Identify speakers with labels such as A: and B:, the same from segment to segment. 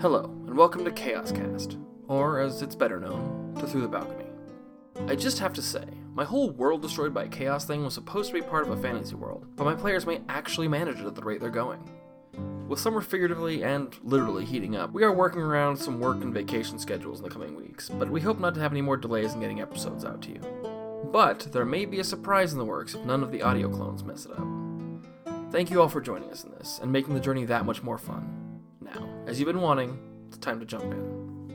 A: Hello, and welcome to Chaos Cast, or as it's better known, to Through the Balcony. I just have to say, my whole world destroyed by chaos thing was supposed to be part of a fantasy world, but my players may actually manage it at the rate they're going. With summer figuratively and literally heating up, we are working around some work and vacation schedules in the coming weeks, but we hope not to have any more delays in getting episodes out to you. But there may be a surprise in the works if none of the audio clones mess it up. Thank you all for joining us in this and making the journey that much more fun. Now, as you've been wanting, it's time to jump in.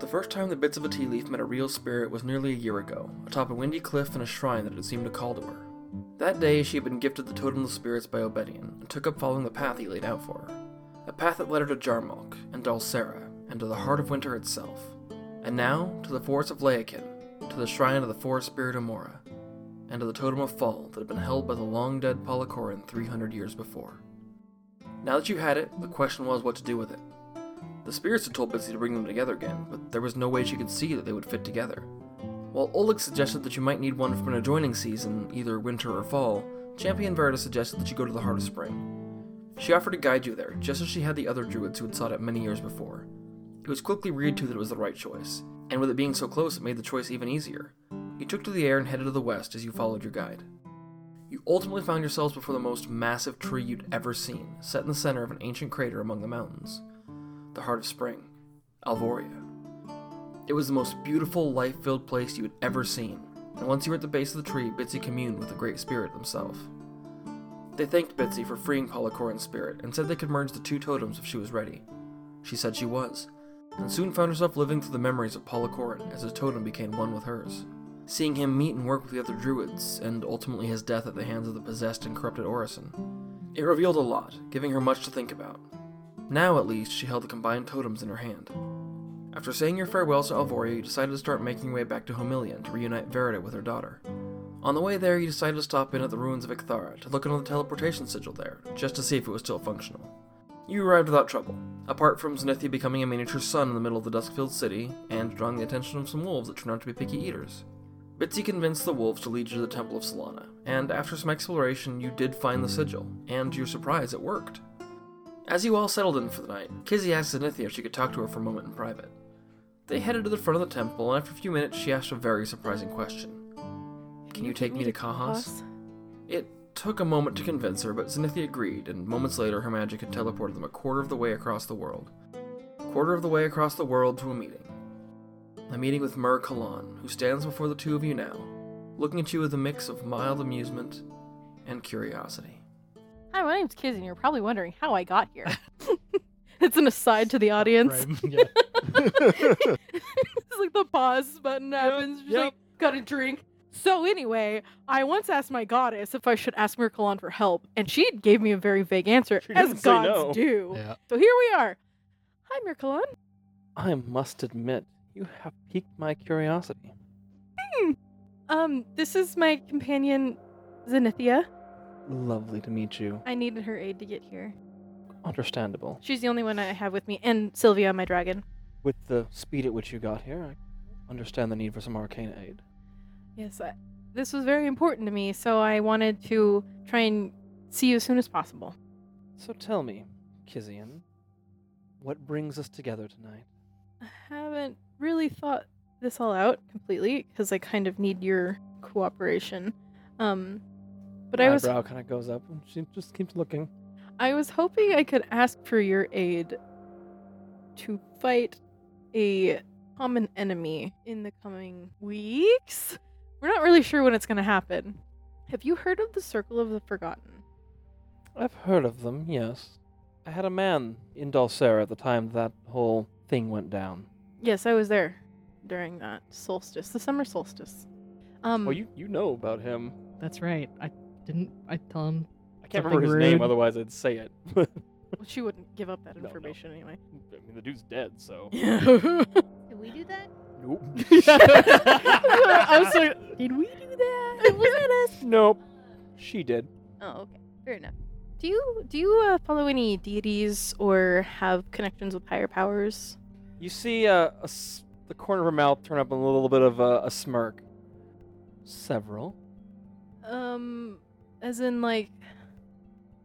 A: The first time the bits of a tea leaf met a real spirit was nearly a year ago, atop a windy cliff in a shrine that had seemed to call to her. That day, she had been gifted the totem of spirits by Obedian and took up following the path he laid out for her. A path that led her to Jarmalk and Dulcera and to the heart of winter itself. And now to the forest of Laokin, to the shrine of the forest spirit Amora, and to the totem of fall that had been held by the long dead Polycorin 300 years before. Now that you had it, the question was what to do with it. The spirits had told Bitsy to bring them together again, but there was no way she could see that they would fit together. While Oleg suggested that you might need one from an adjoining season, either winter or fall, Champion Verita suggested that you go to the Heart of Spring. She offered to guide you there, just as she had the other druids who had sought it many years before. It was quickly agreed to that it was the right choice, and with it being so close, it made the choice even easier. You took to the air and headed to the west as you followed your guide. You ultimately found yourselves before the most massive tree you'd ever seen, set in the center of an ancient crater among the mountains. The Heart of Spring, Alvoria. It was the most beautiful, life filled place you had ever seen, and once you were at the base of the tree, Bitsy communed with the Great Spirit himself. They thanked Bitsy for freeing Polycorin's spirit and said they could merge the two totems if she was ready. She said she was, and soon found herself living through the memories of Polycorin as his totem became one with hers seeing him meet and work with the other druids, and ultimately his death at the hands of the possessed and corrupted Orison. It revealed a lot, giving her much to think about. Now, at least, she held the combined totems in her hand. After saying your farewells to Alvoria, you decided to start making your way back to Homilion to reunite Verida with her daughter. On the way there, you decided to stop in at the ruins of Ikthara to look into the teleportation sigil there, just to see if it was still functional. You arrived without trouble, apart from Zenithia becoming a miniature sun in the middle of the dusk-filled city and drawing the attention of some wolves that turned out to be picky eaters. Bitsy convinced the wolves to lead you to the Temple of Solana, and after some exploration, you did find the sigil, and to your surprise, it worked. As you all settled in for the night, Kizzy asked Zenithia if she could talk to her for a moment in private. They headed to the front of the temple, and after a few minutes, she asked a very surprising question Can you take me to Kahas? It took a moment to convince her, but Zenithia agreed, and moments later, her magic had teleported them a quarter of the way across the world. Quarter of the way across the world to a meeting. A meeting with Mur Kalan, who stands before the two of you now, looking at you with a mix of mild amusement and curiosity.
B: Hi, my name's Kizzy, and you're probably wondering how I got here. it's an aside to the audience.
C: Yeah.
B: it's like the pause button happens. Just like, got a drink. So anyway, I once asked my goddess if I should ask Mercalon for help, and she gave me a very vague answer,
D: She
B: as
D: didn't say
B: gods
D: no.
B: do.
C: yeah.
B: So here we are. Hi, Mercalon.
D: I must admit, you have piqued my curiosity.
B: Um, this is my companion, Zenithia.
D: Lovely to meet you.
B: I needed her aid to get here.
D: Understandable.
B: She's the only one I have with me, and Sylvia, my dragon.
D: With the speed at which you got here, I understand the need for some arcane aid.
B: Yes, I, this was very important to me, so I wanted to try and see you as soon as possible.
D: So tell me, Kizian, what brings us together tonight?
B: I haven't really thought this all out completely because I kind of need your cooperation. Um, but I was
D: Eyebrow kind of goes up, and she just keeps looking.
B: I was hoping I could ask for your aid to fight a common enemy in the coming weeks. We're not really sure when it's going to happen. Have you heard of the Circle of the Forgotten?
D: I've heard of them, yes. I had a man in Dulcera at the time that whole thing went down.
B: Yes, I was there during that solstice, the summer solstice. Um,
D: Well, Oh, you, you know about him.
C: That's right. I didn't. I tell him.
D: I can't
C: Something
D: remember his name,
C: rude.
D: otherwise I'd say it.
B: she wouldn't give up that
D: No, no.
B: information anyway.
D: I mean, the dude's dead, so.
E: Did we do that?
D: Nope.
B: I was like,
C: Did we?
E: Do that? It wasn't us.
D: Nope. She did.
E: Oh, okay. Fair enough.
B: do you do you uh, follow any deities or have connections with higher powers?
D: You see uh, a s- the corner of her mouth turn up in a little bit of a, a smirk. Several.
B: Um, as in like,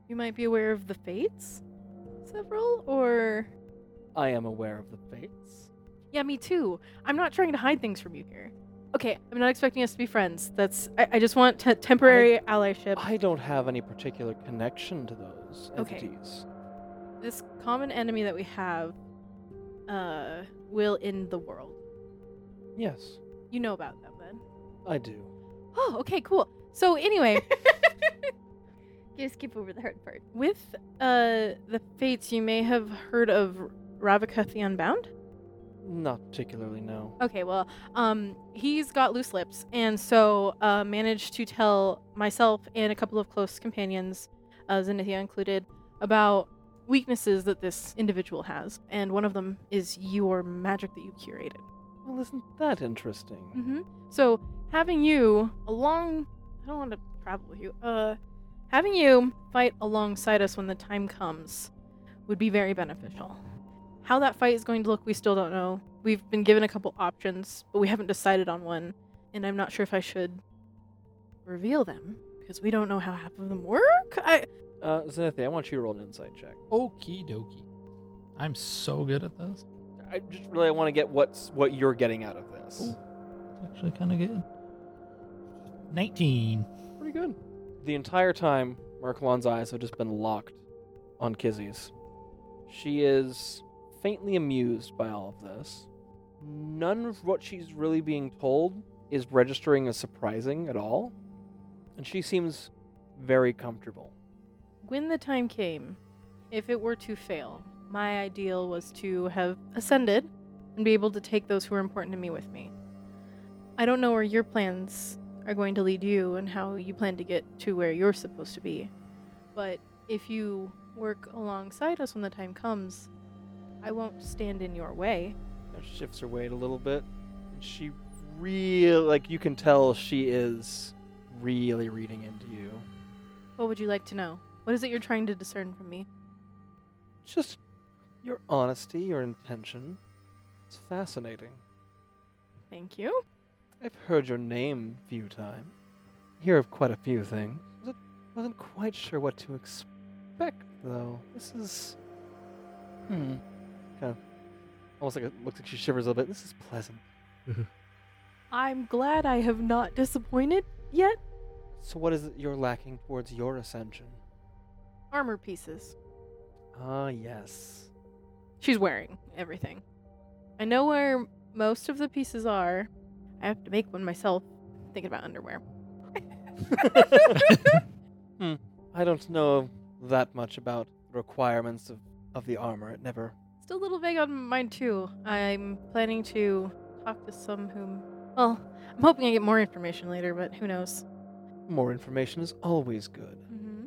B: you might be aware of the fates. several, or
D: I am aware of the fates.
B: yeah, me too. I'm not trying to hide things from you here. Okay, I'm not expecting us to be friends. That's I, I just want te- temporary allyship.
D: I don't have any particular connection to those
B: Okay.
D: entities.
B: this common enemy that we have, uh, will end the world.
D: Yes,
B: You know about them then.
D: I do.
B: Oh, okay, cool. So anyway,
E: Just skip over the hard part.
B: with uh the fates, you may have heard of Ravika the Unbound.
D: Not particularly, no.
B: Okay, well, um, he's got loose lips, and so uh, managed to tell myself and a couple of close companions, uh, Zenithia included, about weaknesses that this individual has, and one of them is your magic that you curated.
D: Well, isn't that interesting?
B: hmm So having you along, I don't want to travel with you. Uh, having you fight alongside us when the time comes would be very beneficial. How that fight is going to look, we still don't know. We've been given a couple options, but we haven't decided on one, and I'm not sure if I should reveal them because we don't know how half of them work. I
D: Uh, Zenithia, I want you to roll an insight check.
F: Okie dokie. I'm so good at this.
D: I just really want to get what's what you're getting out of this.
F: Actually, kind of good. 19.
D: Pretty good. The entire time, Merkelon's eyes have just been locked on Kizzy's. She is faintly amused by all of this. None of what she's really being told is registering as surprising at all, and she seems very comfortable.
B: When the time came, if it were to fail, my ideal was to have ascended and be able to take those who are important to me with me. I don't know where your plans are going to lead you and how you plan to get to where you're supposed to be, but if you work alongside us when the time comes, I won't stand in your way.
D: Now she shifts her weight a little bit, and she real like you can tell she is really reading into you.
B: What would you like to know? What is it you're trying to discern from me?
D: Just your honesty, your intention. It's fascinating.
B: Thank you.
D: I've heard your name a few times. Hear of quite a few things. Was- Wasn't quite sure what to expect, though. This is. Hmm. Kind of. Almost like it looks like she shivers a little bit. This is pleasant.
B: I'm glad I have not disappointed yet.
D: So, what is it you're lacking towards your ascension?
B: Armor pieces.
D: Ah, yes.
B: She's wearing everything. I know where most of the pieces are. I have to make one myself. Thinking about underwear.
D: I don't know that much about the requirements of, of the armor. It never.
B: Still a little vague on mine too. I'm planning to talk to some whom. Well, I'm hoping I get more information later, but who knows?
D: More information is always good.
B: Mm-hmm.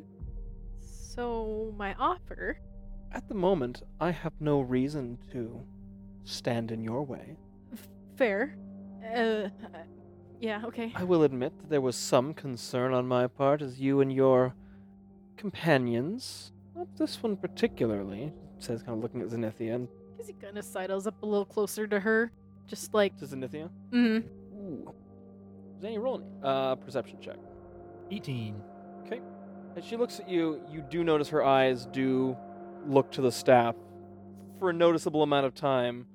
B: So my offer.
D: At the moment, I have no reason to stand in your way.
B: F- fair. Uh, yeah. Okay.
D: I will admit that there was some concern on my part as you and your companions, not this one particularly, says kind of looking at Zenithia. And
B: Because he kind of sidles up a little closer to her, just like.
D: to Zenithia?
B: Mm.
D: Ooh. Zany, roll a uh, perception check.
F: 18.
D: As she looks at you, you do notice her eyes do look to the staff for a noticeable amount of time,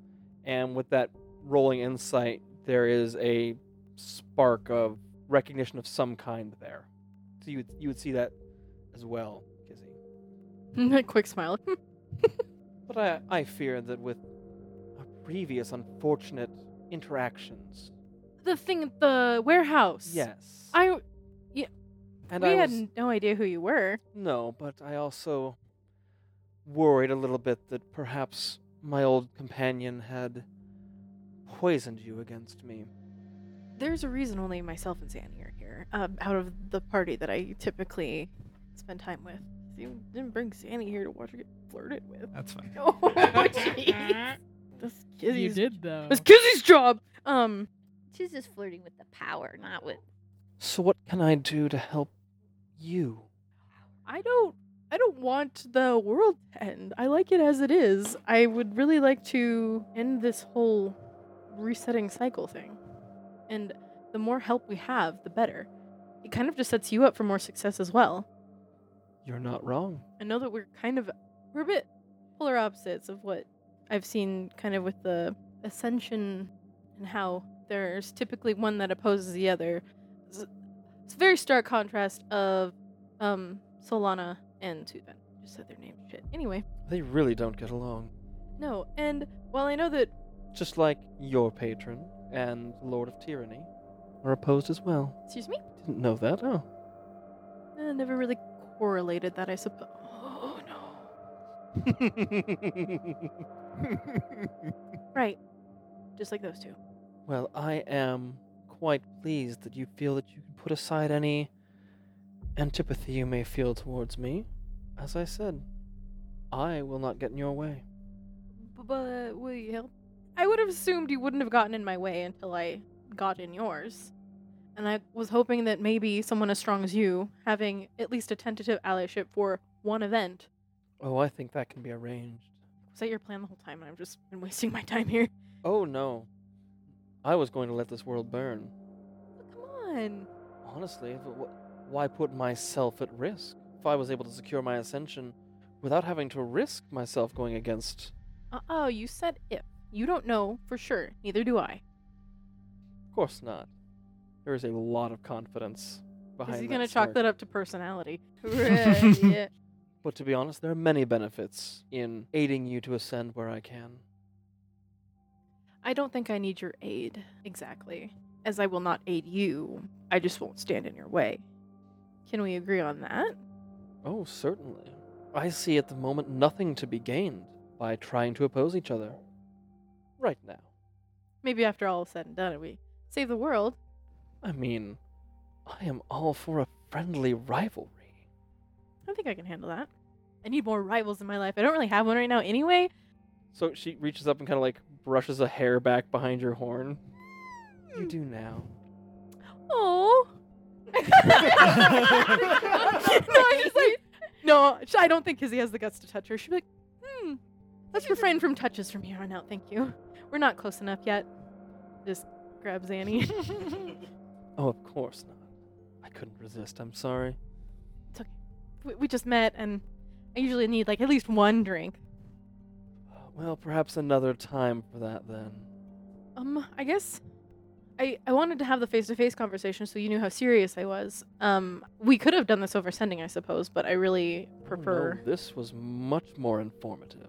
D: and with that rolling insight, there is a spark of recognition of some kind there. So you would, you would see that as well, Kizzy.
B: Quick smile.
D: But I, I fear that with our previous unfortunate interactions,
B: the thing at the warehouse.
D: yes,
B: I
D: and
B: we
D: I
B: had
D: was-
B: no idea who you were.
D: No, but I also worried a little bit that perhaps my old companion had poisoned you against me.
B: There's a reason only myself and Zanny are here, um, out of the party that I typically spend time with. You didn't bring Zanny here to watch her get flirted with.
F: That's fine.
B: Oh, jeez. This
C: you
B: Kizzy's,
C: did though.
B: This Kizzy's job. Um,
E: She's just flirting with the power, not with.
D: So what can I do to help you?
B: I don't. I don't want the world to end. I like it as it is. I would really like to end this whole resetting cycle thing. And the more help we have, the better. It kind of just sets you up for more success as well.
D: You're not wrong.
B: I know that we're kind of we're a bit polar opposites of what I've seen kind of with the ascension and how there's typically one that opposes the other. It's it's a very stark contrast of um, Solana and Tuvan. Just said their name shit. Anyway,
D: They really don't get along.
B: no, and while I know that
D: Just like your patron and Lord of Tyranny are opposed as well.
B: excuse me,
D: Didn't know that. Oh.
B: I never really correlated that I suppose. Oh no. Right. Just like those two.
D: well, I am quite pleased that you feel that you can put aside any antipathy you may feel towards me. As I said, I will not get in your way.
B: But will you help? I would have assumed you wouldn't have gotten in my way until I got in yours. And I was hoping that maybe someone as strong as you, having at least a tentative allyship for one event,
D: Oh, I think that can be arranged.
B: was that your plan the whole time? And I've just been wasting my time here.
D: Oh no. I was going to let this world burn.
B: But come on.
D: Honestly, if it w- why put myself at risk? If I was able to secure my ascension without having to risk myself going against.
B: Uh oh, you said if. You don't know for sure. Neither do I.
D: Of course not. There is a lot of confidence behind
B: Is he
D: that
B: going to chalk
D: story.
B: that up to personality?
E: Right, yeah.
D: But to be honest, there are many benefits in aiding you to ascend where I can.
B: I don't think I need your aid exactly, as I will not aid you. I just won't stand in your way. Can we agree on that?
D: Oh, certainly. I see at the moment nothing to be gained by trying to oppose each other. Right now.
B: Maybe after all is said and done, and we save the world.
D: I mean, I am all for a friendly rivalry.
B: I think I can handle that. I need more rivals in my life. I don't really have one right now anyway.
D: So she reaches up and kind of like brushes a hair back behind your horn. You do now.
B: Oh. no, I'm just like, no, sh- I don't think Kizzy has the guts to touch her. She'd be like, hmm, let's refrain from touches from here on out, thank you. We're not close enough yet. Just grabs Annie.
D: Oh, of course not. I couldn't resist. I'm sorry.
B: we, we just met and I usually need like at least one drink.
D: Well, perhaps another time for that then.
B: Um, I guess I I wanted to have the face to face conversation so you knew how serious I was. Um, we could have done this over sending, I suppose, but I really
D: Oh, no,
B: prefer.
D: this was much more informative.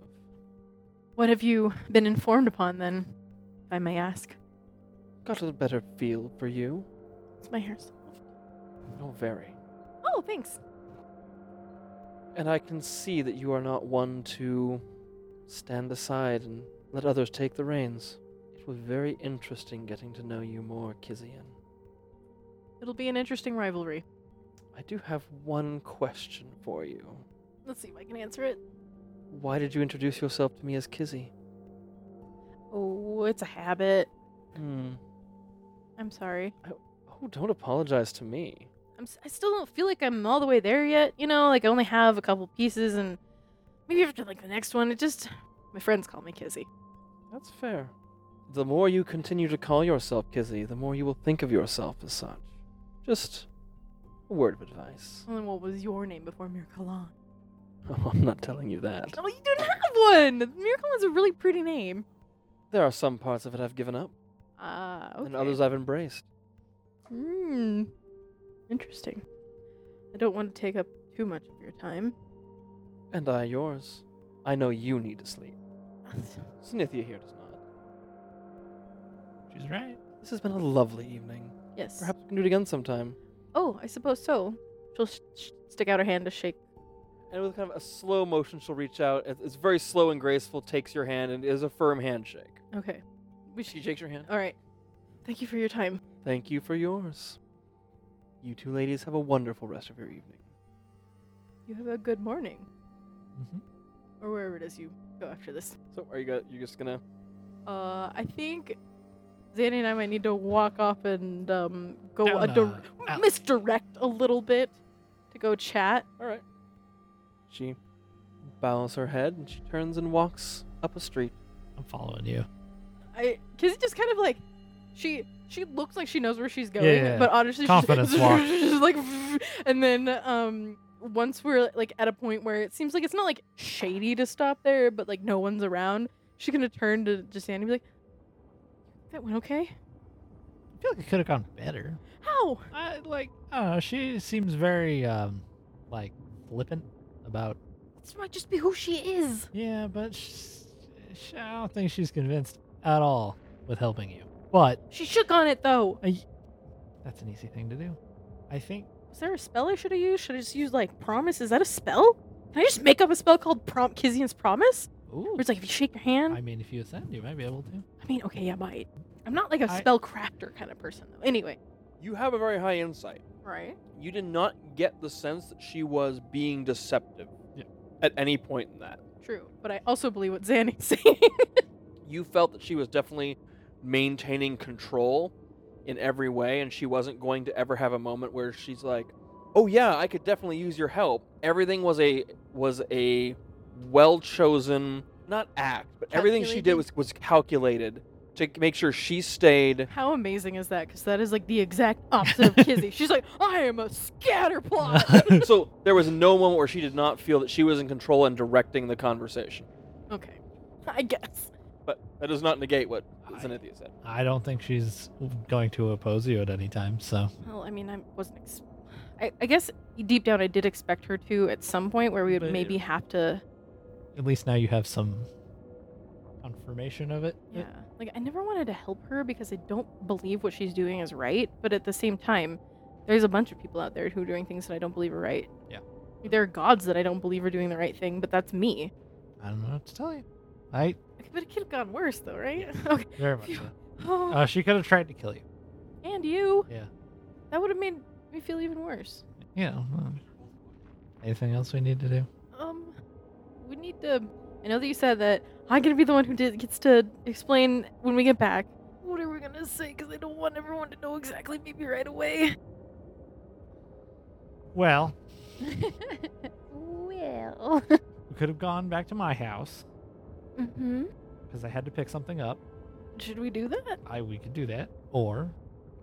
B: What have you been informed upon then, if I may ask?
D: Got a better feel for you.
B: It's my hair. so-
D: Oh, very.
B: Oh, thanks.
D: And I can see that you are not one to stand aside and let others take the reins. It was very interesting getting to know you more, Kizian.
B: It'll be an interesting rivalry.
D: I do have one question for you.
B: Let's see if I can answer it.
D: Why did you introduce yourself to me as Kizzy?
B: Oh, it's a habit.
D: Hmm.
B: I'm sorry.
D: Oh, don't apologize to me.
B: I'm s- I still don't feel like I'm all the way there yet. You know, like I only have a couple pieces, and maybe after like the next one, it just my friends call me Kizzy.
D: That's fair. The more you continue to call yourself Kizzy, the more you will think of yourself as such. Just a word of advice.
B: Well, then what was your name before Mirkalan?
D: Oh, I'm not telling you that.
B: Oh, you don't have one. Mirkalan's a really pretty name.
D: There are some parts of it I've given up,
B: Ah, okay.
D: and others I've embraced.
B: Hmm. Interesting. I don't want to take up too much of your time.
D: And I yours. I know you need to sleep. Snithia here does not.
F: She's right.
D: This has been a lovely evening.
B: yes.
D: Perhaps we can do it again sometime.
B: Oh, I suppose so. She'll sh- sh- stick out her hand to shake.
D: And with kind of a slow motion, she'll reach out. It- It's very slow and graceful, takes your hand, and is a firm handshake.
B: Okay. We
D: She
B: should.
D: shakes your hand.
B: All right. Thank you for your time.
D: Thank you for yours. You two ladies have a wonderful rest of your evening.
B: You have a good morning,
F: Mm-hmm.
B: or wherever it is you go after this.
D: So, are you go- you just gonna?
B: Uh, I think Zanny and I might need to walk off and um, go a
F: Down,
B: dir-
F: uh, out.
B: misdirect a little bit to go chat.
D: All right. She bows her head and she turns and walks up a street.
F: I'm following you.
B: I Kizzy just kind of like she she looks like she knows where she's going,
F: yeah, yeah.
B: but honestly
F: Confidence
B: she's,
F: walk.
B: she's like and then um once we're like at a point where it seems like it's not like shady to stop there, but like no one's around, she's gonna turn to Jasan and be like, "That went okay.
F: I feel like it could have gone better.
B: How?
F: I like. I don't know. She seems very um, like flippant about.
B: This might just be who she is."
F: Yeah, but sh sh I don't think she's convinced at all with helping you. But
B: She shook on it though.
F: that's an easy thing to do. I think.
B: Is there a spell I should have used? Should I just use like promise? Is that a spell? Can I just make up a spell called Prom- Kizian's Promise?
F: Ooh.
B: Where it's like if you shake your hand.
F: I mean, if you ascend, you might be able to.
B: I mean, okay, I might. I'm not like a
F: I-
B: spell crafter kind of person though. Anyway,
D: You have a very high insight.
B: right?
D: You did not get the sense that she was being deceptive
F: Yeah.
D: at any point in that.
B: True, but I also believe what Zanny's saying.
D: You felt that she was definitely maintaining control in every way, and she wasn't going to ever have a moment where she's like, "Oh yeah, I could definitely use your help." Everything was a was a well chosen not act, but everything she did was
E: Calculated.
D: was calculated to make sure she stayed
B: How amazing is that? Because that is like the exact opposite of Kizzy. She's like, I am a scatterplot.
D: so there was no moment where she did not feel that she was in control and directing the conversation.
B: okay, I guess.
D: But that does not negate what
F: I-
D: Zenithia said.
F: I don't think she's going to oppose you at any time. So
B: Well, I mean, I wasn't. Ex- I, I guess deep down, I did expect her to at some point where we would
D: But-
B: maybe have to.
F: at least now you have some confirmation of it.
B: Yeah. Like, I never wanted to help her because I don't believe what she's doing is right. But at the same time, there's a bunch of people out there who are doing things that I don't believe are right.
F: Yeah.
B: Like, There are gods that I don't believe are doing the right thing, but that's me.
F: I don't know what to tell you. I
B: Okay, But it could have gone worse, though, right? Okay.
F: very much.
B: Phew.
F: so.
B: Oh,
F: Uh, she could have tried to kill you.
B: and you.
F: Yeah.
B: That would have made me feel even worse.
F: Yeah. well, anything else we need to do?
B: Um, we need to. I know that you said that I'm gonna be the one who did, gets to explain when we get back. What are we gonna say? Because I don't want everyone to know exactly maybe right away.
F: Well,
E: well.
F: we could have gone back to my house
B: Mm-hmm.
F: because I had to pick something up.
B: Should we do that?
F: I we could do that, or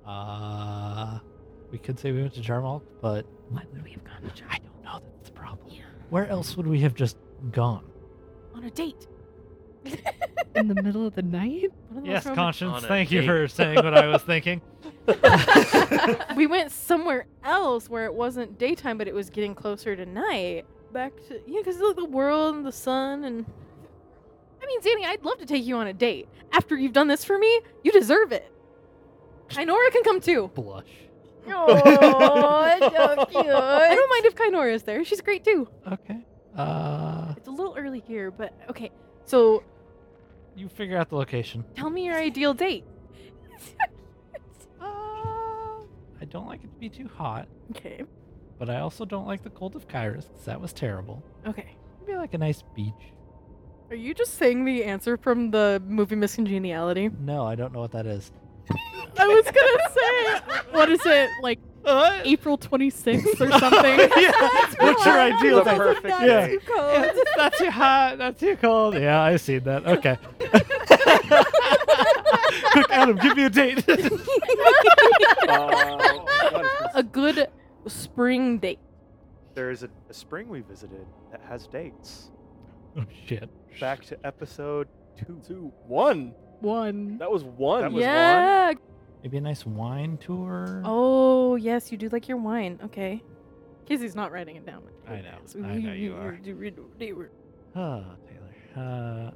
F: uh, we could say we went to Jarmalk, but
B: Why would we have gone to Jai
F: I don't know. That's the problem.
B: Yeah.
F: Where else would we have just gone?
B: on a date?
C: in the middle of the night?
B: One of the
F: Yes,
B: most romantic-
F: conscience.
A: On a
F: Thank you
A: date.
F: for saying what I was thinking.
B: we went somewhere else where it wasn't daytime, but it was getting closer to night. Back to yeah, because like the world and the sun and. I mean, Zanny, I'd love to take you on a date. After you've done this for me, you deserve it. Kainora can come too.
F: Blush.
E: oh, so cute.
B: I don't mind if Kainora is there. She's great too.
F: Okay. Uh,
B: It's a little early here, but okay. So
F: you figure out the location.
B: tell me your ideal date.
F: Uh, I don't like it to be too hot,
B: Okay.
F: but I also don't like the cold of Kairos 'cause that was terrible.
B: Okay.
F: Maybe like a nice beach.
B: Are you just saying the answer from the movie Miss Congeniality?
F: No, I don't know what that is.
B: I was gonna say,
C: What is it like
F: Uh,
C: April 26th or something?
F: What's your ideal
D: The
F: date?
D: perfect
F: Yeah.
D: date.
F: It's not too hot, not too cold. Yeah, I see that. Okay. Quick, Adam, give me a date.
D: Oh, God, it's
B: a good spring date.
G: There is a, a spring we visited that has dates.
F: oh shit.
G: Back to episode two.
D: been two, one.
C: One.
D: That was one.
G: That was
B: yeah.
F: Maybe a nice wine tour.
B: Oh yes, you do like your wine. Okay. Kizzy's not writing it down.
F: I know. I know you are. Ah, Taylor. Uh,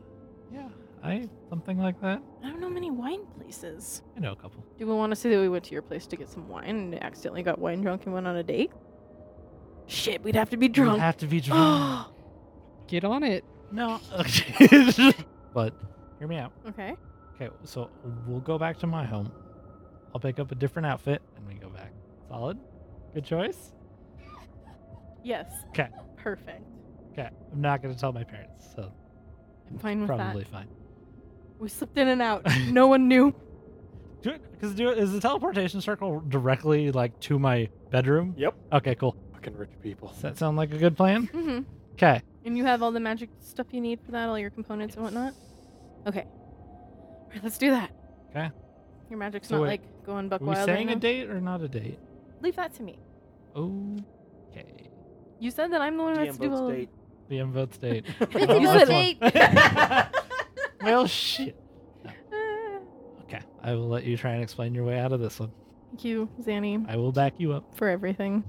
F: yeah, I something like that.
B: I don't know many wine places.
F: I know a couple.
B: Do we want to say that we went to your place to get some wine and accidentally got wine drunk and went on a date? Shit, we'd have to be
F: You
B: drunk.
F: have to be drunk.
C: Get on it.
F: no. Okay. but hear me out.
B: okay.
F: Okay, so we'll go back to my home. I'll pick up a different outfit and we go back. Solid. Good choice.
B: Yes.
F: 'Kay.
B: Perfect.
F: Okay, I'm not gonna tell my parents, so
B: I'm fine with
F: probably
B: that.
F: fine.
B: We slipped in and out. No one knew.
F: Do it because do it, is the teleportation circle directly like to my bedroom?
G: Yep.
F: Okay, cool.
G: Fucking rich people.
F: Does that sound like a good plan?
B: hmm
F: Okay.
B: And you have all the magic stuff you need for that, all your components and whatnot? Okay. Alright, let's do that.
F: 'Kay.
B: Your magic's
F: So
B: not
F: wait,
B: like going buck
F: Are we
B: wild.
F: saying
B: right
F: a
B: now.
F: date or not a date?
B: Leave that to me.
F: Okay.
B: You said that I'm the one who has
D: DM
B: to do all
D: votes
B: of
D: date.
F: The invoked state.
E: It's
F: Oh,
E: a
F: that's
E: mistake.
F: well, shit.
B: Ah.
F: Okay, I will let you try and explain your way out of this one.
B: Thank you, Zanny,
F: I will back you up.
B: for everything.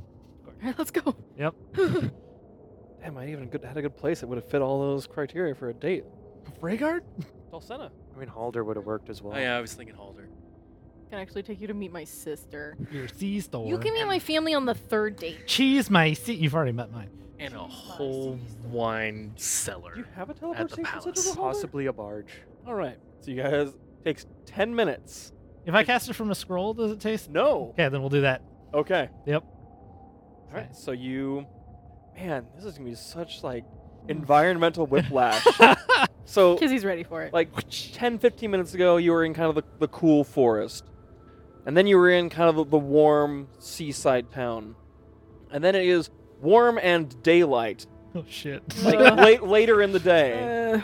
B: All right, let's go.
F: Yep.
D: Damn, I even good, had a good place that would have fit all those criteria for a date.
F: Rhaegar?
D: Dulcena.
G: I mean, Halder would have worked as well.
H: Oh, yeah, I was thinking Halder.
B: can actually take you to meet my sister.
F: Your C store.
E: You can meet my family on the third date.
F: Cheese, my seat. You've already met mine.
H: And a whole wine cellar.
D: Do you have a
H: At the
D: teleportation such
H: palace.
D: as a Halder?
G: Possibly a barge.
D: All right. So you guys takes ten minutes.
F: If I cast it from a scroll, does it taste?
D: No.
F: Okay, then we'll do that.
D: Okay.
F: Yep.
D: All right. So you, man, this is gonna be such like
G: Hmm.
D: environmental whiplash. so
B: Kizzy's ready for it.
D: like 10 15 minutes ago you were in kind of the, the cool forest and then you were in kind of the, the warm seaside town and then it is warm and daylight
F: Oh shit.
D: like
B: Uh.
D: late, later in the day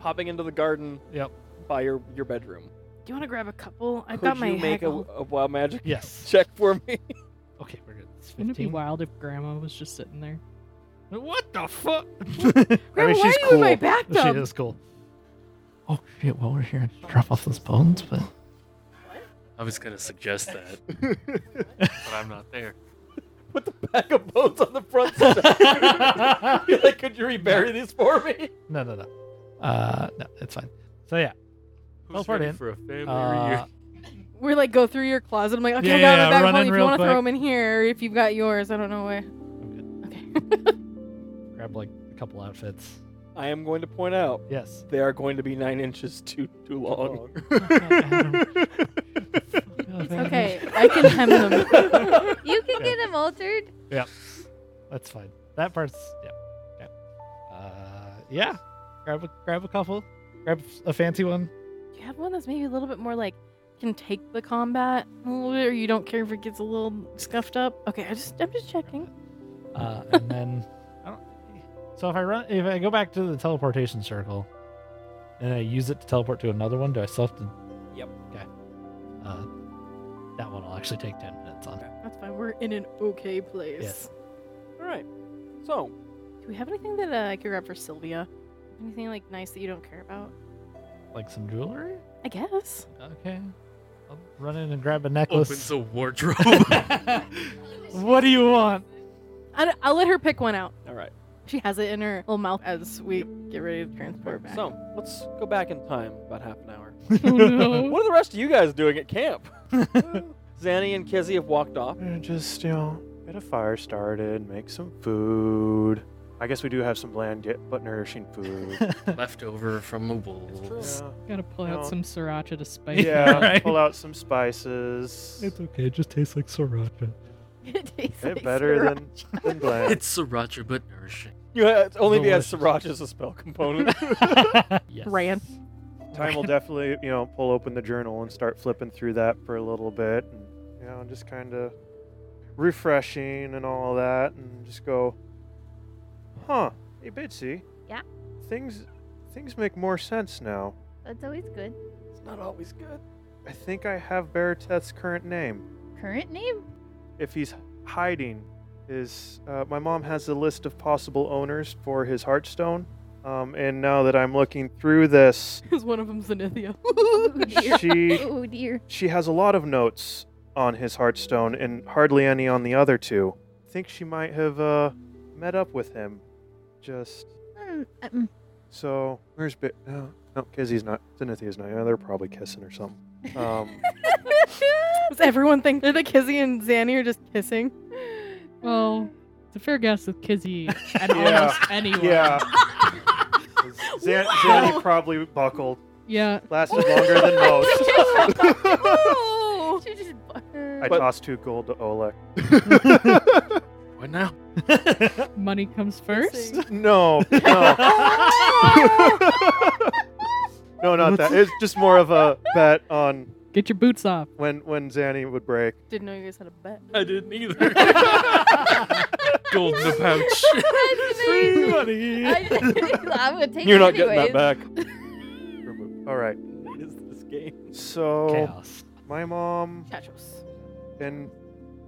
D: popping into the garden
F: Yep.
D: by your, your bedroom
B: Do you want to grab a couple? I've
D: could
B: got my
D: you make a,
B: haggle.
D: a wild magic
F: yes.
D: check for me
F: Okay, we're good. It's
C: Wouldn't it be
F: 15.
C: wild if Grandma was just sitting there?
F: What the fuck?
B: Grandma, why are you in my bathtub?
F: She is cool. Oh shit! While we're here, I should drop off those bones, but
H: I was going to suggest that, but I'm not there.
D: put the bag of bones on the front step. Be like could you rebury these for me
F: no, no, no. Uh, no, it's fine. So yeah,
H: Who's
F: Teleport
H: ready
F: in.
H: for a family
F: uh,
H: reunion?
B: We're like, go through your closet. I'm like, okay,
F: Yeah,
B: I got
F: yeah,
B: it back
F: run
B: home.
F: in
B: If you
F: real
B: want to
F: quick.
B: throw them in here, or if you've got yours, I don't know where. Okay.
F: grab like a couple outfits.
D: i am going to point out
F: Yes.
D: they are going to be nine inches too too long.
B: okay, I can hem them.
E: You can
F: Okay.
E: get them altered.
F: Yep. That's fine. That part's yep. Okay. Uh, yeah. Grab a grab a couple. Grab a fancy one.
B: Do you have one that's maybe a little bit more like can take the combat a little bit, or you don't care if it gets a little scuffed up? Okay, I just I'm just checking.
F: Uh, and then I don't. So if I run, if I go back to the teleportation circle, and I use it to teleport to another one, do I still have to?
D: Yep.
F: Okay. Uh, that one will actually take ten minutes on.
B: That's fine. We're in an okay place.
F: Yes.
D: All right. So,
B: Do we have anything that uh, I could grab for Sylvia? Anything like nice that you don't care about?
F: Like some jewelry.
B: I guess.
F: Okay. I'll run in and grab a
H: Opens
F: necklace.
H: a wardrobe.
F: What do you want?
B: I, will let her pick one out.
D: all right.
B: She has it in her little mouth as we get ready to transport back.
D: So, let's go back in time about half an hour.
C: Oh no.
D: What are the rest of you guys doing at camp? Zanny and Kizzy have walked off.
G: And just, you know, get a fire started, make some food. I guess we do have some bland yet but nourishing food.
H: Left over from the wolves.
G: yeah.
C: Gotta pull out
G: No.
C: some sriracha to spice. it
G: Yeah,
C: up.
F: Right.
G: pull out some spices.
F: It's okay. It just tastes like sriracha.
B: it tastes
G: Eh,
B: like
G: better
B: syrup.
G: than, than bland.
H: It's sriracha, but nourishing.
D: You ha- it's only the
F: Delicious.
D: sriracha is a spell component.
H: Yes.
B: Ran.
G: Time will definitely, you know, pull open the journal and start flipping through that for a little bit, and you know, just kind of refreshing and all that, and just go, huh? Hey, Bitsy.
E: Yeah?
G: Things, things make more sense now.
E: That's always good.
D: it's not always good.
G: I think I have Barateth's current name.
E: Current name?
G: If he's hiding, is uh, my mom has a list of possible owners for his Heartstone. Um, and now that I'm looking through this,
B: Because one of them's Zenithia.
E: Ooh, dear.
G: she
E: oh dear.
G: She has a lot of notes on his Heartstone and hardly any on the other two. I think she might have uh, met up with him. Just
E: Mm, mm.
G: so. Where's Bit? No, no, Kizzy's not. Zenithia's not. Yeah, they're probably kissing or something. Um,
B: Does everyone think that Kizzy and Zanny are just kissing?
C: Well, it's a fair guess with Kizzy and
G: Yeah.
C: almost anyone.
G: yeah. Zan- Zanny probably buckled.
C: Yeah.
G: Lasted longer than most.
B: Oh!
E: She just
G: I
D: But-
G: tossed two gold to Oleg.
H: What now?
C: Money comes first.
G: No, no. no, not that. It's just more of a bet on
C: Get your boots off.
G: when when Zanny would break.
B: Didn't know you guys had a bet.
H: I didn't either. Gold in the pouch.
E: That's amazing. I, am gonna take
D: You're
E: it
D: not getting that
E: anyways.
D: back.
G: All right.
D: It is this game.
G: So
F: Chaos.
G: my mom
B: Chachos.
G: and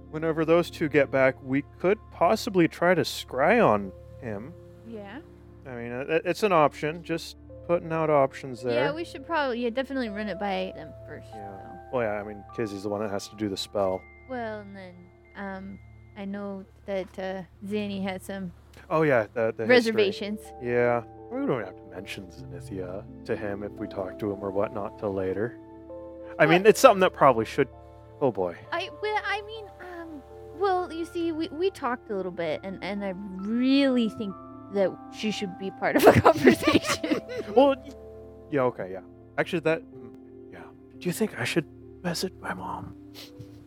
G: whenever those two get back, we could possibly try to scry on him.
E: Yeah.
G: I mean, uh, it- it's an option. Just putting out options there.
E: Yeah, we should probably yeah definitely run it by them first.
G: Yeah.
E: Though.
G: well, yeah. I mean, Kizzy's the one that has to do the spell.
E: Well, and then um, I know that uh, Zanny had some
G: Oh yeah, the, the history.
E: reservations.
G: Yeah. We don't have to mention Zenithia to him if we talk to him or whatnot till later. I mean,
E: What?
G: it's something that probably should. Oh boy.
E: I well, I mean, um, well, you see, we, we talked a little bit, and and I really think that she should be part of a conversation.
G: Well, y- yeah, okay, yeah. Actually, that. mm, Yeah. Do you think I should message my mom,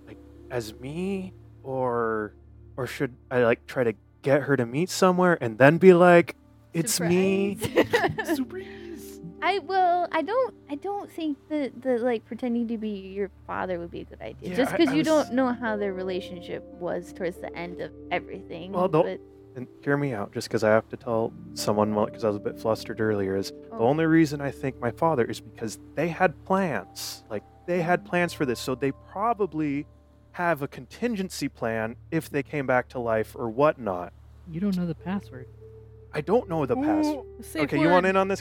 G: like, as me, or, or should I like try to get her to meet somewhere and then be like, it's me.
E: Surprise. I well, I don't, I don't think that the like pretending to be your father would be a good idea.
G: Yeah,
E: Just
G: I-
E: because
G: I
E: you
G: was-
E: don't know how their relationship was towards the end of everything.
G: Well, the-
E: but-
G: And hear me out, just because I have to tell someone because I was a bit flustered earlier. Is the
E: oh,
G: only reason I think my father is because they had plans. Like they had plans for this, so they probably have a contingency plan if they came back to life or whatnot.
C: You don't know the password.
G: I don't know the past.
B: Safe
G: okay, you want
B: word.
G: in on this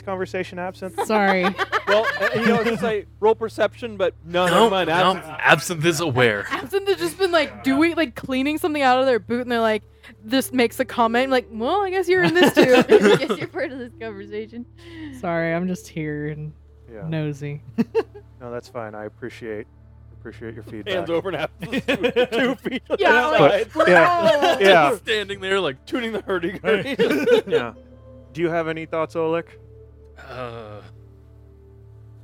G: conversation, Absinthe?
C: Sorry.
D: Well, and, you know, it's like roll perception, but
H: Oh,
D: no, never mind.
H: no,
D: absence.
H: absinthe is aware.
B: Absinthe has just been like doing, like cleaning something out of their boot, and they're like, this makes a comment, like, well, I guess you're in this too.
E: I guess you're part of this conversation.
C: Sorry, I'm just here and
G: Yeah. No.
C: nosy.
G: that's fine. I appreciate appreciate your feedback.
D: Hands over and absinthe. Two, two feet. on
B: Yeah,
D: the
B: like,
D: side.
G: yeah, yeah,
H: Standing there like,
D: tuning the hurdy-gurdy.
G: yeah. Do you have any thoughts, Oleg?
H: uh,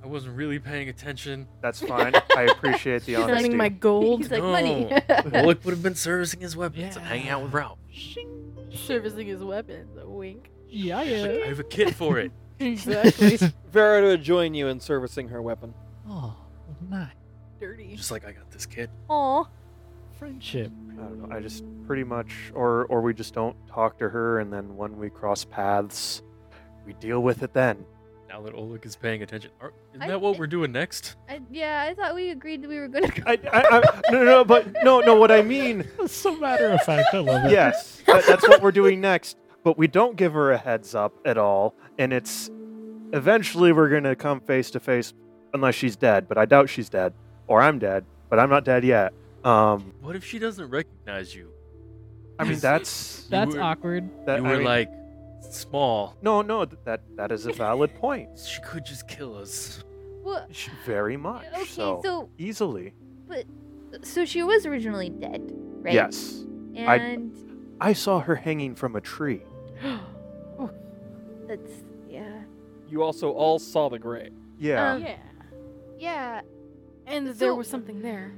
H: I wasn't really paying attention.
G: That's fine. I appreciate the honesty.
B: Shining my gold,
E: He's like money.
H: Bullock would have been servicing his weapons and hanging out with Ralph.
B: servicing his weapons. A wink.
C: Yeah,
H: She's like, I
C: yeah.
H: have a kit for it.
B: Exactly.
D: Vera to join you in servicing her weapon.
F: oh, nice
B: Dirty.
H: Just like I got this kit.
E: Oh,
B: Aw.
F: friendship.
G: I don't know. I just pretty much, or or we just don't talk to her, and then when we cross paths, we deal with it then.
H: Now that Oleg is paying attention, Are- isn't
E: I-
H: that what we're doing next?
E: I, yeah, I thought we agreed that we were gonna. Go.
G: I, I, I no, no, but no, no. What I mean,
F: That's so matter of fact. I love it.
G: yes, that, that's what we're doing next. But we don't give her a heads up at all, and it's eventually we're gonna come face to face, unless she's dead. But I doubt she's dead, or I'm dead, but I'm not dead yet. Um,
H: What if she doesn't recognize you?
G: I mean that's
C: That's
H: were-
C: awkward.
G: that.
H: you
G: I
H: were
G: mean-
H: like small.
G: no, no. th- That that is a valid point.
H: She could just kill us.
E: Well,
G: Sh- Very much.
E: okay,
G: so,
E: so
G: easily.
E: so she was originally dead, right?
G: Yes. I-
E: And
G: I saw her hanging from a tree.
E: that's yeah.
D: You also all saw the grave.
G: Yeah.
E: Um, Yeah.
B: And that
E: So-
B: there was something there.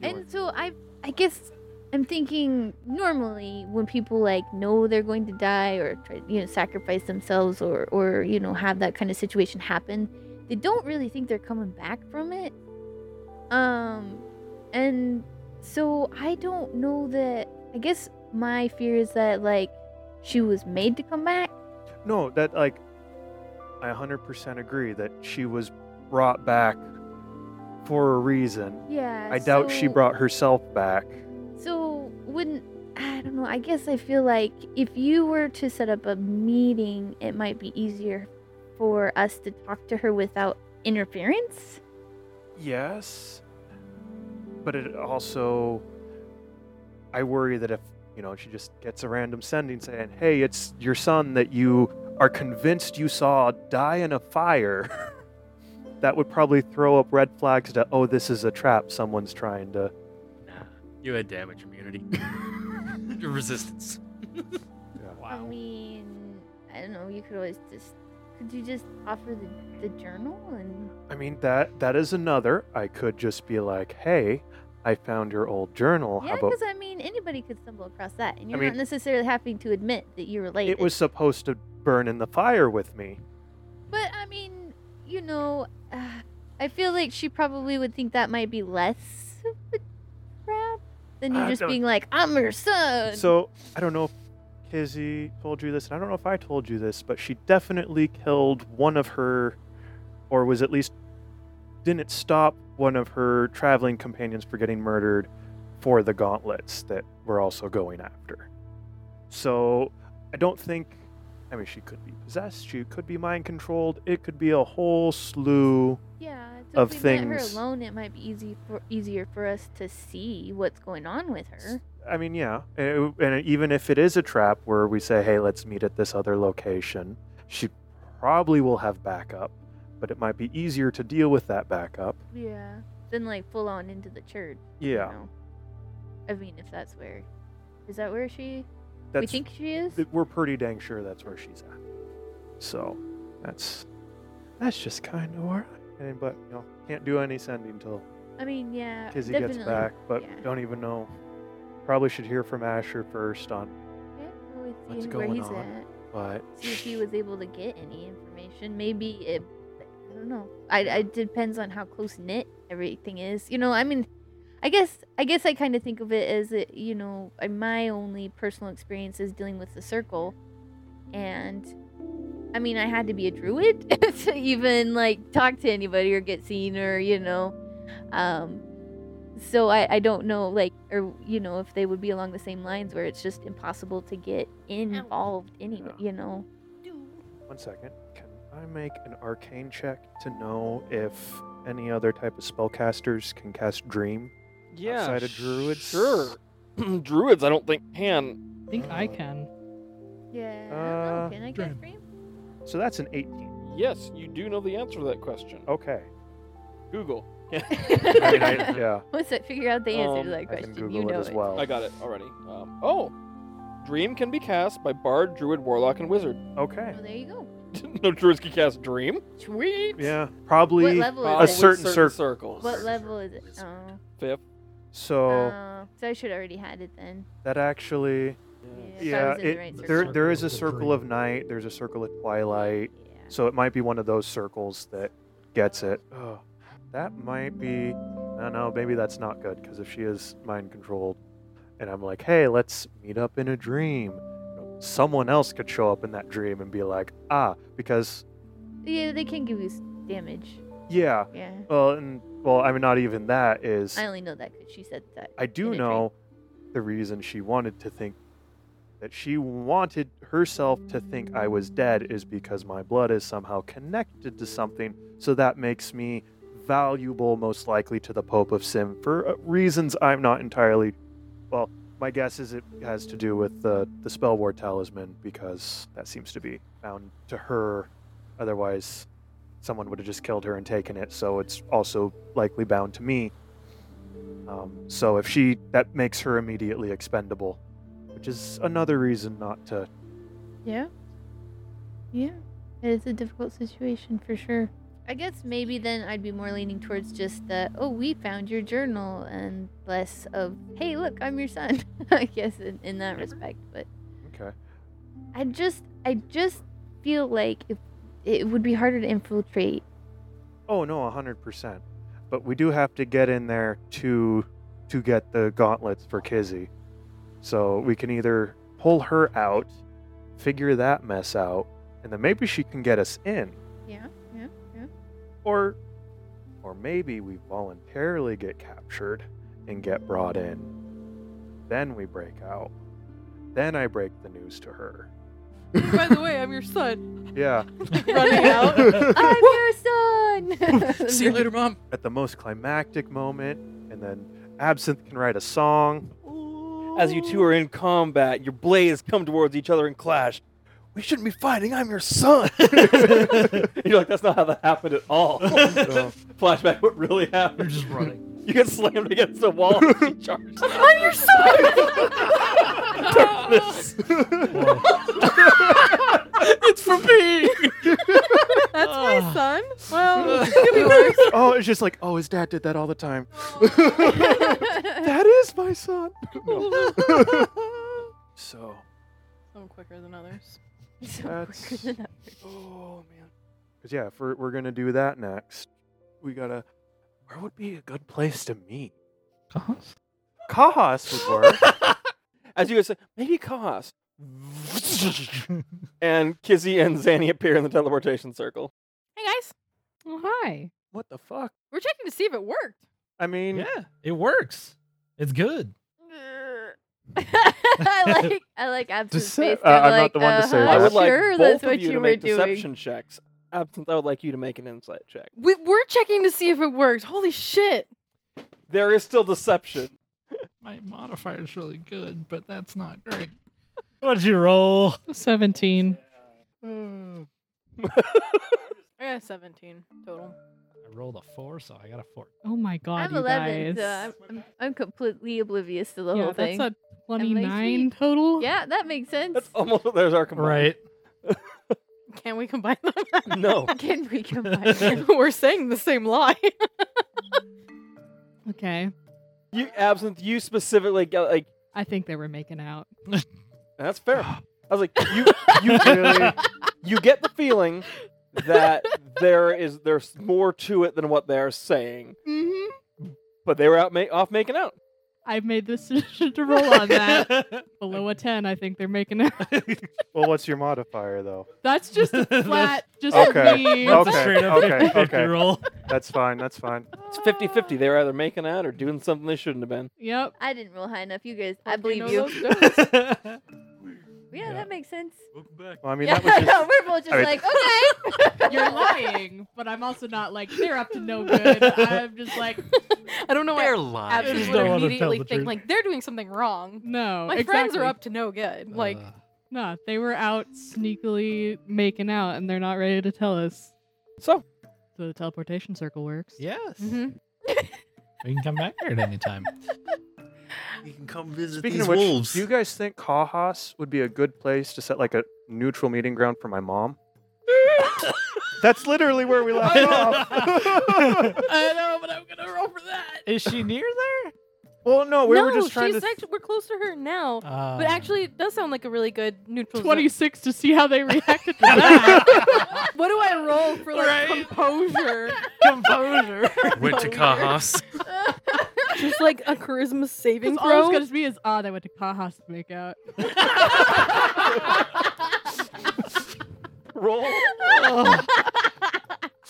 G: you were-
E: And so I I guess I'm thinking normally when people like know they're going to die or try you know sacrifice themselves or or you know have that kind of situation happen, they don't really think they're coming back from it. Um and so I don't know that I guess my fear is that like she was made to come back.
G: no, that like I 100% agree that she was brought back for a reason.
E: Yeah.
G: I doubt she
E: so-
G: brought herself back.
E: So wouldn't I don't know. I guess I feel like if you were to set up a meeting, it might be easier for us to talk to her without interference.
G: Yes. But it also I worry that if, you know, she just gets a random sending saying, "Hey, it's your son that you are convinced you saw die in a fire." that would probably throw up red flags to, "Oh, this is a trap someone's trying to."
H: Nah, you had damage immunity. Your resistance.
E: I mean, I don't know. You could always just could you just offer the, the journal and
G: I mean, that that is another. I could just be like, "Hey, I found your old journal.
E: yeah,
G: How about
E: because I mean anybody could stumble across that, and you're
G: mean-
E: not necessarily having to admit that you're related.
G: it was supposed to burn in the fire with me."
E: But I mean, you know, uh, I feel like she probably would think that might be less of a trap than you
G: I
E: just
G: don't-
E: being like, "I'm your son."
G: So I don't know if Kizzy told you this, and I don't know if I told you this, but she definitely killed one of her, or was at least didn't stop one of her traveling companions for getting murdered for the gauntlets that we're also going after. So I don't think. I mean, she could be possessed. She could be mind controlled. It could be a whole slew.
E: Yeah, so
G: Of
E: if we met her
G: things.
E: alone, it might be easy for easier for us to see what's going on with her.
G: I mean, yeah. And, and even if it is a trap where we say, "Hey, let's meet at this other location," she probably will have backup, but it might be easier to deal with that backup.
E: Yeah. Then like full on into the church. you
G: Yeah,
E: know? I mean, if that's where, is that where she?
G: that's
E: we think she is.
G: th- we're pretty dang sure that's where she's at. So that's that's just kind of where. I, and, but you know, can't do any sending till
E: I mean, yeah.
G: Kizzy
E: Uh, definitely.
G: gets back. But
E: yeah.
G: don't even know. Probably should hear from Asher first on
E: Yeah, we see
A: What's
E: where
A: going
E: he's
A: on?
E: at.
G: what.
E: See if he was able to get any information. Maybe it. I don't know. I. I it depends on how close knit everything is. You know. I mean, I guess. I guess I kind of think of it as it. You know, I- my only personal experience is dealing with the circle, and. I mean, I had to be a druid to even like talk to anybody or get seen or you know, um, so I, I don't know like or you know if they would be along the same lines where it's just impossible to get involved anyway
G: Yeah.
E: you know
G: One second. Can I make an arcane check to know if any other type of spellcasters can cast Dream?
D: Yeah.
G: Outside of druids?
D: Sure. druids, I don't think can.
C: I think I can.
E: yeah Oh,
G: Uh,
E: can i
F: Dren.
E: get frame
G: So that's an 18.
D: Yes, you do know the answer to that question.
G: Okay.
D: Google.
G: I mean, I, yeah,
E: what's that figure out the answer
D: Um,
E: to that
G: I can
E: question
G: Google
E: you
G: it
E: know
G: as well.
D: I got it already. Um, oh, dream can be cast by bard, druid, warlock, and wizard.
E: oh
G: Okay.
E: there you go
D: no druids can cast dream. Sweet.
G: Yeah,
E: what
G: probably.
E: level
D: Probably
E: is it
G: certain cir-
D: circles.
E: what level is it
H: Wizard.
E: oh
D: Fifth.
G: So
E: uh, so i should already had it then
G: that actually,
E: Yeah, if I
G: yeah,
E: was in the
G: it,
E: right
G: there
E: circle.
G: there is a
F: Circle of
G: circle of
F: Dream.
G: night. There's a circle of twilight.
E: yeah
G: So it might be one of those circles that gets it. Oh, that might be. No, no, maybe that's not good because if she is mind controlled, and I'm like, hey, let's meet up in a dream. you know, Someone else could show up in that dream and be like, ah, because
E: yeah they can give you s- damage
G: yeah,
E: yeah
G: well, and well, I mean, not even that is.
E: i only know that because she said that
G: I
E: in
G: do
E: a dream.
G: know the reason she wanted to think that she wanted herself to think I was dead is because my blood is somehow connected to something. So that makes me valuable, most likely, to the Pope of Sim for uh, reasons I'm not entirely. Well, my guess is it has to do with the, the spell ward talisman because that seems to be bound to her. Otherwise, someone would have just killed her and taken it. So it's also likely bound to me. Um, so if she, that makes her immediately expendable, which is another reason not to.
E: Yeah. Yeah. It is a difficult situation for sure. I guess maybe then I'd be more leaning towards just the oh we found your journal and less of hey look I'm your son I guess in, in that respect but
G: Okay.
E: I just I just feel like if it would be harder to infiltrate
G: Oh no, hundred percent. But we do have to get in there to to get the gauntlets for Kizzy, so we can either pull her out, figure that mess out, and then maybe she can get us in,
E: yeah yeah
G: or or maybe we voluntarily get captured and get brought in. Then we break out. Then I break the news to her.
B: By the way, I'm your son.
G: Yeah.
B: Running out.
E: I'm your son
H: See you later, mom.
G: at the most climactic moment, and then Absinthe can write a song.
D: As you two are in combat, your blades come towards each other and clash. We shouldn't be fighting. I'm your son. And you're like, that's not how that happened at all. Flashback, what really
F: You're
D: happened?
F: just running.
D: You get slammed against the wall. and she charged.
B: I'm your son.
D: Darkness.
H: It's for me.
B: That's my son. Well, it could be worse.
G: oh, it's just like, oh, his dad did that all the time. that is my son. No. so,
B: Some quicker than others.
G: That's-
E: That's...
G: oh man, 'Cause, yeah, if we're, we're gonna do that next, we gotta. Where would be a good place to meet? Kahas would work.
D: As you guys say, maybe Kahas. and Kizzy and Zanny appear in the teleportation circle.
B: Hey guys,
C: Oh, hi.
G: what the fuck?
B: we're checking to see if it worked.
G: I mean,
F: yeah, it works. It's good.
E: I like I like absent
G: Just
E: space.
G: say- uh,
E: I'm
G: I'm not the one to say
E: uh
G: that.
D: I would like
E: sure
D: both
E: that's
D: of
E: what
D: you, to
E: were
D: make
E: doing.
D: deception checks. Absinthe, I would like you to make an insight check.
B: We, we're checking to see if it worked. Holy shit!
D: There is still deception.
C: My modifier is really good, but that's not great.
F: What'd you roll?
C: 17.
B: I got a 17 total.
F: I rolled a four, so I got a four.
C: Oh my god,
E: I'm
C: you
E: 11,
C: guys.
E: so I'm, I'm, I'm completely oblivious to the
C: yeah,
E: whole
C: that's
E: thing.
C: a
E: makes me-
C: 29 total.
E: Yeah, that makes sense.
D: That's almost there's our combined.
F: Right.
B: Can we combine them?
D: No.
E: Can we combine?
B: we're saying the same lie.
C: Okay.
D: You absinthe, you specifically got like
C: I think they were making out.
D: that's fair. I was like, you you
G: Really?
D: you get the feeling that there is there's more to it than what they're saying.
C: Mm-hmm.
D: But they were out ma- off making out.
C: I made this decision to roll on that. Below a 10, I think they're making out.
G: well, what's your modifier though?
C: That's just a flat, just
G: Okay.
C: me.
F: That's
G: Okay,
F: a straight up
G: okay,
F: 50
G: okay.
F: roll.
G: That's fine. That's fine.
D: It's 50-50. They were either making out or doing something they shouldn't have been.
C: Yep.
E: I didn't roll high enough. You guys, I
C: Hope you
E: believe
C: know
E: you.
C: those
E: Yeah,
F: Yeah.
E: that makes sense.
H: Welcome back.
G: Well, I mean,
E: yeah,
G: that was just.
E: no, we're both just
G: I mean-
E: like, okay.
C: You're lying, but I'm also not like they're up to no good. I'm just like
B: I don't know why
H: They're lying.
B: absent
F: Just
B: would
F: don't wanna tell
B: immediately
F: the
B: think
F: truth.
B: like they're doing something wrong.
C: no.
B: My friends are up to no good. Like
F: Uh,
C: No, they were out sneakily making out, and they're not ready to tell us.
D: So
C: The teleportation circle works.
F: yes.
B: mhm.
F: We can come back here at any time.
H: You can come visit
G: Speaking
H: these
G: of which,
H: wolves.
G: do you guys think Cajas would be a good place to set like a neutral meeting ground for my mom? That's literally where we left off.
C: I know, but I'm gonna roll for that.
F: Is she near there?
G: well, no, we
B: no,
G: were just trying
B: she's
G: to.
B: actually, we're close to her now.
F: Uh,
B: But actually, it does sound like a really good neutral. zone.
C: 26 to see how they reacted to that.
B: what do I roll for like
C: Right?
B: composure?
F: composure.
H: Went to Kajas.
B: Just like a charisma
C: 'Cause
B: saving
C: all it's
B: throw.
C: gonna be is, ah, they went to Cajas to make out.
D: roll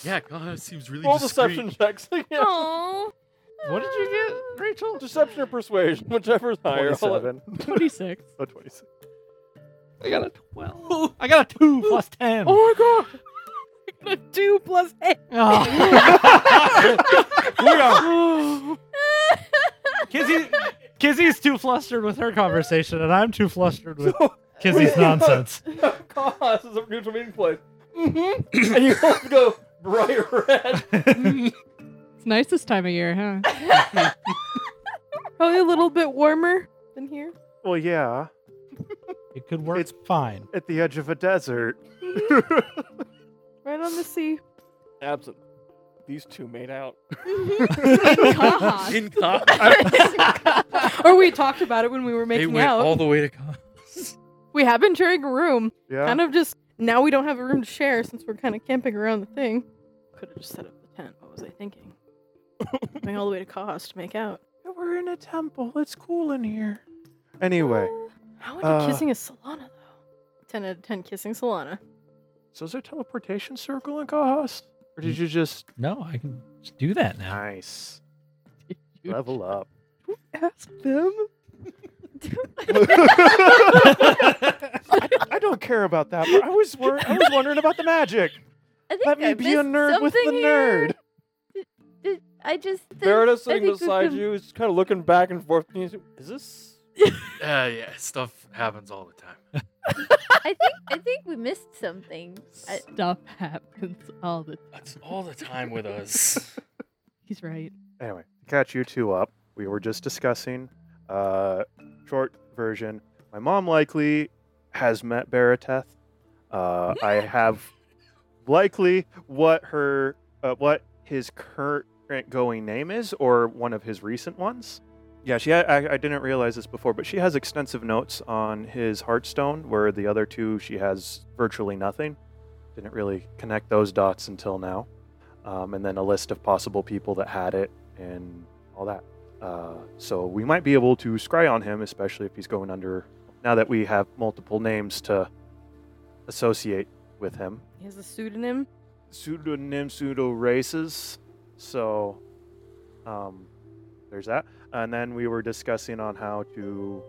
H: Yeah, Kajas seems really
D: roll
H: discreet.
D: deception checks. Yeah.
E: Oh.
B: Aw.
F: what did you get, Rachel?
D: Deception or persuasion, whichever's higher. I'll let-
G: 27.
C: 26.
G: Oh, 26.
D: I got a 12.
F: I got a two plus ten.
B: Oh my god. Two plus eight.
F: Oh. Kizzy, Kizzy's too flustered with her conversation, and I'm too flustered with Kizzy's nonsense.
D: Cause is a neutral meeting place. Mm-hmm. and you both go bright red.
C: It's nice this time of year, huh?
B: Probably a little bit warmer than here.
G: Well, yeah,
F: It could work.
G: It's-
F: It's fine.
G: at the edge of a desert.
B: Right on the sea.
D: Absent. These two made out.
C: Cajas.
H: In Kajas.
B: or we talked about it when we were
H: They
B: making
H: went
B: out.
H: all the way to Kajas.
B: we have been sharing a room.
G: Yeah.
B: Kind of just now we don't have a room to share since we're kind of camping around the thing. Could have just set up the tent. What was I thinking? Going all the way to Cos to make out.
G: We're in a temple. It's cool in here. Anyway,
B: How into
G: Uh,
B: kissing is Solana though? Ten out of ten kissing Solana.
G: so is there a teleportation circle in Kajas? Or did you just.
F: No, I can just do that now.
G: Nice. Level up.
C: Ask them.
G: I, I don't care about that. But I was wor- I was wondering about the magic.
E: I think
G: Let me
E: I
G: be a
E: missed
G: nerd with the
E: something here.
G: nerd.
E: Did- I just think-
D: Veritas
E: I
D: sitting
E: think we
D: beside
E: can-
D: you is kind of looking back and forth. And he's like, Is this?
H: Uh, yeah, stuff happens all the time.
E: I think I think we missed something. I-
C: Stuff happens all the time.
H: That's all the time with us.
C: He's right.
G: Anyway, to catch you two up. We were just discussing, uh, short version. My mom likely has met Barateth. Uh, I have likely what her, uh, what his current going name is, or one of his recent ones. Yeah, she. I, I didn't realize this before, but she has extensive notes on his Heartstone, where the other two she has virtually nothing. Didn't really connect those dots until now. Um, and then a list of possible people that had it and all that. Uh, so we might be able to scry on him, especially if he's going under. Now that we have multiple names to associate with him,
B: He has a pseudonym.
G: pseudonym pseudo races. So um, there's that. and then we were discussing on how to,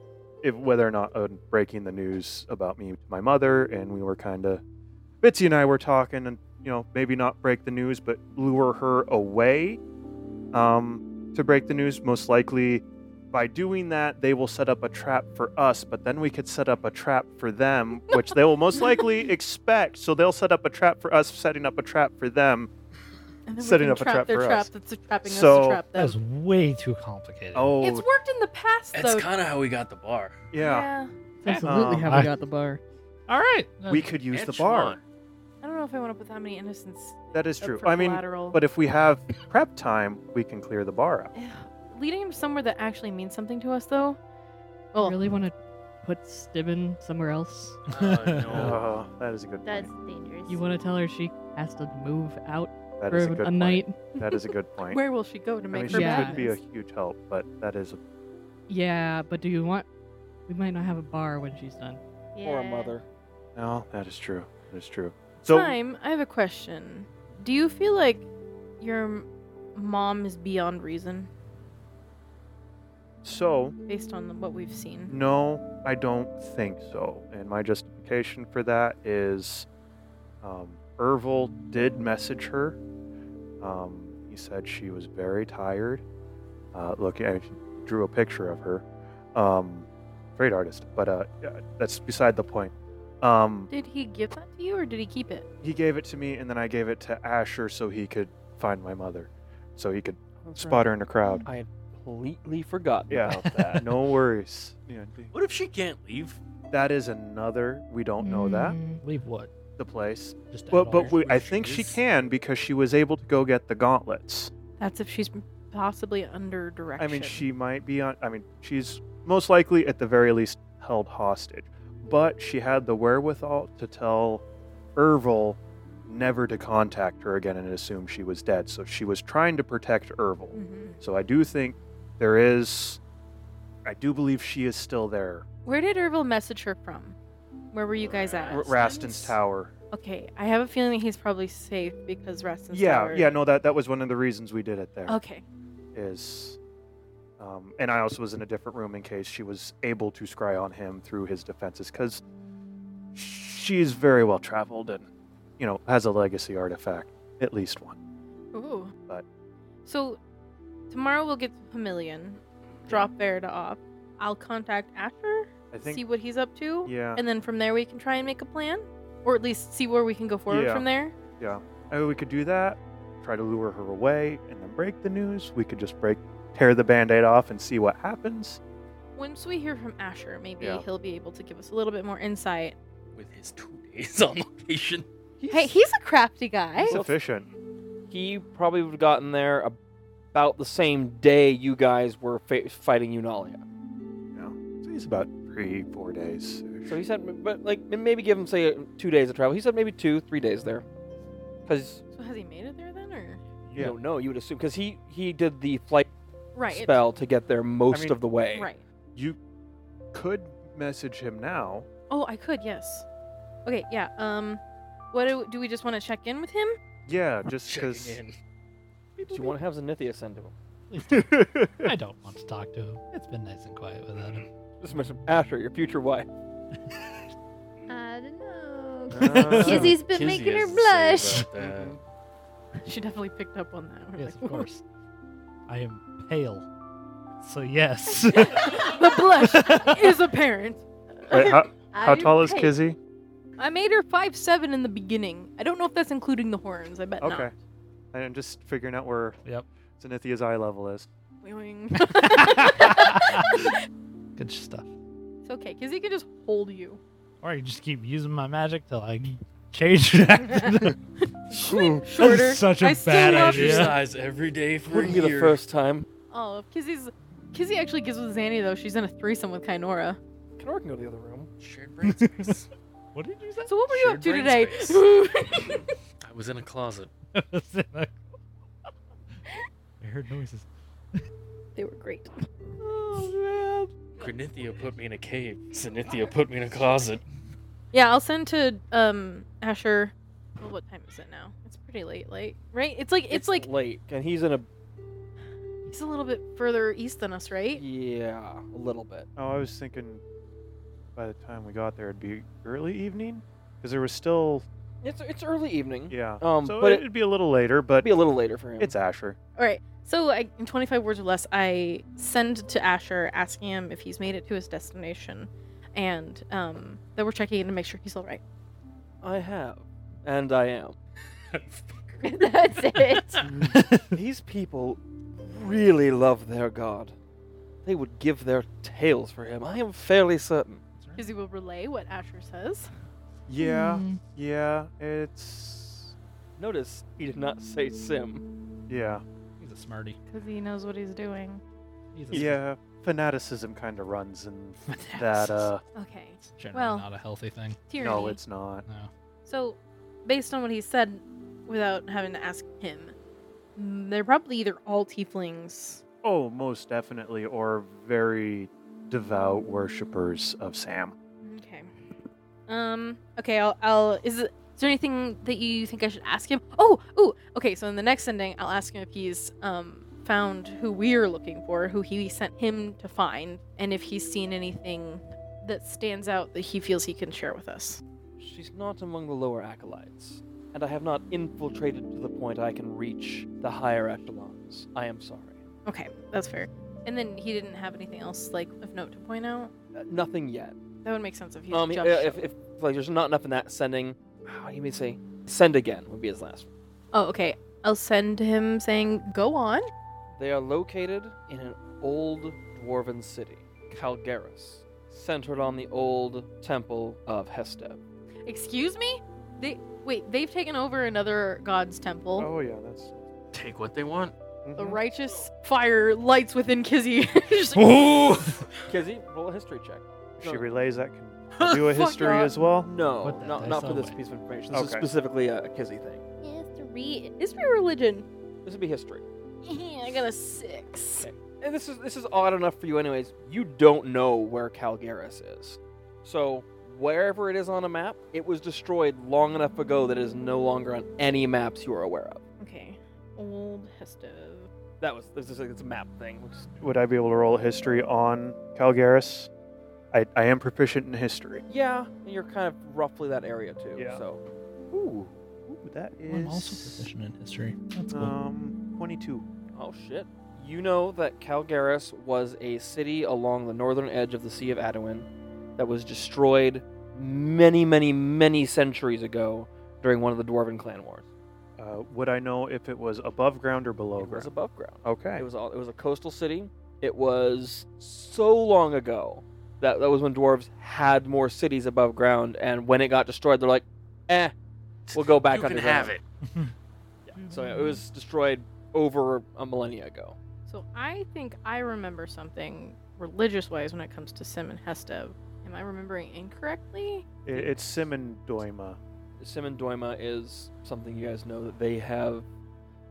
G: if whether or not uh, breaking the news about me to my mother, and we were kind of, Bitsy and I were talking, and you know maybe not break the news, but lure her away, um, to break the news. Most likely, by doing that, they will set up a trap for us, but then we could set up a trap for them, which they will most likely expect. So they'll set up a trap for us, setting up a trap for them.
B: And then we
G: Setting
B: can
G: up a
B: trap
G: trap
B: their
G: for
B: trap
G: us.
B: that's trapping us
G: So-
B: to trap
F: That was
B: them.
F: way too complicated.
G: Oh,
B: It's worked in the past
H: That's
B: though.
H: kind of how we got the bar.
G: yeah.
C: Absolutely
G: Um,
C: how
F: I-
C: we got the bar.
F: all right.
G: We could use
H: And
G: the bar.
H: Schwan.
B: I don't know if I want to put that many innocents.
G: That is
B: up
G: true.
B: for
G: I mean,
B: collateral.
G: but if we have prep time, we can clear the bar out.
B: leading him somewhere that actually means something to us though. Well,
C: really want to put Stibben somewhere else?
H: Oh, no.
G: Oh, that is a good
E: That's
G: point.
E: dangerous.
C: You want to tell her she has to move out
G: That
C: for
G: is a
C: a,
G: good point.
C: night?
G: That is a good point.
B: where will she go to
G: I
B: make
G: mean,
B: her
G: she
C: Yeah.
G: could be a huge help, but that is. A,
C: Yeah, but do you want? We might not have a bar when she's done.
D: Or a
E: Yeah.
D: mother.
G: no, that is true. That is true. So
B: time? I have a question. Do you feel like your m- mom is beyond reason
G: so
B: based on the, what we've seen?
G: no, I don't think so. And my justification for that is, um, Ervil did message her. Um, he said she was very tired. Uh, look, I drew a picture of her. Um, great artist, but uh, yeah, that's beside the point. Um,
B: Did he give that to you or did he keep it?
G: he gave it to me and then I gave it to Asher so he could find my mother. So he could spot her in the crowd.
D: I had completely forgotten.
G: Yeah.
D: about that.
G: no worries.
H: What if she can't leave?
G: That is another we don't know that.
C: Mm,
F: Leave what?
G: The place.
F: Just
G: Well
F: add all
G: but
F: your-
G: we, I think she can because she was able to go get the gauntlets.
B: That's if she's possibly under direction.
G: I mean she might be on I mean she's most likely at the very least held hostage. But she had the wherewithal to tell Ervil never to contact her again and assume she was dead. So she was trying to protect Ervil.
B: Mhm.
G: So I do think there is. I do believe she is still there.
B: Where did Ervil message her from? Where were you guys
G: R-
B: at?
H: Ra-
G: Rastin's Tower.
B: Okay, I have a feeling he's probably safe because Rastin's
G: yeah,
B: Tower-
G: yeah. No, that that was one of the reasons we did it there. Is,
B: Okay,
G: um, and I also was in a different room in case she was able to scry on him through his defenses because she's very well traveled and you know has a legacy artifact, at least one.
B: Ooh.
G: But-
B: So tomorrow we'll get to Pamilion, drop Verda off. I'll contact Asher,
G: I think.
B: see what he's up to,
G: yeah,
B: and then from there we can try and make a plan, or at least see where we can go forward
G: Yeah.
B: from there.
G: I mean, we could do that. Try to lure her away and then break the news. We could just break, tear the band-aid off and see what happens.
B: Once we hear from Asher, maybe
G: Yeah.
B: he'll be able to give us a little bit more insight.
H: With his two days on location.
B: Hey, he's a crafty guy.
G: It's
D: Well,
G: efficient.
D: He probably would have gotten there about the same day you guys were fa- fighting Eunalia.
G: So he's about three, four days.
D: So he said, but like m- maybe give him say two days of travel. He said maybe two, three days there, because
B: So has he made it there then, or
D: you
G: Yeah.
D: don't know. You would assume because he he did the flight
B: right? it's-
D: spell to get there most
G: mean-
D: of the way.
B: Right.
G: You could message him now.
B: Oh, I could. Yes. Okay. Yeah. Um, what do, do we just want to check in with him?
G: Yeah, just
H: Checking
G: because.
H: in.
D: Do you want to have Zenithia send to him?
F: I don't want to talk to him. It's been nice and quiet without him.
D: This is Asher, your future wife.
E: I don't know.
F: Uh,
E: Kizzy's been
H: Kizzy
E: making her
H: has to
E: blush.
H: say about that.
B: She definitely picked up on that. We're
F: Yes,
B: like,
F: of course. I am pale. So yes.
B: the blush is apparent.
G: how,
E: I'm right.
G: Kizzy?
B: I made her five seven in the beginning. I don't know if that's including the horns. I bet
G: Okay. I'm just figuring out where
F: Yep.
G: Zenithia's eye level is.
B: not. Wing.
F: Good stuff.
B: it's okay, because he can just hold you.
F: Or I just keep using my magic till I change it.
B: Shorter.
F: That's such a
B: I still
F: bad
B: love you.
F: idea.
H: Exercise every day for
D: Wouldn't
H: a
D: be
H: year.
D: the first time.
B: Oh, Kizzy's. Kizzy actually gives with Zanny though. She's in a threesome with Kynora.
D: Can Orc go to the other room?
H: Shared brain space.
F: what did you say?
B: So what were you up
H: Shared
B: to
H: brain
B: today?
H: space. I was in a closet.
F: I heard noises.
B: they were great.
D: Oh
H: Granithia put me in a cave. Zenithia put me in a closet.
B: Yeah, I'll send to um Asher. Well, what time is it now? It's pretty late, late, right? It's like it's, like
D: late, and he's in a
B: He's a little bit further east than us, right?
D: Yeah, a little bit.
G: Oh, I was thinking by the time we got there, it'd be early evening because there was still
D: It's it's early evening.
G: yeah.
D: Um,
G: so
D: but
G: it'd be a little later, but
D: It'd be a little later for him.
G: it's Asher.
B: All right. So, I, in 25 words or less, I send to Asher asking him if he's made it to his destination, and um, that we're checking in to make sure he's all right.
D: I have, and I am.
E: That's it.
D: These people really love their god. They would give their tails for him. I am fairly certain.
B: Because he will relay what Asher says.
G: Yeah,
C: Mm.
G: yeah. It's
D: Notice he did not say Sim.
G: yeah,
F: He's a smarty.
B: Because he knows what he's doing.
F: He's a
G: yeah. Fanaticism kind of runs in that. Uh,
B: Okay.
F: It's generally
B: Well-
F: not a healthy thing.
B: Tyranny.
G: no, it's not.
F: No.
B: So, based on what he said, without having to ask him, mm, they're probably either all tieflings.
G: Oh, most definitely, or very devout worshippers of Sam.
B: Okay. Um. Okay. I'll. I'll. Is it? Is there anything that you think I should ask him? Oh. Ooh. Okay. So in the next ending, I'll ask him if he's um found who we're looking for, who he sent him to find, and if he's seen anything that stands out that he feels he can share with us.
D: She's not among the lower acolytes, and I have not infiltrated to the point I can reach the higher echelons. I am sorry.
B: Okay. That's fair. And then he didn't have anything else like of note to point out.
D: Uh, nothing yet.
B: That would make sense if he
D: Um, he-
B: just.
D: uh, if,
B: showed-
D: if like there's not enough in that sending, how do you mean say send again would be his last. one.
B: oh. Okay. I'll send him saying, "Go on."
D: They are located in an old dwarven city, Calgaris, centered on the old temple of Hesteb.
B: Excuse me. They wait. They've taken over another god's temple.
G: Oh yeah, that's.
H: Take what they want.
B: The
G: mhm.
B: righteous fire lights within Kizzy. Just-
H: Ooh!
D: Kizzy, roll a history check.
G: She
D: No.
G: relays that can do a
B: Fuck
G: history
B: off.
G: as well.
D: No,
F: Put that
D: not,
F: dice
D: not for
F: away.
D: this piece of information. This is
G: Okay.
D: specifically a, a Kizzy thing.
E: Yeah, three.
B: History, religion.
D: This would be history.
B: I got a six.
D: and this is this is odd enough for you anyways you don't know where calgaris is so wherever it is on a map it was destroyed long enough ago that it is no longer on any maps you are aware of
B: Okay. Old Hestev.
D: that was this is like it's a map thing which is-
G: Would I be able to roll a history on Calgaris? I, I am proficient in history.
D: yeah and you're kind of roughly that area too
G: Yeah.
D: so
G: Ooh, ooh that is.
F: I'm also proficient in history. That's cool.
G: Um, 22.
D: oh shit you know that calgaris was a city along the northern edge of the sea of adowin that was destroyed many many many centuries ago during one of the dwarven clan wars
G: Uh, would I know if it was above ground or below
D: it was
G: ground?
D: above ground
G: okay.
D: It was all, it was a coastal city. It was so long ago that that was when dwarves had more cities above ground, and when it got destroyed, they're like, "Eh, we'll go back
H: you can
D: underground."
H: have it.
D: Yeah. So it
A: uh,
D: was destroyed over a millennia ago.
B: So I think I remember something religious wise when it comes to Sim and Hestev. Am I remembering incorrectly?
G: I- it's Simon Doima.
D: Simon Doima is something you guys know that they have,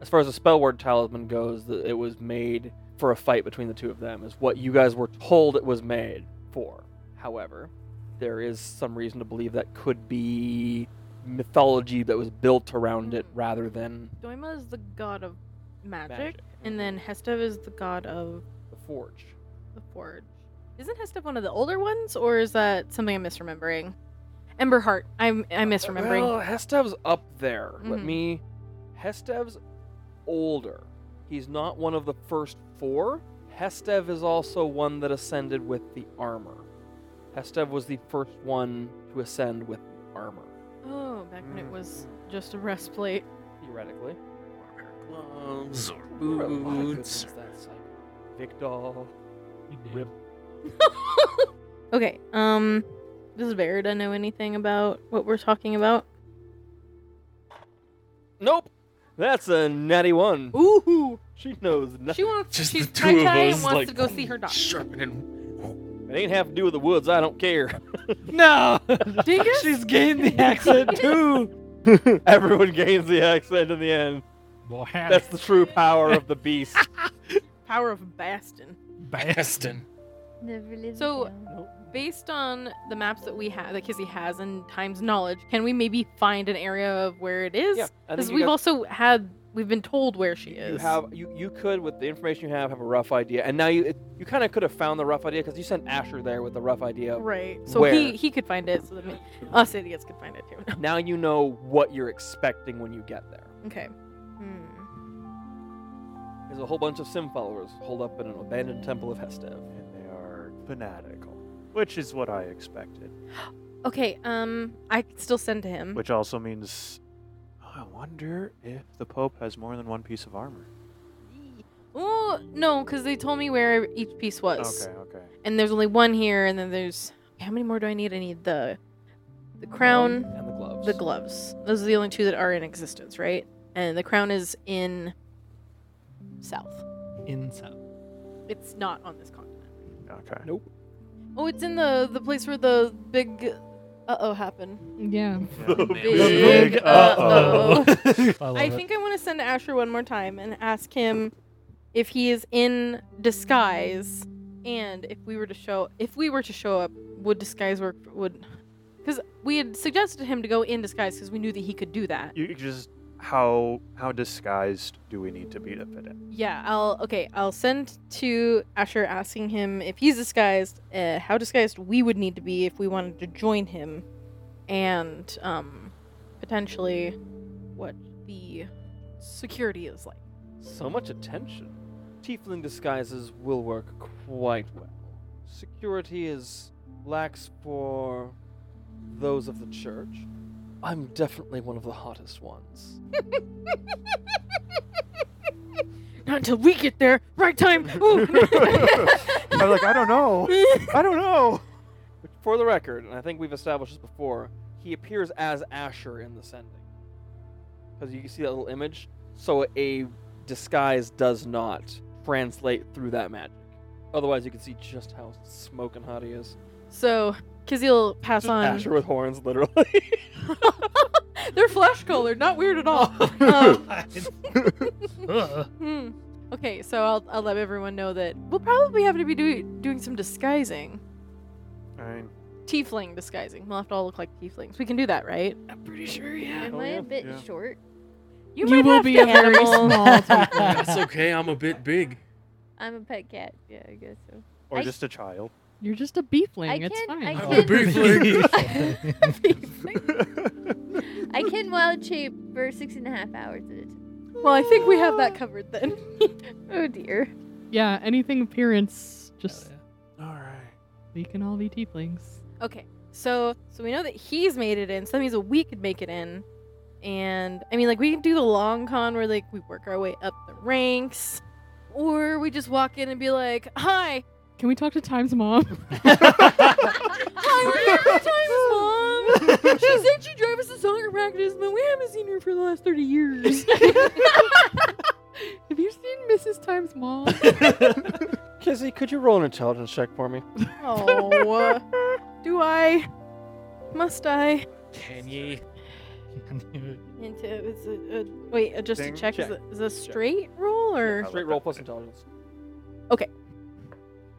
D: as far as the spell word talisman goes, that it was made for a fight between the two of them is what you guys were told it was made for. However, there is some reason to believe that could be mythology that was built around it
B: Mm.
D: rather than
B: Doima is the god of magic,
D: magic.
B: and then Hestev is the god of
D: the forge.
B: the forge. Isn't Hestev one of the older ones, or is that something I'm misremembering? Emberheart. I'm I'm misremembering.
D: Well, Hestev's up there. Let
B: Mhm.
D: me. Hestev's older. He's not one of the first four. Hestev is also one that ascended with the armor. Hestev was the first one to ascend with armor,
B: Oh, back when it
G: Mm.
B: was just a breastplate.
D: theoretically.
H: Gloves or
D: There were a lot of good
H: boots.
D: things that cycle. Victol.
F: Rip.
B: okay, um, does Verida know anything about what we're talking about?
D: Nope. That's a natty one.
B: Ooh,
D: She knows nothing.
B: she wants.
H: Just
B: she's
H: the two of
B: tie and
H: us,
B: wants
H: like
B: to go see her doctor.
H: Sharpening.
D: It ain't have to do with the woods. I don't care.
F: No!
B: Dingus?
F: She's gained the accent too!
D: Everyone gains the accent in the end.
F: Boy,
D: That's the true power of the beast.
B: Power of Bastin.
H: Bastin.
E: Never live
B: So-
E: down.
B: Based on the maps that we have, that Kizzy has, and Time's knowledge, can we maybe find an area of where it is?
D: Yeah, I think
B: Because
D: you
B: we've
D: guys-
B: also had We've been told where she is.
D: You have you, you could with the information you have have a rough idea, and now you it, you kind of could have found the rough idea because you sent Asher there with the rough idea.
B: right. So
D: where?
B: he he could find it. So that me, us idiots could find it too.
D: Now you know what you're expecting when you get there.
B: okay. Hmm.
D: There's a whole bunch of Sim followers holed up in an abandoned temple of Hestev.
G: And they are fanatical, which is what I expected.
B: Okay. Um, I could still send to him.
G: Which also means, oh, I wonder if the Pope has more than one piece of armor.
B: Oh no, because they told me where each piece was.
G: Okay, okay.
B: and there's only one here and then there's how many more do i need i need the the crown
D: and the gloves.
B: the gloves those are the only two that are in existence right and the crown is in south
F: In south.
B: it's not on this continent
G: Okay.
B: oh it's in the the place where the big uh-oh happened
C: Mm-hmm. Yeah.
G: Big uh-oh.
F: Follow
B: i
F: it.
B: think i want to send asher one more time and ask him if he is in disguise and if we were to show if we were to show up would disguise work would because we had suggested him to go in disguise because we knew that he could do that
G: You you just how how disguised do we need to be to fit in?
B: Yeah, I'll okay. I'll send to Asher asking him if he's disguised, uh, how disguised we would need to be if we wanted to join him, and um, potentially what the security is like.
D: So much attention. Tiefling disguises will work quite well. Security is lax for those of the church. I'm definitely one of the hottest ones.
B: Not until we get there. Right time. Ooh.
G: I'm like I don't know. I don't know.
D: Which, for the record, and I think we've established this before, he appears as Asher in the sending. Because you can see that little image. So a disguise does not translate through that magic. Otherwise, you can see just how smoking hot he is.
B: so, Kazil pass
D: Just
B: on.
D: Asher with horns, literally.
B: They're flesh colored, not weird at all. um,
F: Ugh.
B: Hmm. Okay, so I'll, I'll let everyone know that we'll probably have to be do- doing some disguising.
G: Fine.
B: Tiefling disguising. We'll have to all look like tieflings. We can do that, right? I'm pretty sure, yeah.
E: Am
G: Oh,
E: I
G: yeah,
E: a bit
G: yeah.
E: short?
C: You, will be a very small
E: Oh,
C: tiefling.
H: That's okay. I'm a bit big.
E: I'm a pet cat. Yeah, I guess so.
G: Or
E: I-
G: just a child.
C: You're just a beefling.
E: I
C: it's
E: can-
C: fine.
E: I
H: I'm
E: can-
H: a big fling.
E: I can wild shape for six and a half hours at a time.
B: Well, I think we have that covered then.
E: Oh dear.
C: Yeah, anything appearance, just
G: All right.
C: we can all be tieflings.
B: okay, so so we know that he's made it in, so that means that we could make it in. And I mean, like, we can do the long con where, like, we work our way up the ranks, or we just walk in and be like, hi,
C: Can we talk to Time's mom?
B: Hi, we're here for Time's mom. She said she drove us to soccer practice, but we haven't seen her for the last 30 years.
C: Have you seen Mrs. Time's mom?
D: Kizzy, could you roll an intelligence check for me?
B: oh, uh, do I? Must I?
H: Can ye?
B: Into it's a, a wait, uh, just
G: Ding.
B: a check.
D: Check.
B: Is, it, is it a straight roll or
G: I
D: Straight
G: like
D: roll
G: that.
D: plus intelligence.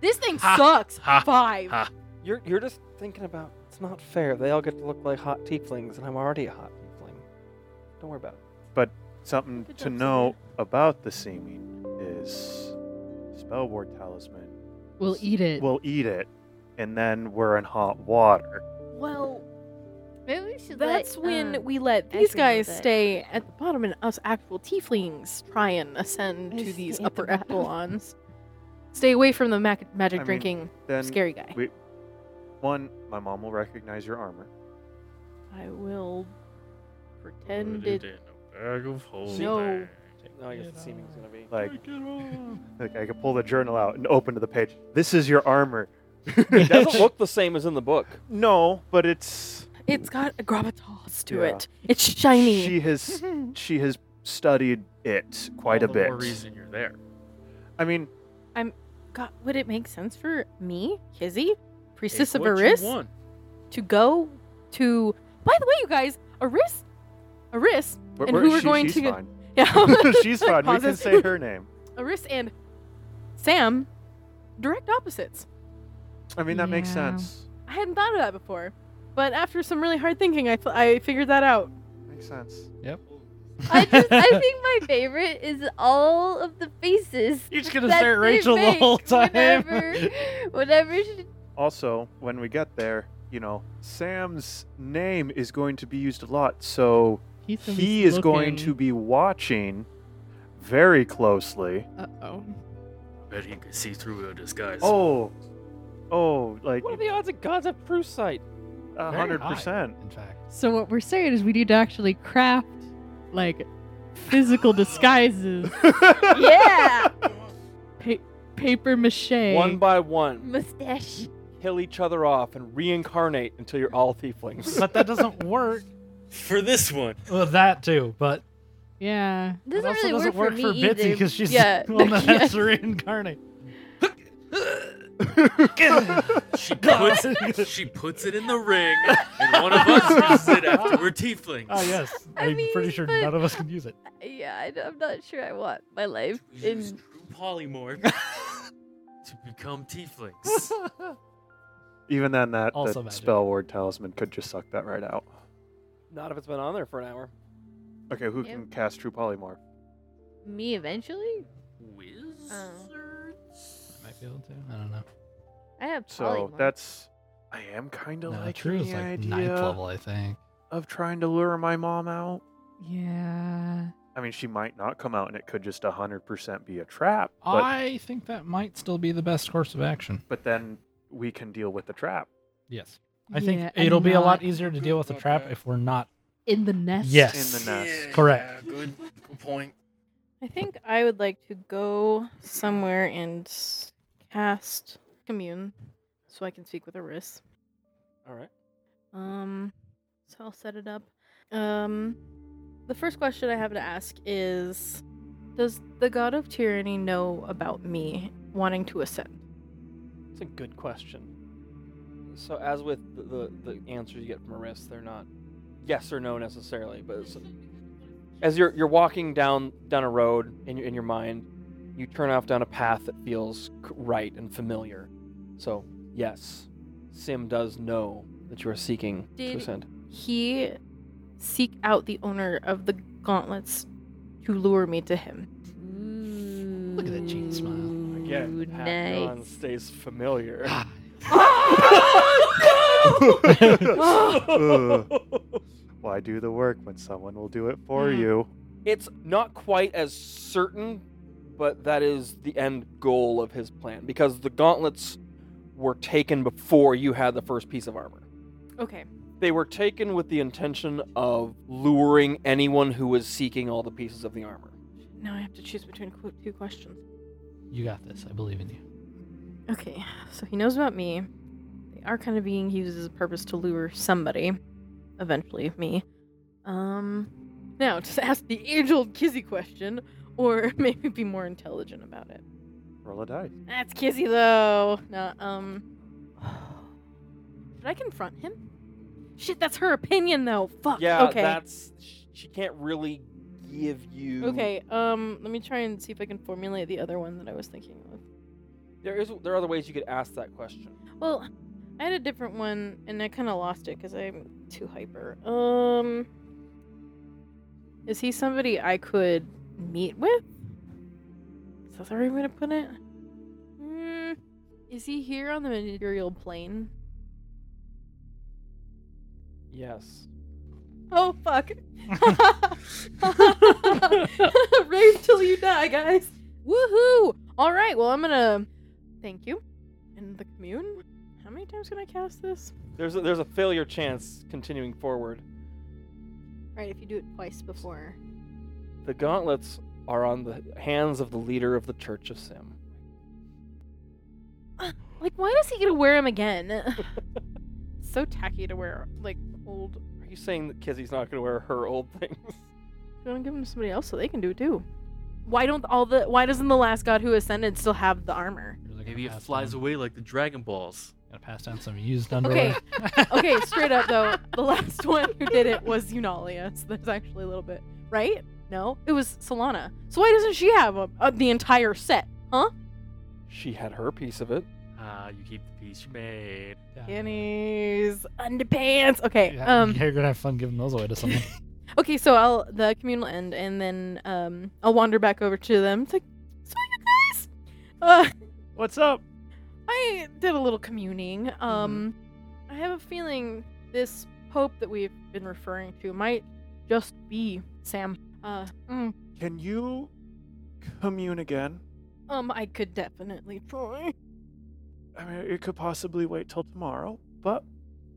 B: this thing
H: Ha,
B: sucks?
H: ha,
B: Five.
H: ha.
D: You're you're just thinking about it's not fair. They all get to look like hot tieflings, and I'm already a hot tiefling. Don't worry about it.
G: Something
B: Good
G: to
B: job,
G: know about the seeming is spellboard talisman
C: we'll eat it.
G: will eat it, and then we're in hot water.
B: Well,
E: Maybe we should.
B: that's
E: let,
B: when
E: um,
B: we let
E: I
B: these
E: can handle
B: guys
E: that.
B: stay at the bottom, and us actual tieflings try and ascend
E: I
B: to these
E: stay at the
B: upper
E: bottom.
B: echelons. Stay away from the mac-
G: I
B: magic
G: mean,
B: drinking
G: Then
B: scary guy.
G: we- one, my mom will recognize your armor.
B: I will pretend
H: Put
B: it.
H: it in a bag of holding.
B: No.
D: No, I guess
F: Get
D: the seeming's gonna be.
G: Like, like I could pull the journal out and open to the page. This is your armor.
D: It doesn't look the same as in the book.
G: No, but it's
B: It's got a gravitas to
G: Yeah.
B: it. It's shiny.
G: She has she has studied it quite
H: All
G: a
H: the
G: bit.
H: More reason you're there.
G: I mean,
B: God, would it make sense for me, Kizzy,
H: Take
B: Priestess of
H: what you
B: Aris,
H: want.
B: to go to? By the way, you guys, Aris, Aris,
G: we're,
B: And
G: we're-
B: who we're
G: she-
B: going
G: she's
B: to-
G: Fine.
B: yeah,
G: she's fine. We can
B: Pauses.
G: say her name.
B: Aris and Sam, direct opposites.
G: I mean, that makes
C: Yeah.
G: sense.
B: I hadn't thought of that before, but after some really hard thinking, I, th- I figured that out.
G: Makes sense.
E: I just I think my favorite is all of the faces.
F: You're just gonna
E: that
F: stare at
E: they
F: Rachel the
E: make
F: whole time.
E: Whenever, whenever she,
G: Also, when we get there, you know, Sam's name is going to be used a lot, so
C: He's gonna be
G: he is going to
C: looking-
G: be watching very closely.
C: Uh-oh.
H: Bet he could see through a disguise.
G: Oh, oh, like
D: What are the odds of gods have true sight?
G: a
F: Very
G: hundred
F: high,
G: percent.
F: In fact,
C: So what we're saying is we need to actually craft like physical disguises,
E: yeah,
C: pa- paper mache.
D: One by one,
E: mustache.
D: kill each other off and reincarnate until you're all tieflings.
F: but that doesn't work.
H: For this one.
F: Well, that too, but
C: yeah.
F: it
E: Doesn't
F: also
E: really
F: doesn't
E: work,
F: work
E: for,
F: for
E: me
F: Bitsy
E: either.
F: because she's
E: yeah.
F: well, no,
E: yeah.
F: that's reincarnate.
H: She puts, she puts it in the ring, and one of us uses it after we're tieflings.
F: Oh yes,
E: I
F: I'm
E: mean,
F: pretty sure
E: but-
F: none of us can use it.
E: Yeah, I, am not sure I want my life
H: We use
E: in.
H: true polymorph to become tieflings.
G: Even then, that,
F: Also
G: that
F: magic.
G: spell word talisman could just suck that right out.
D: Not if it's been on there for an hour.
G: Okay, who
E: Yep.
G: can cast true polymorph?
E: Me eventually.
H: Wizards?
F: Might be able to. I don't know.
E: I have
G: So
E: polymorph.
G: that's. I am kind of like
F: true is
G: the
F: like
G: idea
F: ninth level, I think.
G: of trying to lure my mom out.
C: Yeah.
G: I mean, she might not come out, and it could just hundred percent be a trap. But
F: I think that might still be the best course of action.
G: but then we can deal with the trap.
F: Yes. I think
C: Yeah, and
F: it'll be a lot
C: not
F: easier to deal with a trap if we're not.
C: in the nest.
F: Yes.
G: In the nest.
F: Correct.
H: yeah, good, good point.
B: I think I would like to go somewhere and cast commune so I can speak with Eris.
D: All right.
B: Um, so I'll set it up. Um, the first question I have to ask is Does the god of tyranny know about me wanting to ascend?
D: It's a good question. So, as with the, the, the answers you get from Aris, they're not yes or no necessarily, but it's, as you're you're walking down down a road in your in your mind, you turn off down a path that feels c- right and familiar. So, yes, Sim does know that you are seeking
B: Did-
D: to ascend.
B: He seek out the owner of the gauntlets to lure me to him.
E: Look
F: at that cheeky smile.
E: Ooh, nice.
D: stays familiar.
G: Why do the work when someone will do it for
C: Hmm.
G: you?
D: It's not quite as certain, but that is the end goal of his plan because the gauntlets were taken before you had the first piece of armor.
B: Okay.
D: They were taken with the intention of luring anyone who was seeking all the pieces of the armor.
B: Now I have to choose between qu- two questions.
F: You got this. I believe in you.
B: Okay, so he knows about me. The Arcana being he uses a purpose to lure somebody, eventually me. Um, now just ask the age-old Kizzy question, or maybe be more intelligent about it.
G: Roll a die.
B: That's Kizzy though. No, um, should I confront him? Shit, that's her opinion though. Fuck.
D: Yeah,
B: Ah, Okay.
D: that's sh- she can't really give you.
B: Okay. Um, let me try and see if I can formulate the other one that I was thinking of.
D: There is there are other ways you could ask that question.
B: Well, I had a different one, and I kind of lost it because I'm too hyper. Um, is he somebody I could meet with? Is that the right way to put it? Hmm. Is he here on the material plane?
D: Yes.
B: Oh fuck! Rave till you die, guys. Woohoo! All right, well I'm gonna thank you. And the commune. How many times can I cast this?
D: There's a, there's a failure chance continuing forward.
B: Right, if you do it twice before.
D: The gauntlets are on the hands of the leader of the Church of Sim.
B: Like, why does he get to wear him again? so tacky to wear, like, old.
D: Are you saying that Kizzy's not going to wear her old things?
B: You want to give him to somebody else so they can do it too. Why don't all the? Why doesn't the last god who ascended still have the armor?
H: Maybe it flies away like the Dragon Balls.
F: Gotta pass down some used underwear.
B: Okay, straight up though, the last one who did it was Eunalia. So there's actually a little bit, right? No, it was Solana. So why doesn't she have a, a, the entire set?
D: She had her piece of it.
H: Ah, you keep the peace you made.
F: Yeah.
B: Guineas, underpants. Okay,
F: Yeah,
B: um,
F: you're gonna have fun giving those away to someone.
B: Okay, so I'll the communal end, and then um, I'll wander back over to them. It's like, so you guys, uh,
G: What's up? Mm-hmm.
B: I did a little communing. Um, I have a feeling this pope that we've been referring to might just be Sam. Uh, mm,
G: Can you commune again?
B: um, I could definitely try.
G: I mean, it could possibly wait till tomorrow, but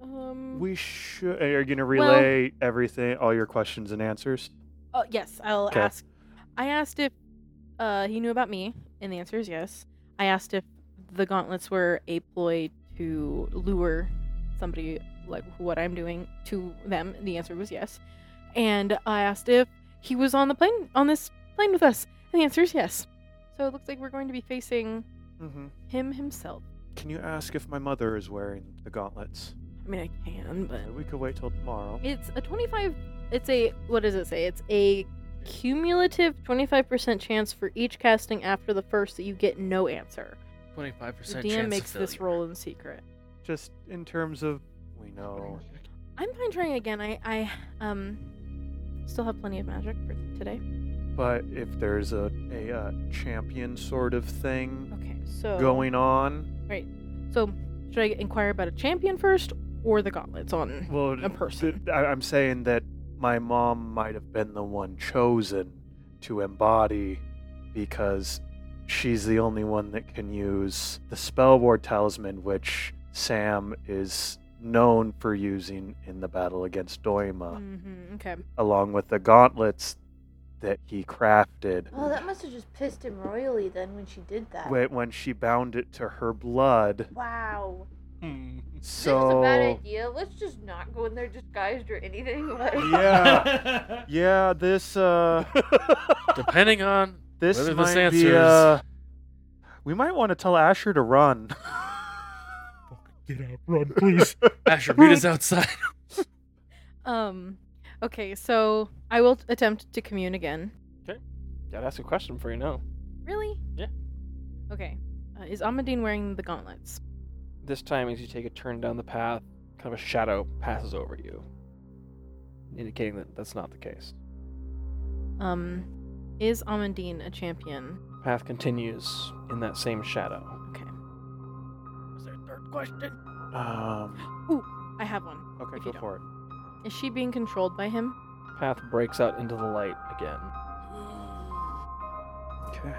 B: Um,
G: we should. Are you going to
B: Well-
G: relay everything, all your questions and answers?
B: uh, yes, I'll
G: 'Kay.
B: ask. I asked if uh, he knew about me, and the answer is yes. I asked if the gauntlets were a ploy to lure somebody like what I'm doing to them. and The answer was yes. And I asked if he was on the plane on this plane with us, and the answer is yes. So it looks like we're going to be facing
G: Mm-hmm.
B: him himself.
G: Can you ask if my mother is wearing the gauntlets?
B: I mean, I can, but
G: Uh, We could wait till tomorrow.
B: It's a 25. It's a. What does it say? It's a cumulative 25% chance for each casting after the first that you get no answer.
H: Twenty-five
B: The
H: percent chance.
B: DM
H: of
B: makes this
H: failure.
B: roll in secret.
G: Just in terms of, we know.
B: I'm fine trying again. I. I. Um. Still have plenty of magic for today.
G: But if there's a, a uh, champion sort of thing
B: Okay, so.
G: going on,
B: So, should I inquire about a champion first or the gauntlets on.
G: well, th-
B: person.
G: I, I'm saying that my mom might have been the one chosen to embody because she's the only one that can use the spell ward talisman, which Sam is known for using in the battle against Doima.
B: Mm-hmm, okay.
G: along with the gauntlets that he crafted
E: Oh, that must have just pissed him royally then when she did that.
G: whe- when she bound it to her blood.
E: Wow.
G: So
E: idea. Let's just not go in there disguised or anything.
G: yeah, yeah. This uh,
H: Depending on
G: this
H: Whether this
G: might be
H: answers-
G: uh, we might want to tell Asher to run.
F: Get out, run, please.
H: Asher, meet us outside.
B: Um. Okay, so I will attempt to commune again.
D: Gotta ask a question before you know.
B: Really?
D: Yeah.
B: Okay. Uh, is Amadine wearing the gauntlets?
D: This time, as you take a turn down the path, kind of a shadow passes over you, indicating that that's not the case.
B: Um, is Amandine a champion?
D: Path continues in that same shadow.
B: Okay. Was there a third question?
G: Um,
B: I have one.
G: okay,
B: If
G: go
B: you don't.
G: for it.
B: Is she being controlled by him?
D: Path breaks out into the light again.
G: Okay.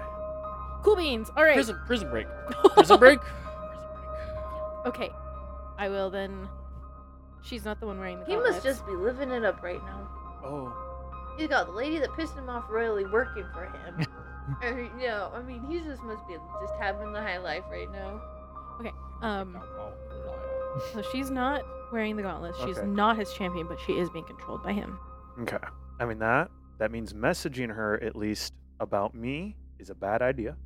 B: Cool beans. All right.
H: Prison, prison break. Prison break. Prison
B: okay. I will then. She's not the one wearing the
E: He
B: gauntlets.
E: must just be living it up right now.
G: Oh,
E: He's got the lady that pissed him off royally working for him. and, you know, I mean, he just must be just having the high life right now.
B: Um. So she's not wearing the gauntlets. She's
G: Okay.
B: not his champion, but she is being controlled by him.
G: okay. I mean that that means messaging her at least about me is a bad idea.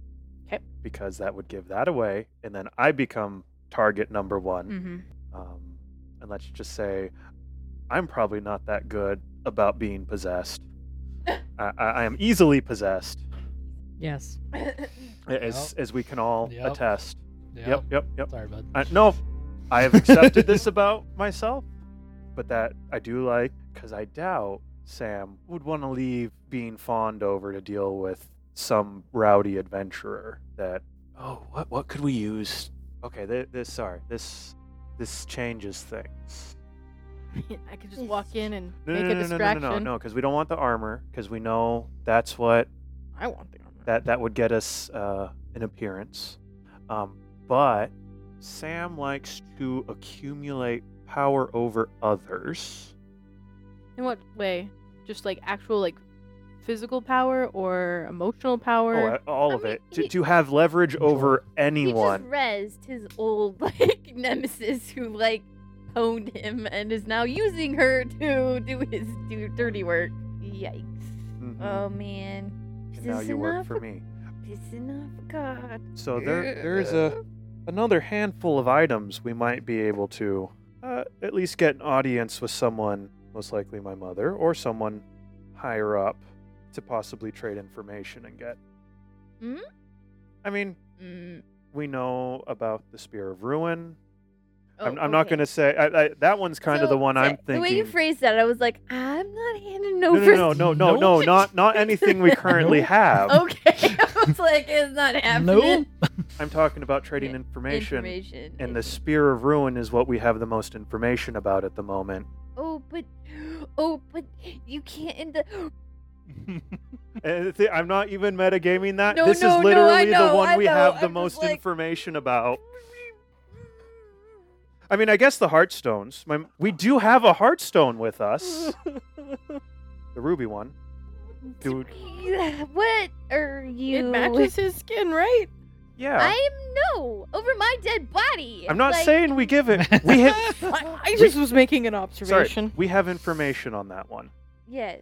B: 'Kay.
G: Because that would give that away, and then I become target number one.
B: Mm-hmm.
G: um, and let's just say I'm probably not that good about being possessed. I, I, I am easily possessed,
C: Yes.
G: a- as as we can all
F: Yep.
G: attest. Yep, yep, yep.
F: Sorry, bud.
G: I, no, I have accepted this about myself, but that I do like because I doubt Sam would want to leave being fawned over to deal with some rowdy adventurer. That oh, what what could we use? Okay, th- this sorry, this this changes things.
B: I could just
E: This
B: walk
E: is-
B: in and
G: No,
B: make
G: no,
B: a
G: no, no,
B: distraction.
G: No, no, no, no, because we don't want the armor, because we know that's what
B: I want the armor.
G: that that would get us uh, an appearance. Um, but Sam likes to accumulate power over others.
B: In what way? Just like actual like physical power or emotional
G: Oh,
B: power?
G: uh, all
E: I
G: of
E: mean,
G: it to,
E: he-
G: to have leverage
E: He
G: over
E: just Oh,
G: anyone.
E: rezzed his old, like, nemesis who, like, pwned him and is now using her to do his do dirty work. Yikes.
G: Mhm.
E: Oh, man.
G: and now
E: this
G: you work
E: enough?
G: for me.
E: Pissing off God.
G: So there there's a another handful of items we might be able to uh, at least get an audience with someone, most likely my mother or someone higher up, to possibly trade information and get.
E: Hmm?
G: I mean,
E: Mm.
G: we know about the Spear of Ruin. I'm,
E: Oh,
G: I'm not
E: okay.
G: going to say I, I, that one's kind of
E: So-
G: the one
E: so
G: I'm thinking.
E: The way you phrased that, I was like, I'm not handing
G: no,
E: over.
G: no, no, no, no, no, not not anything we currently have.
E: Okay, I was like, it's not happening.
F: Nope.
G: I'm talking about trading information,
E: Information.
G: and the Spear of Ruin is what we have the most information about at the moment.
E: Oh, but, oh, but you can't end up.
G: And the Eh, thi- I'm not even metagaming that.
E: No,
G: this
E: no, no, I
G: is literally the
E: know,
G: one
E: I
G: we
E: know,
G: have
E: I'm
G: the
E: just
G: most
E: like-
G: information about. I mean, I guess the Heartstones. My, we do have a Heartstone with us, the ruby one. Dude.
E: What are you?
B: It matches his skin, right?
G: Yeah,
E: I am no over my dead body.
G: am not
E: Like,
G: saying we give it. We have.
B: I, I just was making an observation.
G: Sorry, we have information on that one,
E: Yes.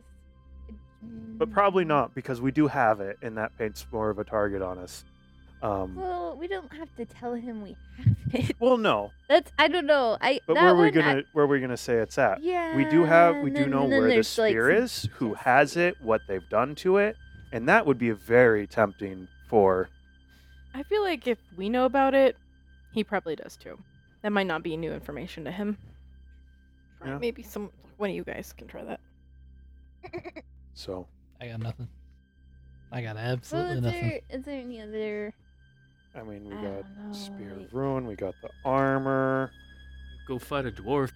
G: but probably not because we do have it, and that paints more of a target on us. Um,
E: Well, we don't have to tell him we have it.
G: well, no,
E: That's I don't know. I
G: but
E: that
G: where are we
E: one,
G: gonna where are we gonna say it's at?
E: I, yeah.
G: We do have, we
E: and
G: do
E: then-
G: know
E: and then
G: where the
E: there's, like,
G: spear
E: some-
G: is, who has it, what they've done to it, and that would be very tempting for.
B: I feel like if we know about it, he probably does too. That might not be new information to him. Try-
G: Yeah.
B: Maybe some one of you guys can try that.
G: So
F: I got nothing. I got
E: Well,
F: absolutely
E: is
F: nothing.
E: there is there any other?
G: I mean, we
E: I
G: got
E: don't know,
G: spear
E: like-
G: of ruin, we got the armor.
H: Go fight a dwarf.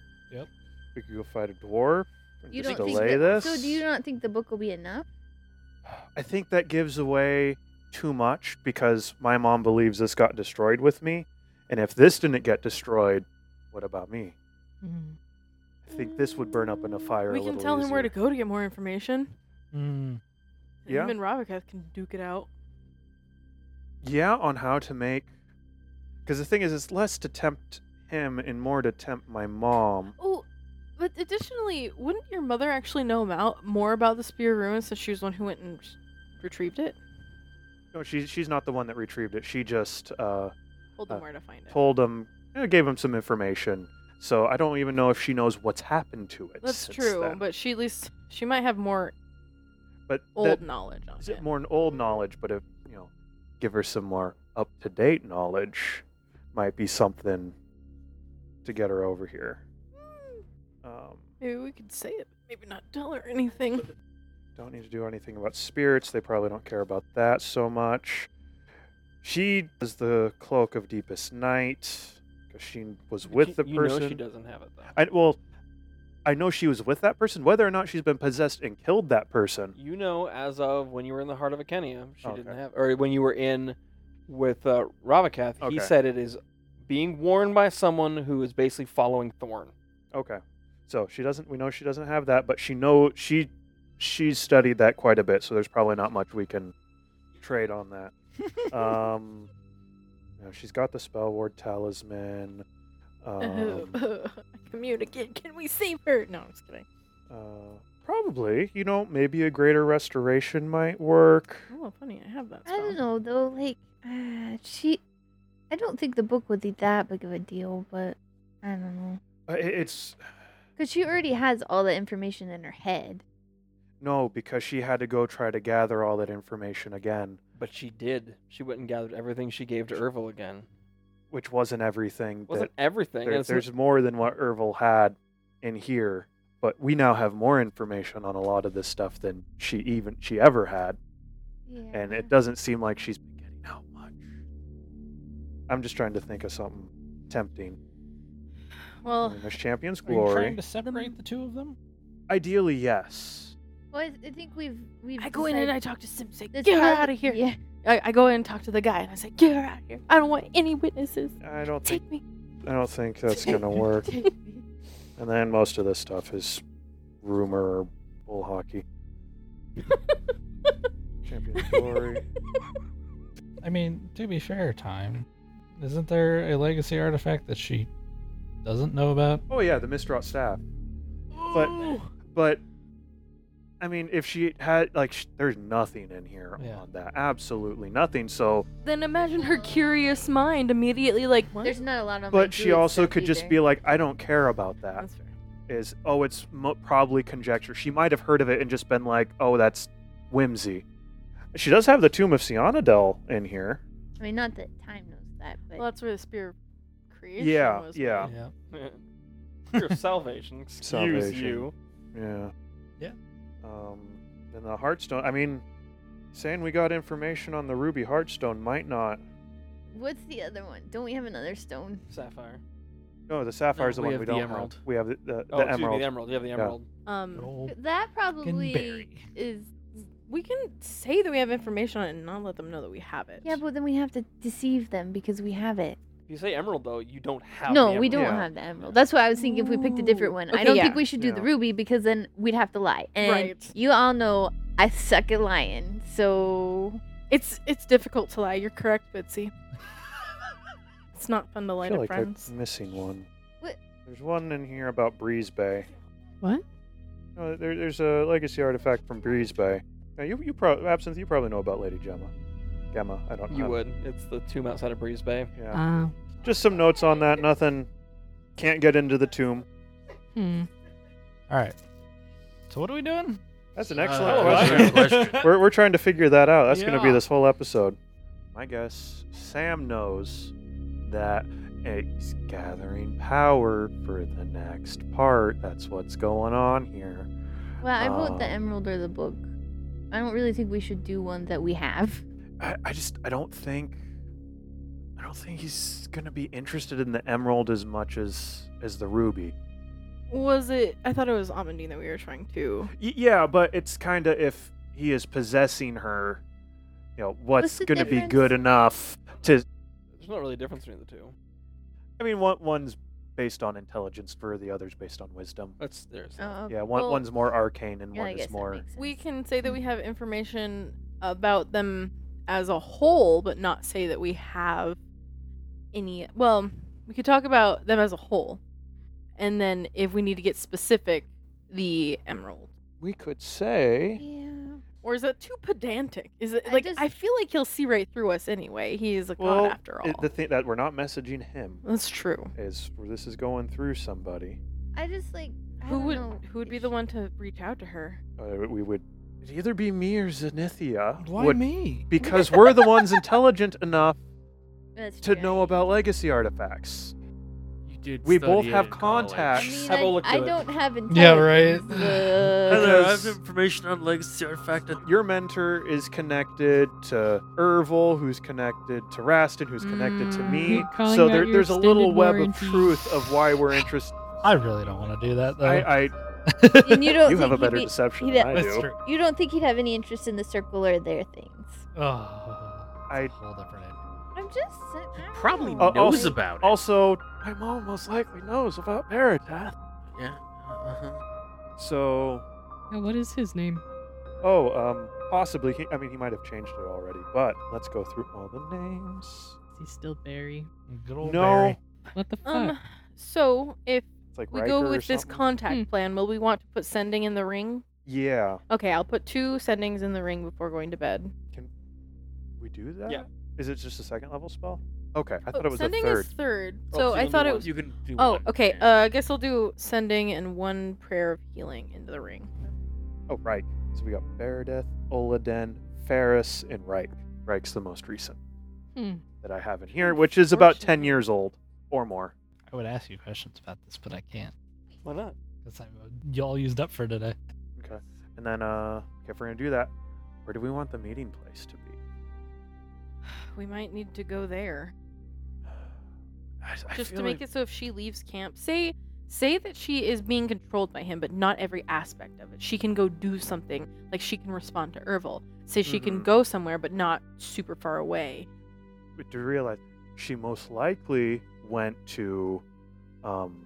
G: We could go fight a dwarf and
E: You
G: just
E: don't
G: delay
E: think that-
G: this.
E: So do you not think the book will be enough?
G: I think that gives away too much because my mom believes this got destroyed with me, and if this didn't get destroyed, what about me? I think this would burn up in a fire.
B: we
G: a
B: can
G: little
B: tell him where to
G: easier.
B: go to get more information.
F: Mm.
B: and
G: Yeah.
B: Him and Ravika can duke it out.
G: Yeah, on how to make. Because the thing is, it's less to tempt him and more to tempt my mom.
B: Oh, but additionally, wouldn't your mother actually know about, more about the Spear of Ruin since she was the one who went and retrieved it?
G: No, she, she's not the one that retrieved it. She just uh,
B: Told
G: Uh,
B: them where to find it.
G: told him, eh, gave him some information. So I don't even know if she knows what's happened to it.
B: That's
G: since
B: true,
G: then.
B: but she at least she might have more
G: but
B: old
G: that-
B: knowledge on
G: is
B: it.
G: it more an old knowledge, but if you know, give her some more up to date knowledge, might be something to get her over here.
D: Hmm.
G: Um,
B: Maybe we could say it. Maybe not tell her anything.
G: don't need to do anything about spirits. They probably don't care about that so much. She is the cloak of deepest night because she was with
D: You-
G: the
D: you
G: person.
D: know she doesn't have it though.
G: I well, I know she was with that person. Whether or not she's been possessed and killed that person,
D: You know, as of when you were in the heart of Akenia, she
G: Okay.
D: didn't have, or when you were in with uh, Ravakath,
G: Okay.
D: he said it is being worn by someone who is basically following Thorn.
G: okay. So she doesn't. We know she doesn't have that, but she know she she's studied that quite a bit. So there's probably not much we can trade on that. Um, you know, she's got the spell ward talisman. Um,
B: Communicate. Can we save her? No, I'm just kidding.
G: Uh, probably. You know, maybe a greater restoration might work.
B: Oh, funny. I have that.
E: I don't know though. Like, uh, she, I don't think the book would be that big of a deal, but I don't know,
G: Uh, i- It's
E: because she already has all the information in her head.
G: no, because she had to go try to gather all that information again,
D: But she did. She went and gathered everything she gave to Ervil again.
G: which wasn't everything.
D: It wasn't
G: that
D: everything.
G: there-
D: and it's not-
G: there's more than what Ervil had in here, but we now have more information on a lot of this stuff than she even she ever had,
E: Yeah.
G: and it doesn't seem like she's been getting out much. I'm just trying to think of something tempting. I
B: Well,
G: mean, there's Champion's
F: Are you trying
G: Glory.
F: to separate the two of them?
G: Ideally, yes.
E: Well, I, I think we've we've.
B: I go in and I
E: decided
B: talk to Sim. Say,
E: this
B: get her
E: prob-
B: out of here.
E: Yeah.
B: I, I go in and talk to the guy, and I say, get her out of here. I don't want any witnesses.
G: I don't think
B: Take me.
G: I don't think that's gonna work. And then most of this stuff is rumor or bull hockey. Champion glory.
F: I mean, to be fair, time. Isn't there a legacy artifact that she doesn't know about?
G: Oh yeah, the Mistrot staff. But but I mean, if she had like, sh- there's nothing in here
F: Yeah.
G: on that. Absolutely nothing. So,
B: Then imagine her curious mind immediately like, what?
E: There's not a lot on. my
G: but she
E: druid
G: also
E: stuff
G: could just
E: either.
G: be like, I don't care about that.
B: That's fair.
G: Is oh, it's mo- probably conjecture. She might have heard of it and just been like, oh, that's whimsy. She does have the tomb of Sianadel in here.
E: I mean, not that time knows that, but
B: Well, that's where the spear creation
G: Yeah,
B: was
G: yeah.
B: made.
F: Yeah.
D: Your salvation. Excuse
G: Salvation.
D: you.
G: Yeah.
F: Yeah.
G: Um, and the Heartstone. I mean, saying we got information on the Ruby Heartstone might not.
E: What's the other one? Don't we have another stone?
D: Sapphire.
G: No, the Sapphire's
A: No,
G: the
A: we
G: one
A: have
G: we
A: the
G: don't
A: emerald.
G: have. We have the, the,
D: Oh,
G: the
D: excuse
G: emerald.
D: me, the emerald. You have the emerald.
B: Um,
E: That probably
F: berry.
E: is.
B: we can say that we have information on it and not let them know that we have it.
E: Yeah, but then we have to deceive them because we have it.
D: If you say emerald, though, you don't have.
E: no,
D: the
E: we don't
D: emerald.
G: Yeah.
E: have the emerald. That's why I was thinking if we picked a different
B: Ooh.
E: one. I
B: Okay,
E: don't
B: yeah.
E: think we should do the
G: Yeah.
E: ruby because then we'd have to lie. And
B: Right.
E: you all know I suck at lying, so
B: it's it's difficult to lie. You're correct, Bitsy. it's not fun to lie
G: I feel
B: to
G: like
B: friends.
G: I'm missing one.
E: What?
G: There's one in here about Breeze Bay.
C: What?
G: No, there, there's a legacy artifact from Breeze Bay. Now you, you probably absinthe. You probably know about Lady Gemma. Gemma. I don't.
D: You
H: Uh-huh.
G: know.
D: would. It's the tomb outside of Breeze Bay.
G: Yeah.
C: Ah.
G: Just some notes on that. Nothing. Can't get into the tomb.
C: hmm.
F: All right. So what are we doing?
G: That's an
H: Uh,
G: excellent
F: oh,
H: that's a
G: question.
H: good question.
G: we're, we're trying to figure that out. That's going to be
F: Yeah.
G: this whole episode. My guess Sam knows that it's gathering power for the next part. That's what's going on here.
E: well, I vote the
G: Um,
E: emerald or the book. I don't really think we should do one that we have.
G: I, I just, I don't think. I don't think he's gonna be interested in the emerald as much as as the ruby.
B: Was it? I thought it was Amandine that we were trying to.
G: Y- yeah, but it's kind of if he is possessing her, you know, what's
E: the
G: gonna be
E: difference?
G: good enough to
D: There's not really a difference between the two.
G: I mean, one one's based on intelligence for the other's based on wisdom.
D: That's there's. that.
E: Uh,
G: Yeah, one
E: well,
G: one's more arcane and
E: yeah, I
G: one
E: guess
G: is
E: that
G: more.
E: makes
B: We
E: sense.
B: can say that we have information about them as a whole, but not say that we have any. Well, we could talk about them as a whole, and then if we need to get specific, the emerald.
G: We could say
E: Yeah.
B: Or is that too pedantic? Is it
E: I
B: like I,
E: just-
B: feel like he'll see right through us anyway. He is a
G: Well,
B: god after all.
G: it- the thing that we're not messaging him
B: That's true.
G: is where this is going through somebody.
E: I just like. I
B: Who
E: don't
B: would
E: know.
B: who would be the one to reach out to her?
G: Uh, we would it'd either be me or Zenithia.
F: Why
G: would-
F: me?
G: Because we're the ones intelligent enough
E: That's
G: to
E: true.
G: know about legacy artifacts.
H: You did
G: We both
H: study
G: have
H: it in college.
E: I
G: contacts.
E: mean,
D: Have
E: I,
D: a look
E: I
D: to it.
E: don't have intelligence.
F: Yeah, right.
E: but-
H: Hello, I have
G: Because-
H: information on Legacy Artifact. at-
G: Your mentor is connected to Ervil, who's connected to Rastin, who's connected to
B: Mm.
G: me.
C: Keep calling
G: So
C: out
G: there,
C: your
G: there's a little
C: extended
G: web
C: warranty.
G: of truth of why we're interested.
F: I really don't want to do that though.
G: I, I
E: And you don't
G: you have
E: think
G: a
E: he'd
G: better
E: be-
G: deception
E: he'd
G: than
E: a-
G: I
F: That's
G: do.
F: true.
E: You don't think he'd have any interest in the circle or their things?
F: Oh,
G: I-
F: it's a whole different.
E: I'm just. sa- I don't
H: Probably
E: know.
G: Uh,
H: knows
G: also-
H: about it.
G: Also, my mom most likely knows about Meredith.
H: yeah. Uh-huh.
G: So,
C: Now, what is his name?
G: oh, um, possibly. He, I mean, he might have changed it already, but let's go through all the names.
C: Is he still Barry?
F: Good old
G: no,
F: Barry.
C: What the fuck?
B: Um so if
G: it's like
B: we
G: Riker
B: go
G: or
B: with this
G: something.
B: contact
C: Hmm.
B: plan, will we want to put sending in the ring?
G: yeah,
B: Okay, I'll put two sendings in the ring before going to bed.
G: we do that.
D: Yeah.
G: Is it just a second level spell? Okay, I thought
B: Oh,
G: it was a
B: sending
G: third.
B: is third.
D: Oh,
B: So
D: you
B: I
D: can
B: thought
D: do
B: it
D: one.
B: was
H: You can do
B: Oh,
H: one.
B: okay.
H: Yeah.
B: Uh, I guess I'll do sending and one prayer of healing into the ring.
G: Oh, Reich. So we got Meredith, Oladen, Ferris, and Reich. Reich's the most recent
C: Hmm.
G: that I have in here, which is about ten years old or more.
F: I would ask you questions about this, but I can't
D: Why not?
F: because I'm uh, y'all used up for today.
G: Okay. And then, uh, okay, if we're gonna do that, where do we want the meeting place to be?
B: We might need to go there
G: I, I
B: just to
G: feel
B: make it
G: like-
B: so if she leaves camp, say say that she is being controlled by him, but not every aspect of it. She can go do something, like she can respond to Ervil. Say she can
G: Mhm.
B: go somewhere, but not super far away.
G: but to realize she most likely went to, um,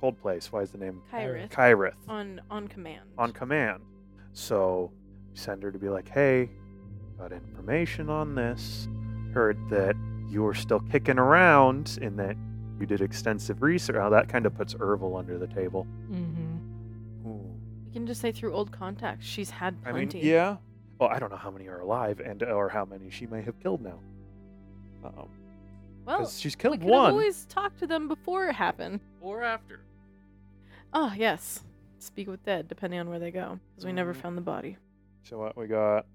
G: Cold Place. Why is the name
B: Kyrith
G: Kyrith
B: on on command.
G: on command? So send her to be like, hey, got information on this. Heard that you were still kicking around and that you did extensive research. How that kind of puts Ervil under the table.
C: Mm-hmm.
G: Ooh.
B: we can just say through old contacts. She's had
G: I
B: plenty.
G: mean, yeah. Well, I don't know how many are alive and uh, or how many she may have killed now. Um,
B: Well,
G: she's
B: we
G: killed
B: could
G: one.
B: always talk to them before it happened.
H: Or after.
B: Oh yes, speak with dead, depending on where they go, because we never
G: Mhm.
B: found the body.
G: So what we got?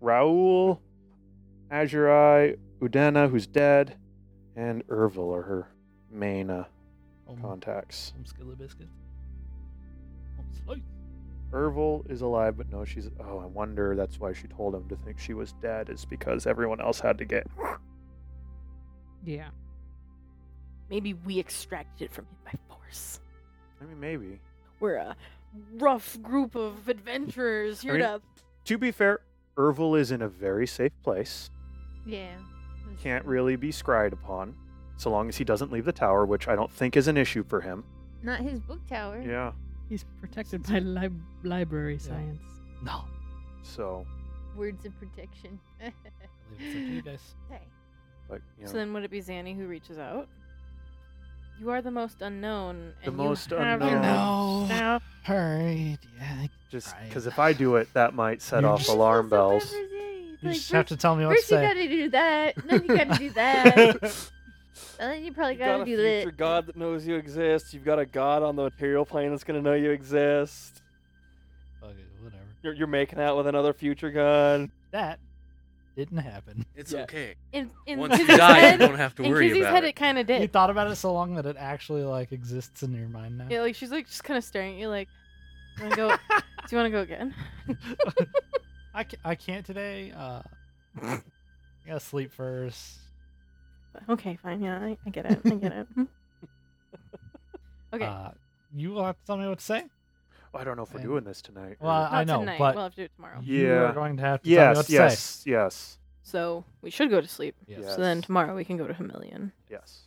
G: Raul, Azurai, Udana, who's dead, and Ervil are her main uh,
F: Home,
G: contacts.
F: home skillet biscuits. Home slice.
G: Ervil is alive, but no, she's. Oh, I wonder. That's why she told him to think she was dead, is because everyone else had to get.
C: Yeah.
B: Maybe we extracted it from him by force.
G: I mean, maybe.
B: We're a rough group of adventurers here
G: mean-
B: to
G: To be fair, Ervil is in a very safe place.
E: Yeah. that's
G: Can't
E: true.
G: really be scried upon, so long as he doesn't leave the tower, which I don't think is an issue for him.
E: Not his book tower.
G: Yeah.
C: He's protected by lib- library science.
F: No.
G: So,
E: Words of protection.
F: I leave it to you guys.
E: Sorry.
G: but you know,
B: So then would it be Zanny who reaches out? You are the most unknown.
G: The
B: and
G: most
B: you have
G: unknown.
B: your
F: No.
B: staff.
F: All right. Yeah.
G: just
F: Right.
G: because if I do it, that might set
F: You're
G: off
F: just-
G: alarm bells.
F: You just have to tell me what to
E: First, you
F: say.
E: gotta do that. Then you gotta do that. and then you probably
D: You've got
E: gotta
D: a
E: do
D: future
E: that.
D: god that knows you exist. You've got a god on the material plane that's gonna know you exist.
F: Fuck it, whatever.
D: You're, you're making out with another future god.
F: That didn't happen.
H: It's
D: Yeah.
H: okay.
B: In, in
H: Once you
B: Kizzy's
H: die, you
B: head,
H: don't have to
B: in
H: worry
B: Kizzy's
H: about
B: head,
H: it.
B: it kind of
F: You
B: did.
F: thought about it so long that it actually like exists in your mind now.
B: Yeah, like she's like just kind of staring at you, like, "You wanna go, "Do you want to go again?"
F: I, ca- I can't today. Uh, I gotta sleep first.
B: Okay, fine. Yeah, I, I get it. I get it. okay.
F: Uh, you will have to tell me what to say.
G: Oh, I don't know if we're
F: And-
G: doing this tonight. or-
F: Well, I
B: Not
F: know,
B: tonight.
F: but
B: we'll have to do it tomorrow.
F: you
G: Yeah.
F: are going to have to tell me what
G: yes,
F: to
G: yes,
F: say.
G: yes,
B: So we should go to sleep.
G: Yes.
B: So then tomorrow we can go to Himelian.
G: yes.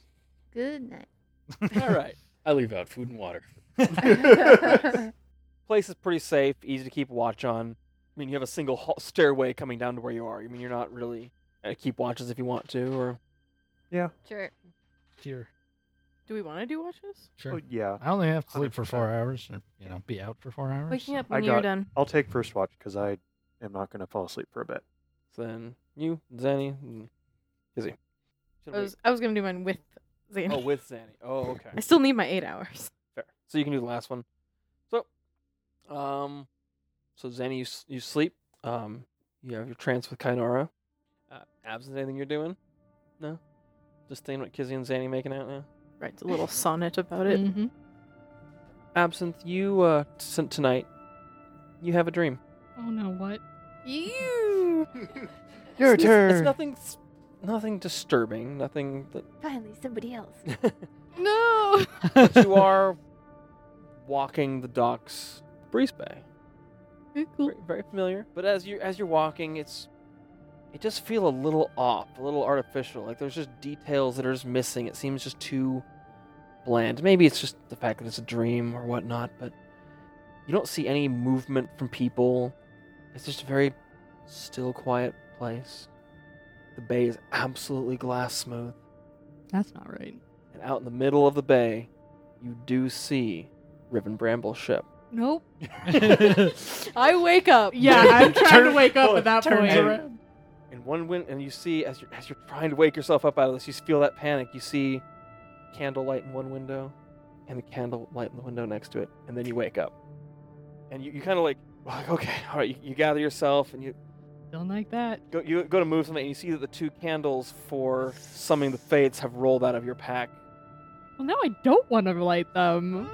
E: Good night.
D: All right.
H: I leave out food and water.
D: Place is pretty safe, easy to keep watch on. I mean, you have a single hall- stairway coming down to where you are. I mean, you're not really uh, keep watches if you want to, or
E: sure.
F: Sure,
B: Do we want to do watches?
F: sure.
G: Oh, yeah.
F: I only have to sleep for
G: 100%.
F: four hours, or you know, be out for four hours.
B: Waking
F: so-
B: up
G: I
B: when you're
G: got-
B: done.
G: I'll take first watch because I am not going to fall asleep for a bit.
D: so then you, Zanny, and Izzy. Should
B: I
D: we-
B: was I was gonna do mine with Zane.
D: Oh, with Zanny. Oh, okay.
B: I still need my eight hours.
D: Fair. So you can do the last one. So, um, so Zanny, you s- you sleep. Um, you have your trance with Kainara. Uh, absent anything you're doing? No. Just thinking what Kizzy and Zanny making out now.
B: Writes a little sonnet about it.
C: Mm-hmm.
D: Absinthe, you uh t- tonight, you have a dream.
C: Oh no, what?
E: You
G: Your
D: it's,
G: turn.
D: It's nothing, s- nothing disturbing. Nothing
E: finally somebody else.
D: that
B: No.
D: but you are walking the docks, Breeze Bay.
C: cool.
D: very, very familiar. But as you as you're walking, it's it does feel a little off, a little artificial. Like there's just details that are just missing. It seems just too bland. Maybe it's just the fact that it's a dream or whatnot. But you don't see any movement from people. It's just a very still, quiet place. The bay is absolutely glass smooth,
C: That's not right.
D: and out in the middle of the bay, you do see Riven Bramble's ship.
C: Nope.
B: I wake up.
C: Yeah, I'm trying to
G: Turn-
C: wake up
G: oh,
C: at that
G: turns
C: point.
G: around.
D: and one win and you see as you're as you're trying to wake yourself up out of this you feel that panic you see candlelight in one window and the candlelight in the window next to it and then you wake up and you, you kind of like, like okay all right you, you gather yourself and you
C: Don't like that.
D: go you go to move something and you see that the two candles for summoning the fates have rolled out of your pack
C: Well, now I don't want to light them.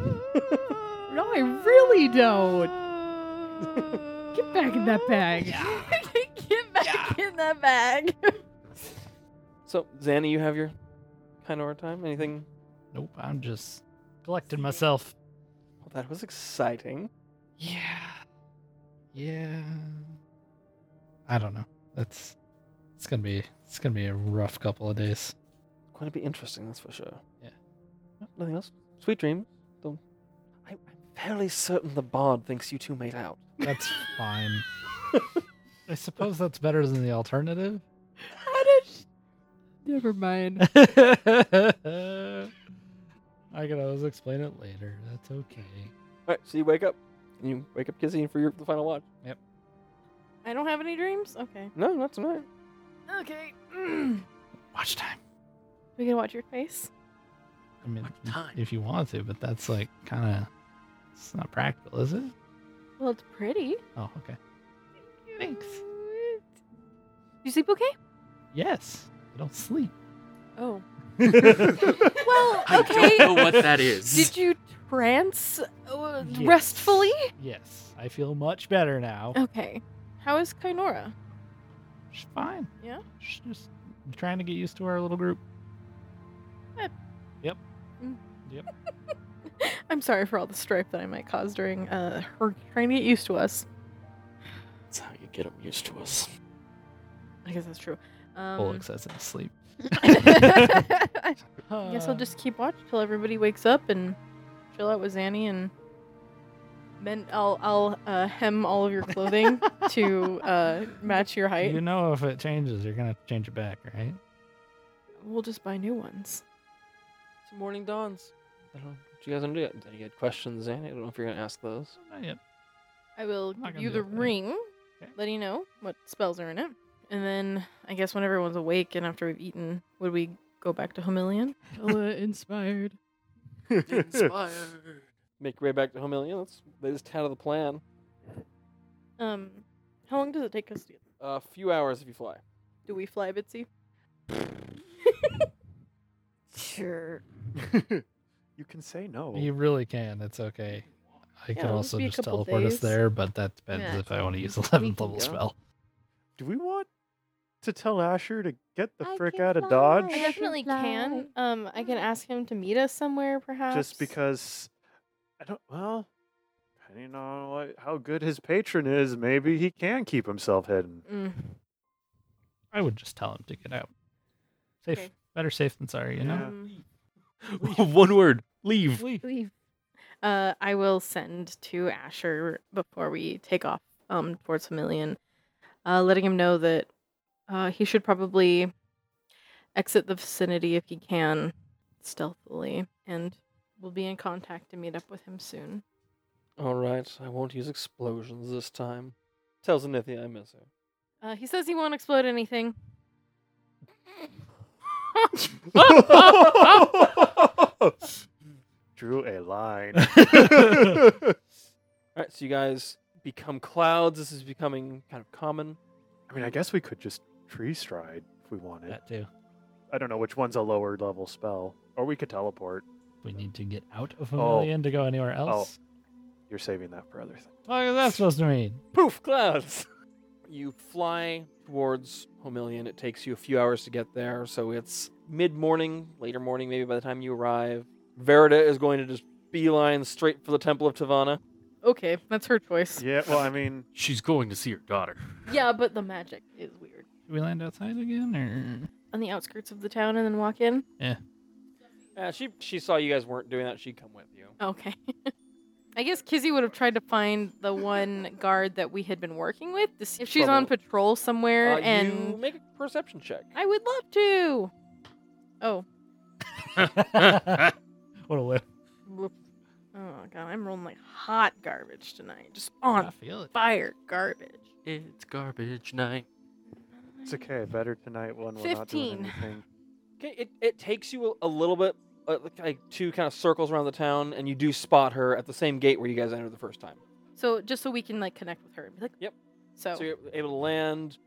C: no, I really don't. Get back in that bag.
B: Get back in that bag.
D: so Xana, you have your kind of hard time anything
F: nope, I'm just collecting myself.
D: well, that was exciting
F: Yeah. Yeah. I don't know. That's it's gonna be it's gonna be a rough couple of days.
D: going to be interesting, that's for sure.
F: Yeah.
D: No- Nothing else. Sweet dreams. Don't. I, I'm fairly certain the bard thinks you two made out.
F: That's fine. I suppose that's better than the alternative.
C: How did sh- Never mind.
F: I can always explain it later. That's okay.
D: All right, so you wake up. And you wake up kissing for your the final watch.
B: I don't have any dreams. Okay.
D: No, not tonight.
B: Okay. Mm.
F: Watch time.
B: We can watch your face.
F: I mean,
H: Watch time.
F: if you want to, but that's like kind of it's not practical, is it?
B: Well, it's pretty.
F: Oh, okay. Thanks.
B: You sleep okay?
F: Yes. I don't sleep.
B: Oh. Well,
H: I
B: okay.
H: don't know what that is.
B: Did you trance uh,
F: Yes.
B: restfully?
F: Yes, I feel much better now.
B: Okay. How is Kainora?
F: She's fine.
B: Yeah?
F: She's just trying to get used to our little group.
B: Yep.
F: Yep.
B: Mm.
F: Yep.
B: I'm sorry for all the strife that I might cause during uh, her trying to get used to us.
D: That's how you get them used to us.
B: I guess that's true.
F: Full
B: Um,
F: excessive sleep. Uh,
B: I
F: I
B: guess I'll just keep watch till everybody wakes up and chill out with Zanny and then I'll I'll uh, hem all of your clothing to uh, match your height.
F: You know, if it changes, you're gonna have to change it back, right?
B: We'll just buy new ones.
D: So morning dawns. I don't know. What you guys gonna do? yet? You had questions, Zanny. I don't know if you're gonna ask those.
F: Not yet.
B: I will
F: I'm not
B: give
F: gonna
B: you
F: do
B: the
F: it for you.
B: ring,
F: Okay.
B: letting you know what spells are in it. And then I guess when everyone's awake and after we've eaten, would we go back to Homilion?
C: Hella inspired.
H: Inspired.
D: Make your way back to Homelia. That's they just had the plan.
B: Um, how long does it take us to
D: A few hours if you fly.
B: Do we fly, Bitsy?
E: Sure.
G: you can say no.
F: You really can. It's okay. I can
B: it'll
F: also
B: be a
F: just
B: couple
F: teleport us
B: days.
F: there, but that depends
E: Yeah.
F: if I want to use 11th
E: can
F: level
E: go.
F: spell.
G: Do we want to tell Asher to get the
E: I
G: frick
E: can
G: out of
E: fly.
G: Dodge?
B: I definitely can. Um, I can ask him to meet us somewhere, perhaps.
G: Just because I don't. Well, depending on what, how good his patron is, maybe he can keep himself hidden.
B: Mm.
F: I would just tell him to get out. Safe.
B: Okay.
F: Better safe than sorry, you know?
B: Um,
H: One word. Leave.
F: Leave.
E: We've
B: uh, I will send to Asher before we take off um, towards Familian, uh, letting him know that uh, he should probably exit the vicinity if he can stealthily, and we'll be in contact to meet up with him soon.
D: All right. I won't use explosions this time. Tells Anithia I miss her.
B: Uh, he says he won't explode anything.
G: Drew a line.
D: All right. So you guys become clouds. This is becoming kind of common.
G: I mean, I guess we could just tree stride if we wanted.
F: That too.
G: I don't know which one's a lower level spell, or we could teleport.
F: We need to get out of
G: Oh.
F: Vermilion to go anywhere else.
G: You're saving that for other things.
F: What is that supposed to mean?
D: Poof, clouds. You fly towards Homilion. It takes you a few hours to get there, so it's mid morning, later morning, maybe by the time you arrive. Verida is going to just beeline straight for the Temple of Tavana.
B: Okay, that's her choice.
G: Yeah, well, I mean,
H: She's going to see her daughter.
B: yeah, but the magic is weird.
F: Should we land outside again, or
B: On the outskirts of the town and then walk in.
D: Uh, she she saw you guys weren't doing that. She'd come with you.
B: Okay. I guess Kizzy would have tried to find the one guard that we had been working with to see if she's on
D: Trouble.
B: patrol somewhere,
D: Uh,
B: and
D: you make a perception check.
B: I would love to. Oh.
F: what a whip!
B: Oh god, I'm rolling like hot garbage tonight. Just
F: I
B: on
F: feel it.
B: fire garbage.
H: It's garbage night.
G: it's okay. Better tonight when we're not doing
B: 15.
G: anything.
D: Okay, it, it takes you a, a little bit, uh, like- like two kind of circles around the town, and you do spot her at the same gate where you guys entered the first time.
B: So just so we can like connect with her and be like,
D: Yep.
B: So,
D: So you're able to land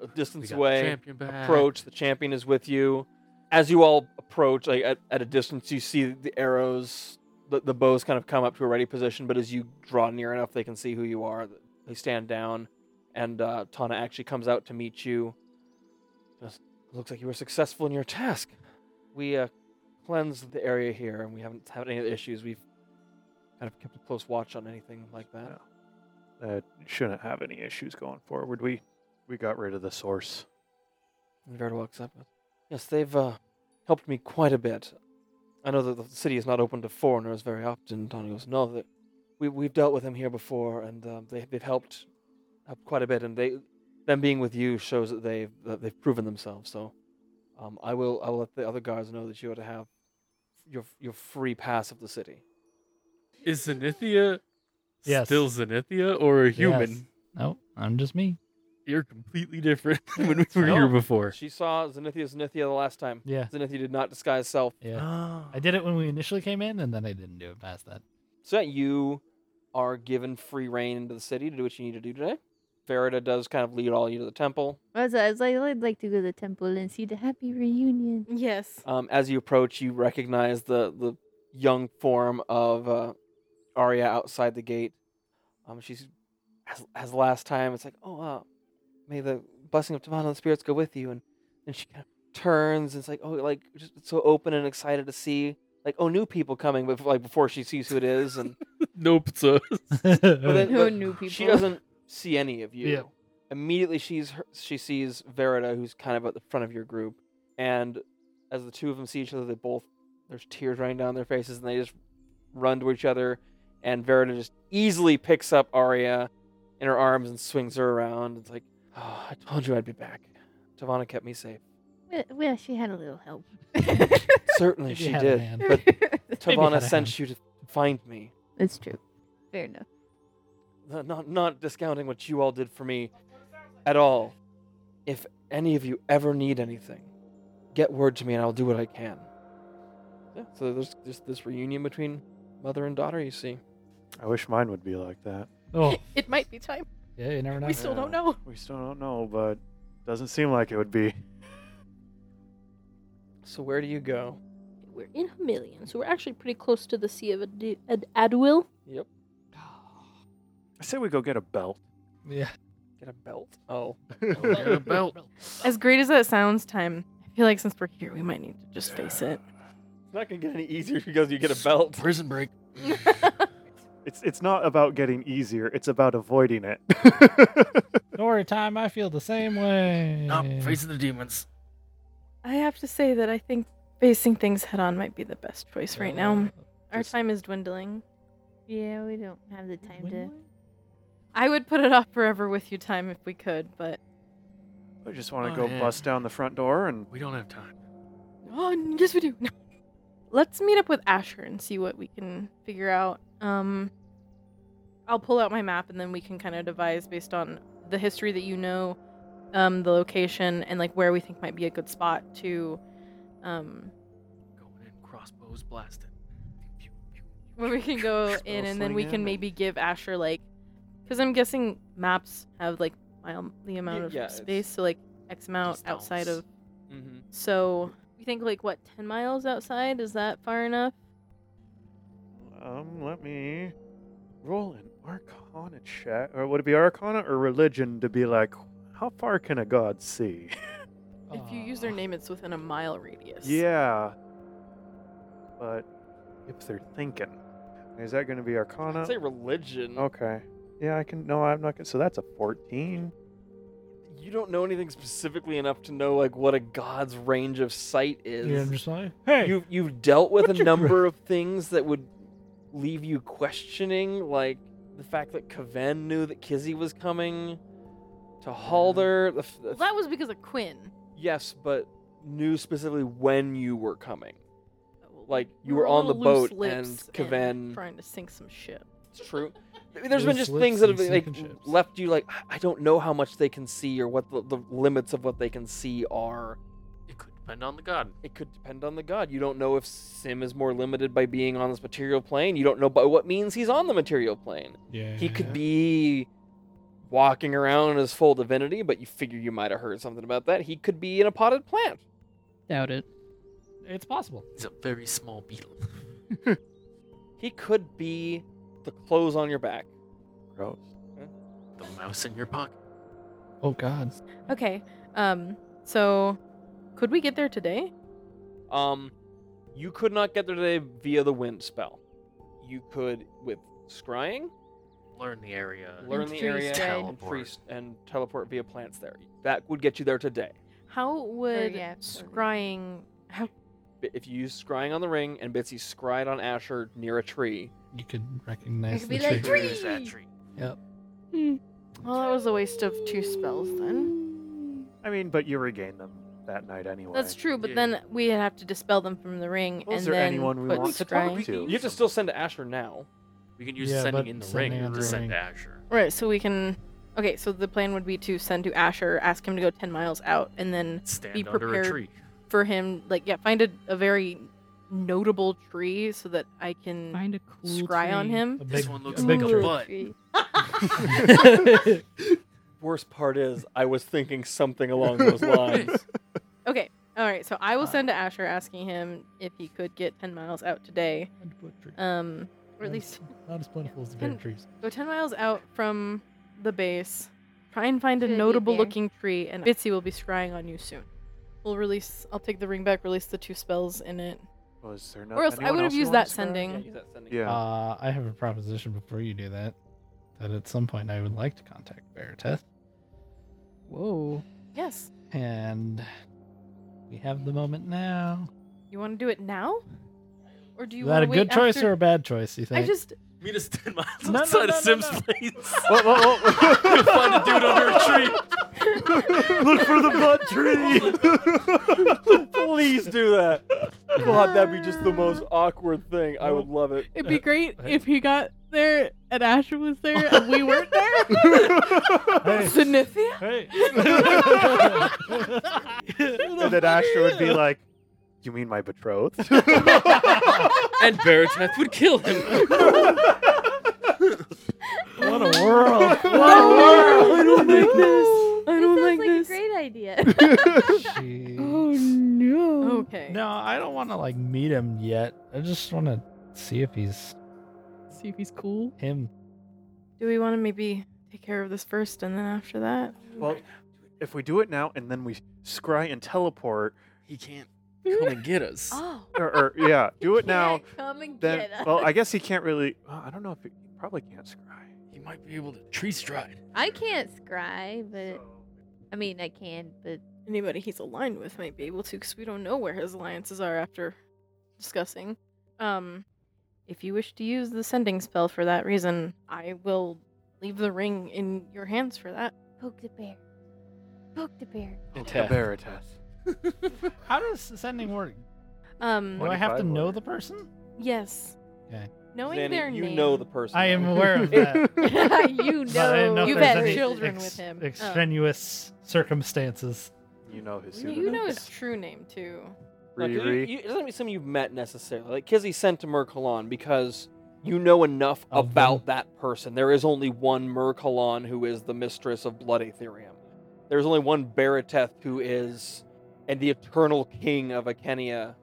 D: a- a
H: We
D: distance
H: got
D: away.
H: champion back.
D: approach. The champion is with you. As you all approach, like at, at a distance, you see the arrows, the, the bows kind of come up to a ready position. But as you draw near enough, they can see who you are. th- They stand down, and uh, Tana actually comes out to meet you. Just, looks like you were successful in your task. We uh, cleansed the area here, and we haven't had any issues. We've kind of kept a close watch on anything like that.
G: Uh, shouldn't have any issues going forward. We we got rid of the source.
D: And Verda walks up. Yes, they've uh, helped me quite a bit. I know that the city is not open to foreigners very often. Tony goes, no, that we we've dealt with them here before, and um, they they've helped helped quite a bit. And they them being with you shows that they've that they've proven themselves. So um, I will I will let the other guards know that you are to have your your free pass of the city.
H: Is Zenithia
F: Yes.
H: still Zenithia or a human?
F: Yes. No, I'm just me.
H: You're completely different than when we
F: That's
H: were
F: right.
H: here before.
D: She saw Zenithia Zenithia the last time.
F: Yeah,
D: Zenithia did not disguise self.
F: yeah.
B: Oh.
F: I did it when we initially came in, and then I didn't do it past that.
D: So that you are given free reign into the city to do what you need to do today. Verida does kind of lead all you to the temple.
E: I was, I was like, I'd like to go to the temple and see the happy reunion.
B: Yes.
D: Um, as you approach, you recognize the the young form of uh, Arya outside the gate. Um, she's as, as last time. It's like, oh, uh, may the blessing of Divine and the spirits go with you. And then she kind of turns. And it's like, oh, like just so open and excited to see like oh new people coming, but like before she sees who it is, and
H: No pizza.
D: then-
E: No
D: but
E: new people.
D: she doesn't see any of you.
F: Yeah.
D: Immediately, she's her- she sees Verida, who's kind of at the front of your group, and as the two of them see each other, they both there's tears running down their faces, and they just run to each other, and Verida just easily picks up Arya in her arms and swings her around. It's like, oh, I told you I'd be back. Tavana kept me safe.
E: Well, well, she had a little help.
D: Certainly
F: Maybe
D: she
F: had a
D: did,
F: hand.
D: but
F: Maybe had
D: Tavana
F: a
D: sent
F: hand.
D: you to find me.
E: It's true. Fair enough.
D: Not- not not discounting what you all did for me at all. If any of you ever need anything, get word to me and I'll do what I can. Yeah, so there's just this reunion between mother and daughter, you see.
G: I wish mine would be like that.
F: oh,
B: It might be time.
F: yeah, you never know.
B: We still don't
G: Yeah.
B: know.
G: We still don't know, but doesn't seem like it would be.
D: So where do you go?
B: We're in a million, so we're actually pretty close to the Sea of Ad- Ad- Adwil.
D: Yep.
G: I say we go get a belt.
F: Yeah.
D: Get a belt. Oh.
H: Get a belt.
B: As great as that sounds, time. I feel like since we're here, we might need to just face it.
D: It's not gonna get any easier because you get a belt.
H: Prison break.
G: It's it's not about getting easier. It's about avoiding it.
F: Don't worry, time. I feel the same way.
H: Nope, facing the demons.
B: I have to say that I think facing things head on might be the best choice right now. Our
F: just-
B: time is dwindling.
E: Yeah, we don't have the time to.
B: I would put it off forever with you, time, if we could, but.
G: I just want to
H: Oh,
G: go
H: yeah.
G: bust down the front door and
H: We don't have time.
B: Oh, n- yes, we do. No. Let's meet up with Asher and see what we can figure out. Um, I'll pull out my map and then we can kind of devise based on the history that you know, um, the location, and like where we think might be a good spot to. Um,
H: Going in, crossbows blasting. Pew, pew, pew,
B: where we
H: pew,
B: can go
G: Spell
B: in and then we
G: slinging
B: can
G: and-
B: maybe give Asher like, because I'm guessing maps have like mile the amount of
D: yeah, it's
B: space, so like X amount outside
H: distance.
B: of. So we think like what ten miles outside is that far enough?
G: um let me roll an arcana check. Or would it be arcana or religion to be like how far can a god see?
B: If you use their
D: Ah.
B: name, it's within a mile radius.
G: yeah. But if they're thinking, is that going to be arcana?
D: I'd say religion.
G: Okay. Yeah, I can. No, I'm not. gonna So that's a 14.
D: You don't know anything specifically enough to know like what a god's range of sight is.
F: You're just like, hey,
D: you you've dealt with
F: What's
D: a
F: your gra-
D: number of things that would leave you questioning, like the fact that Kaven knew that Kizzy was coming to Halder. The, f- the
B: Well,
D: f-
B: that was because of Quinn.
D: yes, but knew specifically when you were coming. Like
B: We
D: you
B: were
D: were
B: a
D: on the
B: little loose
D: boat and
B: lips
D: Kaven.
B: trying to sink some ship.
D: It's true. There's been
F: Loose
D: just
F: lips
D: things that have
F: and
D: like
F: sinking ships.
D: left you like "I- I don't know how much they can see or what the, the limits of what they can see are.
H: It could depend on the god.
D: it could depend on the god. You don't know if Sim is more limited by being on this material plane. You don't know by what means he's on the material plane.
F: yeah.
D: He could be walking around in his full divinity, but you figure you might have heard something about that. He could be in a potted plant.
C: Doubt it.
F: It's possible.
H: He's a very small beetle.
D: He could be the clothes on your back.
G: Gross.
H: The mouse in your pocket.
F: Oh God.
B: Okay. Um. So, could we get there today?
D: Um, you could not get there today via the wind spell. You could with scrying,
H: Learn the area.
D: learn
E: And
D: the
E: tree
D: area,
E: stride.
D: and, free, and teleport via plants there. That would get you there today.
B: How would
E: yeah, totally.
B: scrying? How
D: But if you use scrying on the ring and Bitsy scried on Asher near a tree,
F: You could recognize
E: could
F: the
E: be like,
F: trigger.
H: Where is that
E: Tree!
H: tree?
B: well, that was a waste of two spells then.
G: I mean, but you regain them that night anyway.
B: That's true, but
H: Yeah.
B: then we'd have to dispel them from the ring,
G: Well,
B: and
G: is there
B: then
G: anyone we
B: put
G: want to talk
B: scrying-
G: to?
D: you have to still send to Asher now.
H: We can use
F: Yeah,
H: sending
F: but
H: in the
F: sending
H: ring
F: in
H: to
F: the
H: send
F: ring.
H: to Asher.
B: Right. So we can. Okay. So the plan would be to send to Asher, ask him to go ten miles out, and then
H: Stand
B: Be
H: under
B: prepared.
H: a tree.
B: for him like yeah find a, a very notable tree so that i can
C: Find a cool
B: Mm. scry on
C: tree.
B: him
F: A
H: This
F: big-
H: one looks
F: a big
H: like a
F: tree.
H: butt.
E: Tree.
D: worst part is, I was thinking something along those lines.
B: Okay. All right. So I will send to Asher asking him if he could get 10 miles out today. Um, or at least
F: Not as plentiful as the
B: Ten-
F: big trees.
B: go 10 miles out from the base. Try and find a
E: Good idea,
B: notable
E: Bear.
B: looking tree, and Bitsy will be scrying on you soon. We'll release. I'll take the ring back, release the two spells in it.
G: Was there not
B: Or else I
G: anyone
B: would have
G: else you
B: used
G: wanna
B: that
G: spare?
B: sending.
D: use that sending.
G: Yeah.
F: Uh, I have a proposition before you do that. That at some point I would like to contact Veriteth,
C: Whoa.
B: Yes.
F: and we have the moment now.
B: You want to do it now? Or do you
F: Is that
B: want
F: a
B: to wait
F: good choice
B: after-
F: or a bad choice? You think?
B: I just.
H: Meet us 10 miles
F: No, no,
H: outside
F: no,
H: of
F: no,
H: Sims
F: no.
H: Place.
G: Whoa, whoa, whoa.
H: You'll find a dude under a tree.
G: Look for the butt tree.
D: Please do that. God, that'd be just the most awkward thing. I would love it.
C: It'd be great
F: hey.
C: if he got there and Asher was there and we weren't there.
F: hey,
B: Zenithia?
F: hey.
G: and then Asher would be like, "You mean my betrothed?"
H: And Barateth would kill him.
F: what a world!
B: I don't like this. I don't like
E: sounds
B: this.
E: like a great idea.
B: Oh,
F: Jeez.
C: Oh, no.
B: Okay.
F: No, I don't want to like meet him yet. I just want to see if he's
C: See if he's cool.
F: him.
B: Do we want to maybe take care of this first and then after that?
G: well, if we do it now and then we scry and teleport,
H: He can't come and get us.
E: oh,
G: or, or yeah, do
E: can't
G: it now.
E: Come and
G: Then,
E: get us.
G: well, I guess he can't really. well, I don't know if he, he probably can't scry.
H: He might be able to tree stride.
E: I can't scry, but I mean I can, but
B: Anybody he's aligned with might be able to, because we don't know where his alliances are after discussing. Um, if you wish to use the sending spell for that reason, I will leave the ring in your hands for that.
E: poke the bear. Poke the bear.
G: Into
D: Teth.
G: Veritas.
F: How does sending work?
B: Um,
F: Do I have to
G: 25
F: know
G: order.
F: the person?
B: yes.
F: Okay.
B: Knowing
D: Zanny,
B: their
D: you
B: name.
D: know the person.
F: I am
D: right?
F: aware of that.
E: you
F: But I didn't
E: know.
F: know if
B: You've
F: there's
B: had
F: any
B: children with him. Oh.
F: Extraneous circumstances.
G: You know his
B: You
G: pseudonym.
B: know his true name too.
D: Look, you-
G: Riri.
D: you- it doesn't mean someone you've met necessarily. Like Kizzy sent to Mercalon because you know enough
F: Of
D: about that person. There is only one Mercalon who is the mistress of Blood Aetherium. There's only one Barateth who is and the eternal king of Akenia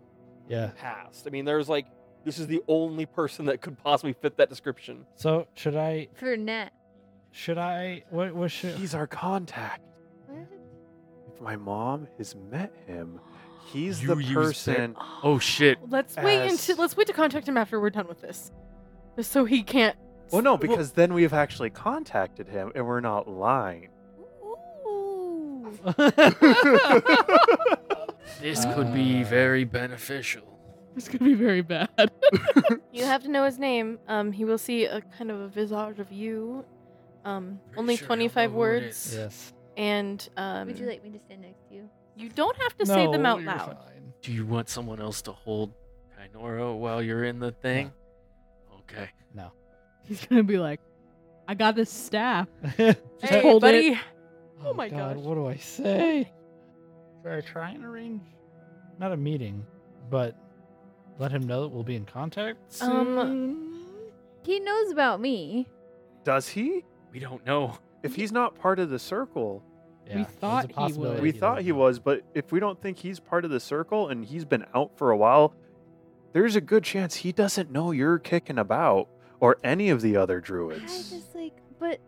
F: Yeah.
D: past. I mean, there's like this is the only person that could possibly fit that description.
F: So should I?
E: For Nat.
F: Should I? What? What should?
G: He's our contact.
E: What?
G: If my mom has met him, he's
H: You
G: the
H: use
G: person.
H: Oh shit.
B: Let's wait
G: As-
B: until let's wait to contact him after we're done with this, just so he can't.
G: Well, no, because then we've actually contacted him, and we're not lying.
E: Ooh.
H: This could be
F: Uh.
H: very beneficial.
C: This could be very bad.
B: You have to know his name. Um, he will see a kind of a visage of you. Um,
H: Pretty
B: only
H: sure he'll
B: twenty-five
H: know who it
B: words,
H: is.
F: yes.
B: and um,
E: Would you like me to stand next to you?
B: you don't have to say them
F: No,
B: out
F: you're
B: loud.
F: fine.
H: Do you want someone else to hold Kainora while you're in the thing? Okay.
F: No.
C: He's gonna be like, I got this staff. Just
B: Hey,
C: hold
B: buddy.
C: it.
B: Oh my
F: God,
B: gosh.
F: What do I say? Should I try and arrange not a meeting, but let him know that we'll be in contact? Soon?
B: Um,
E: He knows about me.
G: Does he?
H: We don't know.
G: If he's not part of the circle,
F: Yeah, there's a
C: thought he
F: possibility
C: would.
G: we
C: he
G: thought
F: doesn't
G: he
F: know.
G: was, but if we don't think he's part of the circle and he's been out for a while, there's a good chance he doesn't know you're kicking about or any of the other
E: I
G: druids.
E: just like, but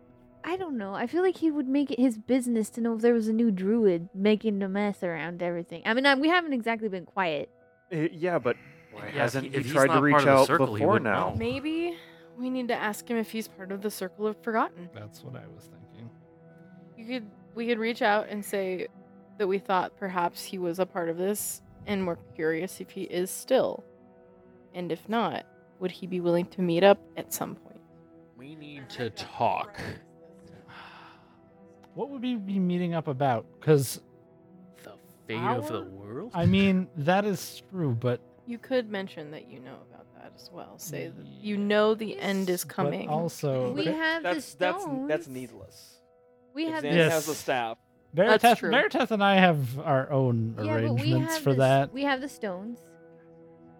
E: I don't know. I feel like he would make it his business to know if there was a new druid making a mess around everything. I mean, I, we haven't exactly been quiet.
G: Eh, yeah, but why
H: Yeah, if
G: hasn't
H: he-
G: he,
H: if he's
G: tried
H: not
G: to
H: part
G: reach
H: of the
G: out
H: circle, he
G: before
H: wouldn't
G: now?
H: know.
B: maybe we need to ask him if he's part of the Circle of Forgotten.
F: That's what I was thinking.
B: You could we could reach out and say that we thought perhaps he was a part of this and we're curious if he is still. And if not, would he be willing to meet up at some point?
H: We need to talk.
F: What would we be meeting up about? Because
H: The fate of the
F: Our-
H: world?
F: I mean, that is true, but
B: You could mention that you know about that as well. Say that you know the end is
F: but
B: coming.
F: also,
E: We
F: Ver-
E: have the
D: That's that's
E: stones.
D: that's needless.
E: We
D: If
E: have
D: Xan
E: the-
F: Yes.
D: has the staff.
F: Veritas,
B: That's true.
F: Veritas and I have our own
E: yeah, but we
F: arrangements
E: have
F: for
E: the,
F: that.
E: We have the stones.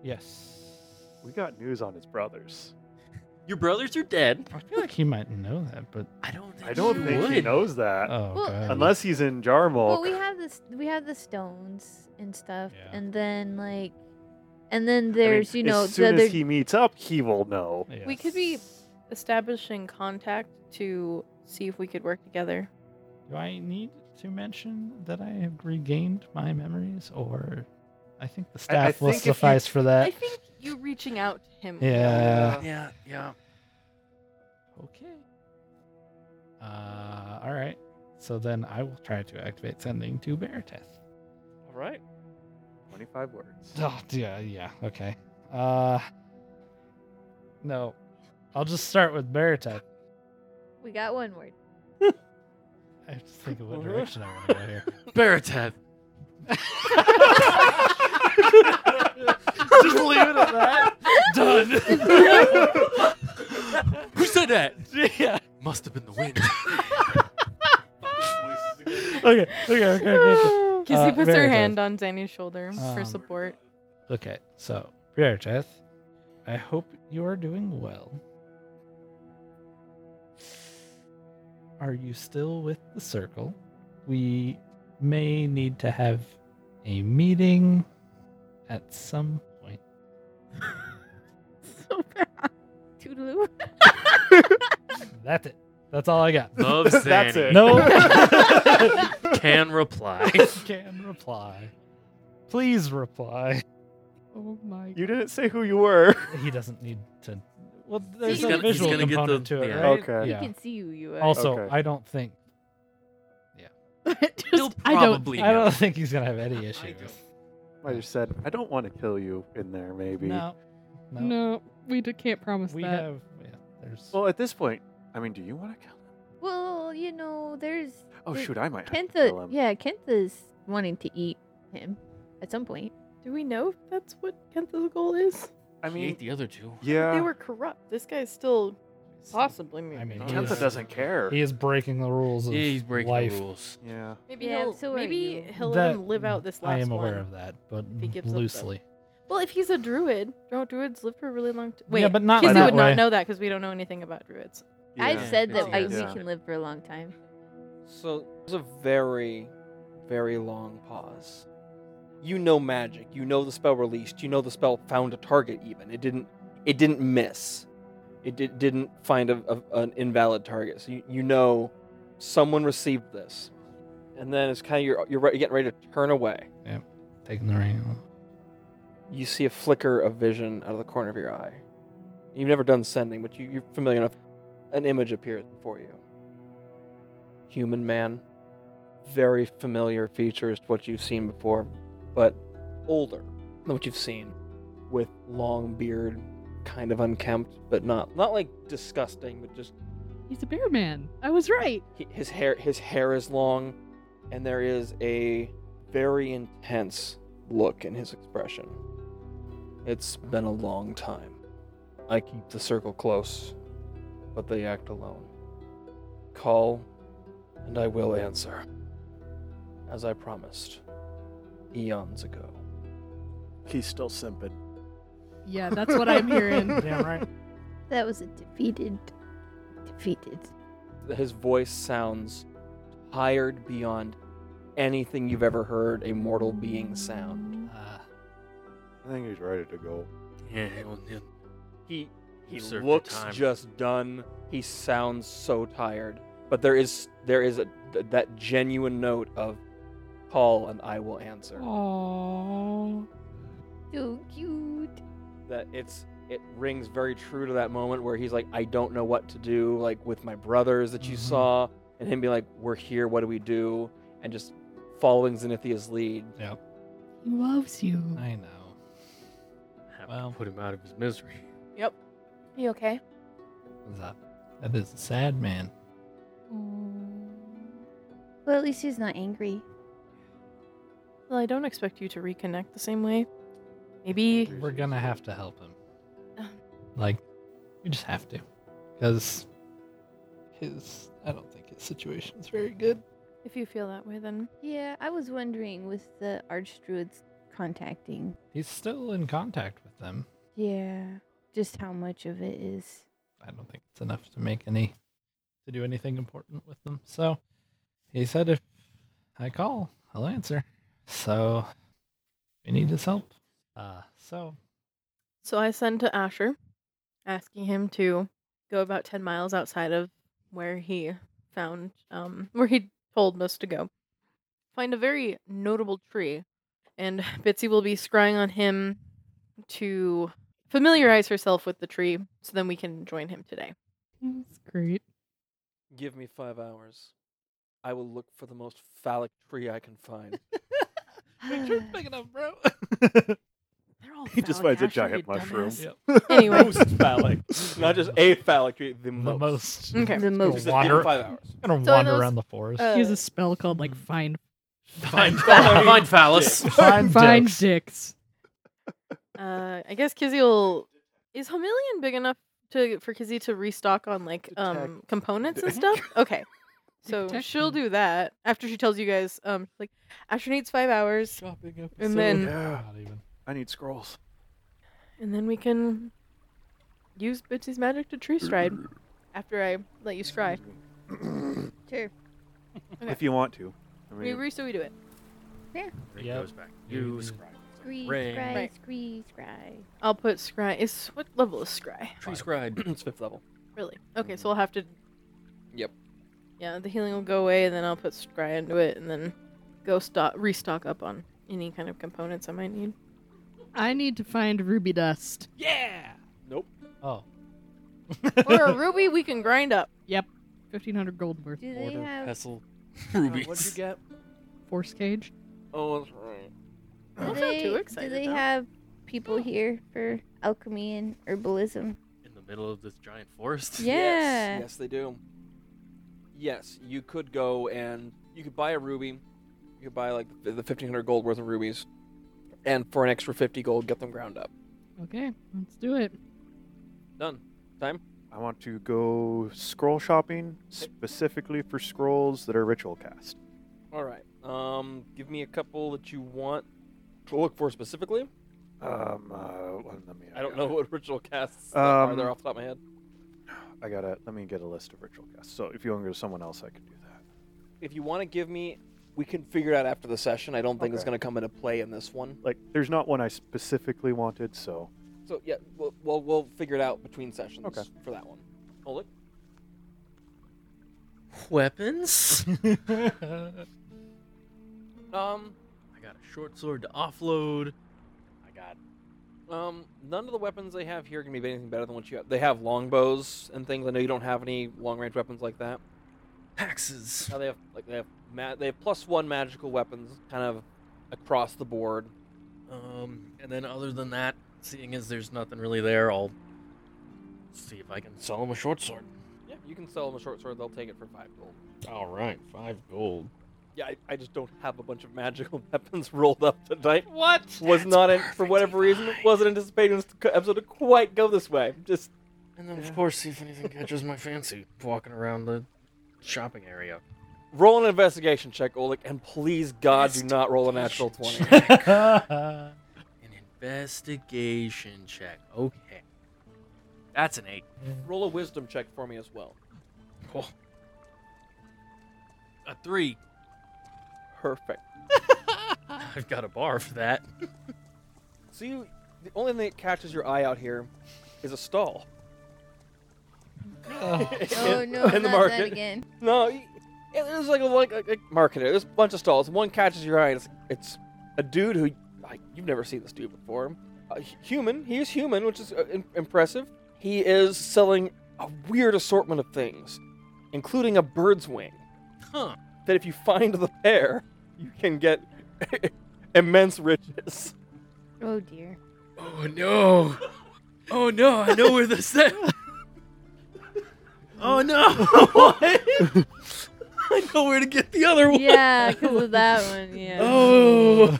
F: Yes.
G: We got news on his brothers.
H: Your brothers are dead.
F: I feel like he might know that, but
H: I don't think
G: I don't
H: you
G: think
H: would.
G: he knows that.
F: oh,
E: Well,
F: God.
G: Uh, Unless he's in Jarmulk.
E: Well, we have this. We have the stones and stuff,
F: Yeah.
E: and then like, and then
G: I mean,
E: there's you know
G: as soon
E: the
G: as
E: other.
G: he meets up, he will know.
F: Yeah.
B: We could be establishing contact to see if we could work together.
F: Do I need to mention that I have regained my memories, or I think the
G: I- I
F: staff will
G: think if you-
F: suffice for that?
B: I think you reaching out to him.
F: Uh, yeah.
H: Yeah, yeah.
F: Okay. Uh, all right. So then I will try to activate sending to Barateth.
D: All right.
G: 25 words.
F: Oh, yeah, yeah. Okay. Uh, no. I'll just start with Barateth.
E: We got one word.
F: I have to think of what direction I want to go here.
H: Barateth.
F: just leave it at that.
H: Who said that?
F: yeah.
H: Must have been the wind.
F: Okay. Okay. Okay. Okay.
B: Kizzy
F: Uh,
B: puts her
F: Meredith.
B: hand on Zanny's shoulder for
F: Um,
B: support.
F: okay. So, Barateth, I hope you are doing well. Are you still with the circle? We may need to have a meeting at some point.
E: So bad. Toodaloo.
F: That's it. That's all I got.
H: Love Zanny.
G: That's it.
F: No.
H: Can reply.
F: Can reply. Please reply.
C: Oh my
G: You didn't say who you were.
F: He doesn't need to. Well, there's
E: he's
F: a
E: gonna- he's
F: visual
H: gonna get
F: component
H: the-
F: to it,
H: yeah.
F: right?
G: Okay.
E: He
F: Yeah.
E: can see who you are.
F: Also,
G: Okay.
F: I don't think
C: Just-
H: He'll
C: I don't-
H: probably
F: I
H: know.
F: don't think he's gonna have any issues.
G: Might have said, I don't want to kill you in there, maybe.
F: No, no,
C: No, we d- can't promise
F: we
C: that.
F: have. Yeah, there's.
G: Well, at this point, I mean, do you want to kill him?
E: Well, you know, there's
G: Oh,
E: Wait,
G: shoot, I might have to kill
E: Kenta.
G: him.
E: Yeah, Kenta's wanting to eat him at some point.
B: Do we know if that's what Kentha's goal is?
G: I
H: he
G: mean,
H: ate the other two.
B: They
G: yeah.
B: were corrupt. This guy's still possibly.
F: I mean, he
G: Kenta
F: is,
G: doesn't care.
F: he is breaking the rules of
H: Yeah, he's breaking
F: life.
H: the rules.
G: Yeah.
B: Maybe
E: Yeah,
B: he'll
E: so are you.
B: maybe he'll
F: That-
B: let him live out this last
F: I am aware
B: one.
F: of that, but
B: he gives up, though.
F: loosely.
B: Well, if he's a druid, don't druids live for a really long time? Wait,
F: but not
B: Kizzy
G: that
B: would
F: way.
B: not know that because we don't know anything about druids.
E: I've
H: Yeah.
E: said that I,
H: Yeah.
E: we can live for a long time.
D: So there's a very, very long pause. You know magic. You know the spell released. You know the spell found a target. Even it didn't. It didn't miss. It did, didn't find a, a, an invalid target. So you, you know someone received this, and then it's kind of you're you're re- getting ready to turn away.
F: Taking the ring. off.
D: You see a flicker of vision out of the corner of your eye. You've never done sending, but you, you're familiar enough. An image appears before you. Human man. Very familiar features to what you've seen before, but older than what you've seen. With long beard, kind of unkempt, but not not like disgusting, but just
C: He's a bear man. I was right.
D: he- his hair his hair is long and there is a very intense look in his expression it's been a long time i keep the circle close but they act alone call and i will answer as i promised eons ago
G: He's still simping.
C: Yeah, that's what I'm hearing.
F: Damn right.
E: That was a defeated, defeated.
D: his voice sounds tired beyond anything you've ever heard a mortal being sound
F: Uh,
G: I think he's ready to go.
H: Yeah, he'll- he'll-
D: He he
H: You served your
D: looks
H: time.
D: just done. He sounds so tired, but there is there is a, th- that genuine note of call and I will answer.
C: Aww.
E: So cute.
D: That it's it rings very true to that moment where he's like, I don't know what to do, like with my brothers that you
F: Mhm.
D: saw, and him being like, We're here, what do we do? And just following Zenithia's lead.
C: He loves you.
F: I know.
H: have
F: Well.
H: to put him out of his misery.
B: You okay?
F: What's up? That is a sad man.
E: Mm. Well, at least he's not angry.
B: Well, I don't expect you to reconnect the same way. Maybe
F: We're gonna have to help him.
B: Um.
F: Like, we just have to, because his I don't think his situation is very good.
B: if you feel that way, then
E: Yeah, I was wondering with the archdruids contacting.
F: He's still in contact with them.
E: Yeah, just how much of it is.
F: I don't think it's enough to make any to do anything important with them. So he said if I call, I'll answer. So we need his help. Uh so
B: So I send to Asher, asking him to go about 10 miles outside of where he found, um, where he told us to go. Find a very notable tree, and Bitsy will be scrying on him to familiarize herself with the tree so then we can join him today.
C: That's great.
D: Give me five hours. I will look for the most phallic tree I can find.
F: Your true's big enough, bro.
B: They're all
G: He just
B: phallic,
G: finds
B: Asher,
G: a
B: you
G: giant mushroom.
B: dumbass.
F: Yep.
B: Anyway,
D: most phallic. Not just a phallic tree, the,
F: the
D: most.
F: most.
B: Okay.
E: The
D: Just
E: most.
D: give me
F: Water.
D: five hours.
F: I'm gonna
B: So
F: wander
B: those,
F: around the forest.
B: uh,
C: He has a spell called like find
H: Fine, fine phallus.
F: Find
C: find
F: dicks.
C: dicks.
B: uh, I guess Kizzy will. Is Homilion big enough to for Kizzy to restock on like um
G: Detect
B: components and
G: dick.
B: stuff? Okay. So she'll
C: Detection.
B: do that after she tells you guys, um, like, Asher needs five hours,
F: Shopping
B: And then-
G: Yeah.
F: Not even.
G: I need scrolls.
B: and then we can use Bitsy's magic to tree stride. After I let you scry,
E: Sure.
B: Okay.
G: If you want to. I
B: we
G: mean,
B: agree, so we do it.
H: It
F: Yep.
H: goes back. You scribe.
E: Scree,
H: Ring.
E: scry,
B: Right.
E: scree, scry.
B: I'll put scry. Is what level is scry?
H: Tree scribe.
D: it's fifth level.
B: Really? Okay, so we'll have to.
D: Yep.
B: Yeah, the healing will go away, and then I'll put scry into it, and then go stock restock up on any kind of components I might need.
C: I need to find ruby dust.
D: Nope.
F: Oh.
B: or a ruby we can grind up.
C: Yep. 1500 gold worth.
E: Do they have?
D: pestle. Uh,
H: Rubies.
D: what'd you get?
C: Force cage.
D: Oh, that's right.
E: Do
B: Don't sound
E: they,
B: too
E: do
B: excited,
E: they
B: though.
E: have people here for alchemy and herbalism?
H: In the middle of this giant forest.
E: Yeah.
D: Yes, yes, they do. Yes, you could go and you could buy a ruby. You could buy like the, the 1500 gold worth of rubies, and for an extra 50 gold, get them ground up.
C: Okay, let's do it.
D: Done.
G: I want to go scroll shopping specifically for scrolls that are ritual cast.
D: All right. Um, give me a couple that you want to look for specifically.
G: Um, uh, well, let me.
D: I don't know what ritual casts are.
G: Um,
D: They're off the top of my head.
G: I gotta. Let me get a list of ritual casts. So if you want to go to someone else, I can do that.
D: If you want to give me, we can figure it out after the session. I don't think it's
G: Okay.
D: going to come into play in this one.
G: Like, there's not one I specifically wanted, so
D: So yeah, we'll we'll, we'll figure it out between sessions
G: Okay.
D: for that one. Hold it.
H: Weapons.
D: Um.
H: I got a short sword to offload. I got
D: Um, none of the weapons they have here can be anything better than what you have. They have longbows and things. I know you don't have any long range weapons like that.
H: axes.
D: Now they have like they have ma- they have plus one magical weapons kind of across the board.
H: Um, and then other than that, seeing as there's nothing really there, I'll see if I can sell him a short sword.
D: Yeah, you can sell them a short sword. They'll take it for five gold.
H: All right, five gold.
D: Yeah, I, I just don't have a bunch of magical weapons rolled up tonight. What was not in, for whatever reason wasn't anticipating this c- episode to quite go this way. Just
H: And then, of course, see if anything catches my fancy walking around the shopping area.
D: roll an investigation check, Oleg, and please God do
H: Best
D: not roll a natural twenty.
H: An investigation check. Okay. That's an eight.
D: roll a wisdom check for me as well.
H: Cool. A three.
D: Perfect.
H: I've got a bar for that.
D: So you, the only thing that catches your eye out here is a stall.
E: Oh
D: In-
E: no,
D: in the
E: not
D: market.
E: that again.
D: No, y- it, there's like a like, like, like market. There's a bunch of stalls. One catches your eye. And it's, it's a dude who like, you've never seen this dude before. A hu- human. He is human, which is uh, im- impressive. He is selling a weird assortment of things, including a bird's wing
H: Huh.
D: that if you find the pair, you can get immense riches.
E: Oh dear.
H: Oh no. Oh no, I know where this is. Oh no. What? I know where to get the other one.
E: Yeah, because of that one. Yeah.
H: Oh.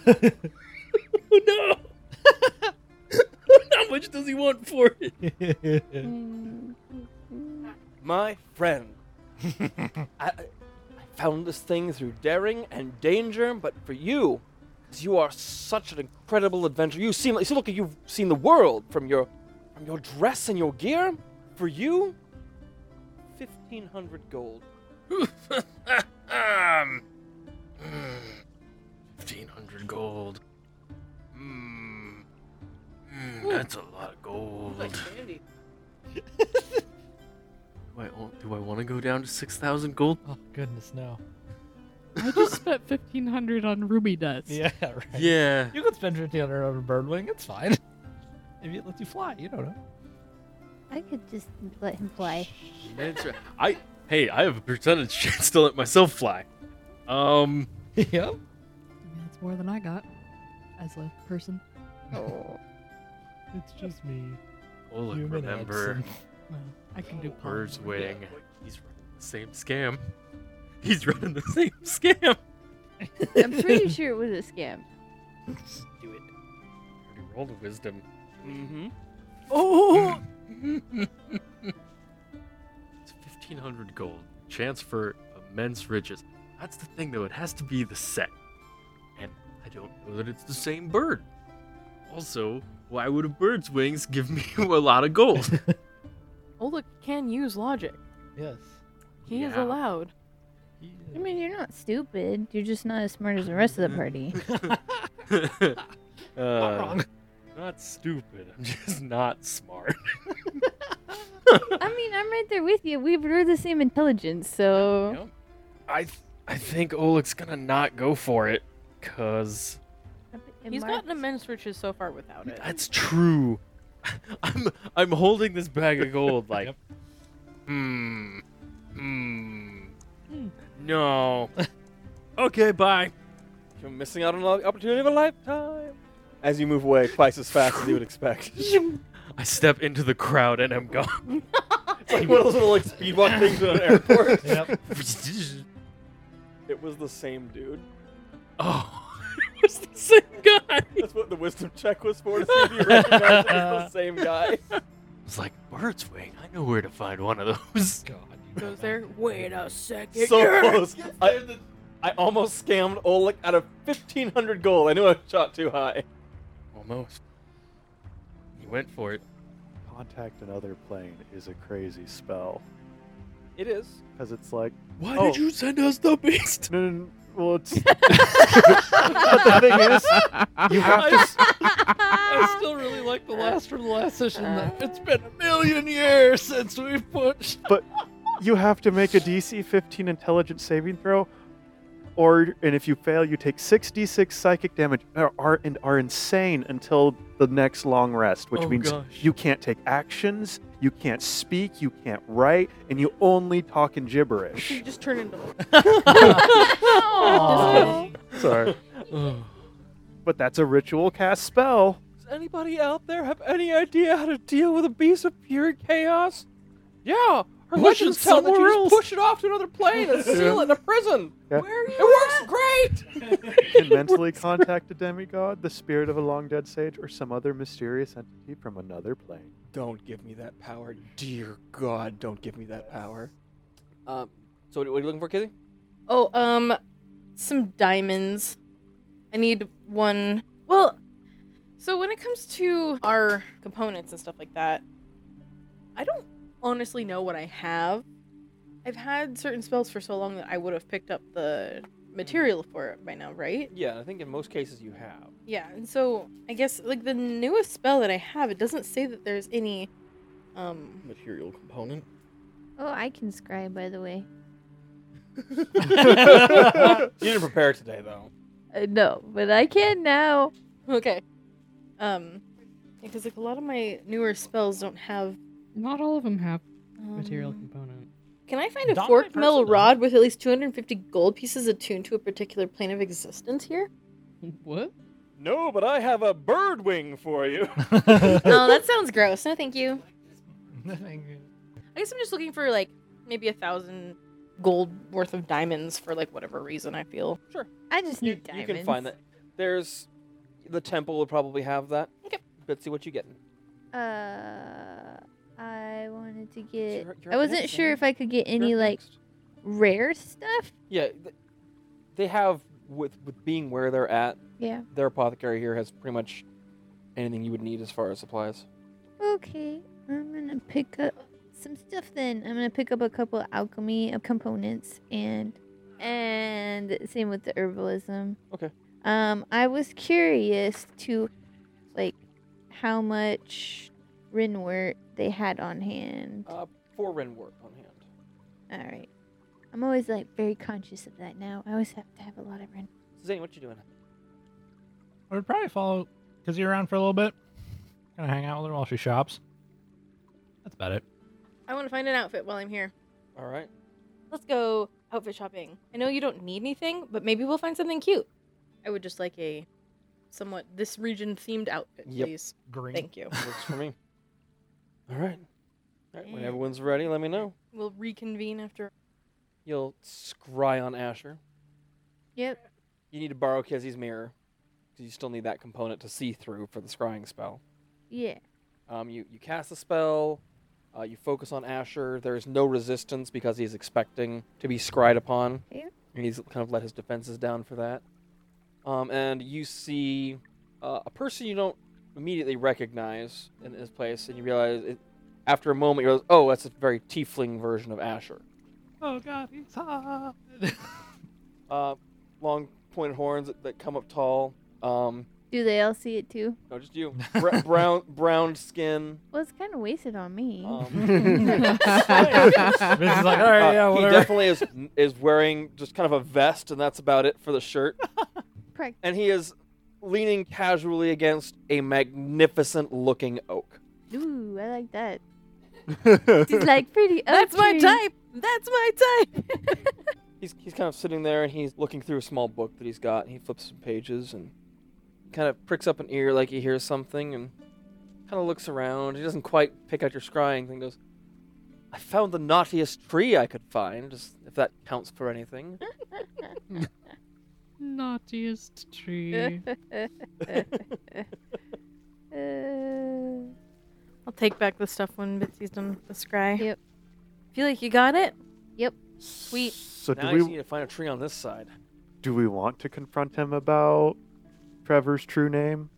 H: oh no. How much does he want for it?
D: My friend, I, I found this thing through daring and danger, but for you, 'cause you are such an incredible adventurer. You seem like, see, look, you've seen the world from your, from your dress and your gear. For you, 1500 gold.
H: um, fifteen hundred gold. Mm, mm, that's a lot of gold. Do I, o- do I want to go down to six thousand gold?
F: Oh goodness, no.
C: I just spent fifteen hundred on ruby dust.
F: Yeah, right.
H: Yeah.
F: You could spend fifty on a bird wing. It's fine. Maybe it lets you fly. You don't know.
E: I could just let him fly.
H: That's right. I hey, I have a percentage chance to let myself fly. Um,
F: yep.
C: I mean, that's more than I got as a person.
F: It's just me.
H: well, oh, look,
F: Human
H: remember
F: Edson.
C: Well, I can do
H: Bird's
C: palm.
H: Wing. He's running the same scam. He's running the same scam.
E: I'm pretty sure it was a scam.
D: Do it.
H: Already rolled a wisdom.
D: Mm-hmm.
C: Oh,
H: It's 1500 gold. Chance for immense riches. That's the thing, though. It has to be the set. And I don't know that it's the same bird. Also, why would a bird's wings give me a lot of gold?
B: Ola can use logic.
F: Yes.
B: He is
H: Yeah.
B: allowed.
E: I mean, you're not stupid. You're just not as smart as the rest
D: Mm-hmm.
E: of the party.
H: Uh,
F: wrong.
H: Not stupid. I'm just not smart.
E: I mean, I'm right there with you. We we're the same intelligence, so
H: I th- I think Oleg's gonna not go for it, cause
B: He's gotten immense riches so far without it.
H: that's true. I'm I'm holding this bag of gold like
F: Yep.
H: Hmm. Hmm. No. okay, bye.
D: You're missing out on an opportunity of a lifetime. As you move away, twice as fast as you would expect.
H: I step into the crowd and I'm gone.
D: it's like one of those little like speedwalk things at an airport.
F: Yep.
D: It was the same dude.
H: oh, it was the same guy.
D: That's what the wisdom check was for to see if you recognized it as the same guy.
H: It's like bird's wing. I know where to find one of those.
F: God. You
B: Goes there. Wait a second.
D: so close. I, I almost scammed Oleg out of 1500 gold. I knew I shot too high.
H: Almost. You went for it.
G: Contact another plane is a crazy spell
D: It is.
G: because it's like
H: Why
G: Oh.
H: did you send us the beast?
G: no, no, no, well, it's. but the thing is, you have to. s-
D: I still really like the last
F: from the last session.
D: Uh.
F: it's been a million years since we pushed.
G: you have to make a DC 15 intelligence saving throw, or and if you fail, you take 6d6 psychic damage and are, and are insane until the next long rest, which
H: oh
G: means
H: gosh.
G: you can't take actions, you can't speak, you can't write, and you only talk in
B: You
G: gibberish.
B: just turn into.
E: Aw.
G: Sorry, but that's a ritual cast spell.
D: Does anybody out there have any idea how to deal with a beast of pure chaos? Yeah, her
H: Push it
D: legends tell that you
H: somewhere
D: just
H: else.
D: push it off to another plane and seal it in a prison.
G: Yeah.
B: Where are you?
D: It works great.
G: can mentally contact a demigod, the spirit of a long dead sage, or some other mysterious entity from another plane.
D: Don't give me that power, dear God! Don't give me that power. Um, so what what are you looking for, Kizzy?
B: Oh, um, some diamonds. I need one. Well, so when it comes to our components and stuff like that, I don't honestly know what I have. I've had certain spells for so long that I would have picked up the material for it by now, right?
D: Yeah, I think in most cases you have.
B: Yeah, and so I guess like the newest spell that I have, it doesn't say that there's any um
H: Material component.
E: oh, I can scry, by the way.
D: you didn't prepare today, though.
E: Uh, no, but I can now.
B: okay. Um because like a lot of my newer spells don't have
C: Not all of them have
B: um,
C: material component.
B: Can I find a
F: Dominant
B: forked
F: person,
B: metal
F: though.
B: rod with at least 250 gold pieces attuned to a particular plane of existence here?
C: What?
D: No, but I have a bird wing for you.
B: no, that sounds gross. No, thank you.
F: Nothing.
B: I guess I'm just looking for like maybe a thousand gold worth of diamonds for like whatever reason I feel.
E: I just
D: you,
E: need
D: you
E: diamonds.
D: can find that. There's the temple would probably have that.
B: Okay.
D: Betsy, what you getting?
E: Uh, I wanted to get.
D: You're- you're
E: Uh, I
D: up
E: wasn't
D: next,
E: sure
D: Amy.
E: if I could get
D: You're
E: any
D: up
E: like
D: next.
E: rare stuff.
D: Yeah, th- they have with with being where they're at.
E: Yeah.
D: Their apothecary here has pretty much anything you would need as far as supplies.
E: Okay, I'm gonna pick up some stuff then. I'm gonna pick up a couple of alchemy uh, components and and same with the herbalism.
D: Okay.
E: Um, I was curious to like how much Rinwort they had on hand.
D: Uh, four Ren work on hand.
E: All right. I'm always like very conscious of that now. I always have to have a lot of Rinwort.
D: Zane, what you doing?
F: I would probably follow because you're around for a little bit. Gonna hang out with her while she shops. That's about it.
B: I want to find an outfit while I'm here.
D: All right.
B: Let's go outfit shopping. I know you don't need anything, but maybe we'll find something cute. I would just like a somewhat this region themed outfit,
D: Yep.
B: please.
F: Green.
B: Thank you.
D: Works for me. All right. All right. When
E: Yeah.
D: everyone's ready, let me know.
B: We'll reconvene after.
D: You'll scry on Asher.
E: Yep.
D: You need to borrow Kizzy's mirror because you still need that component to see through for the scrying spell.
E: Yeah.
D: Um, you, you cast the spell. Uh, you focus on Asher. There is no resistance because he's expecting to be scried upon.
E: Yeah.
D: And he's kind of let his defenses down for that. Um, and you see uh, a person you don't immediately recognize in this place, and you realize it, after a moment, you realize, oh, that's a very tiefling version of Asher.
F: Oh god, he's hot.
D: Uh, long pointed horns that, that come up tall. Um,
E: Do they all see it too?
D: no, just you. Br- brown, brown skin.
E: Well, it's kind of wasted on me.
A: Oh.
D: Um,
F: Vince is like, all right,
D: Uh,
F: yeah,
D: he
F: whatever.
D: definitely is is wearing just kind of a vest, and that's about it for the shirt.
E: Correct.
D: And he is leaning casually against a magnificent looking oak.
E: Ooh, I like that. She's like pretty. oak
B: That's my
E: tree.
B: type. That's my type.
D: He's he's kind of sitting there and he's looking through a small book that he's got. And he flips some pages and kind of pricks up an ear like he hears something, and kind of looks around. He doesn't quite pick out your scrying thing. Goes, I found the knottiest tree I could find. Just if that counts for anything.
C: Naughtiest tree.
E: Uh,
B: I'll take back the stuff when Bitsy's done with the scry.
E: Yep.
B: Feel like you got it?
G: Sweet. So
D: now I
G: do
D: just
G: we
D: need to find a tree on this side.
G: do we want to confront him about Trevor's true name?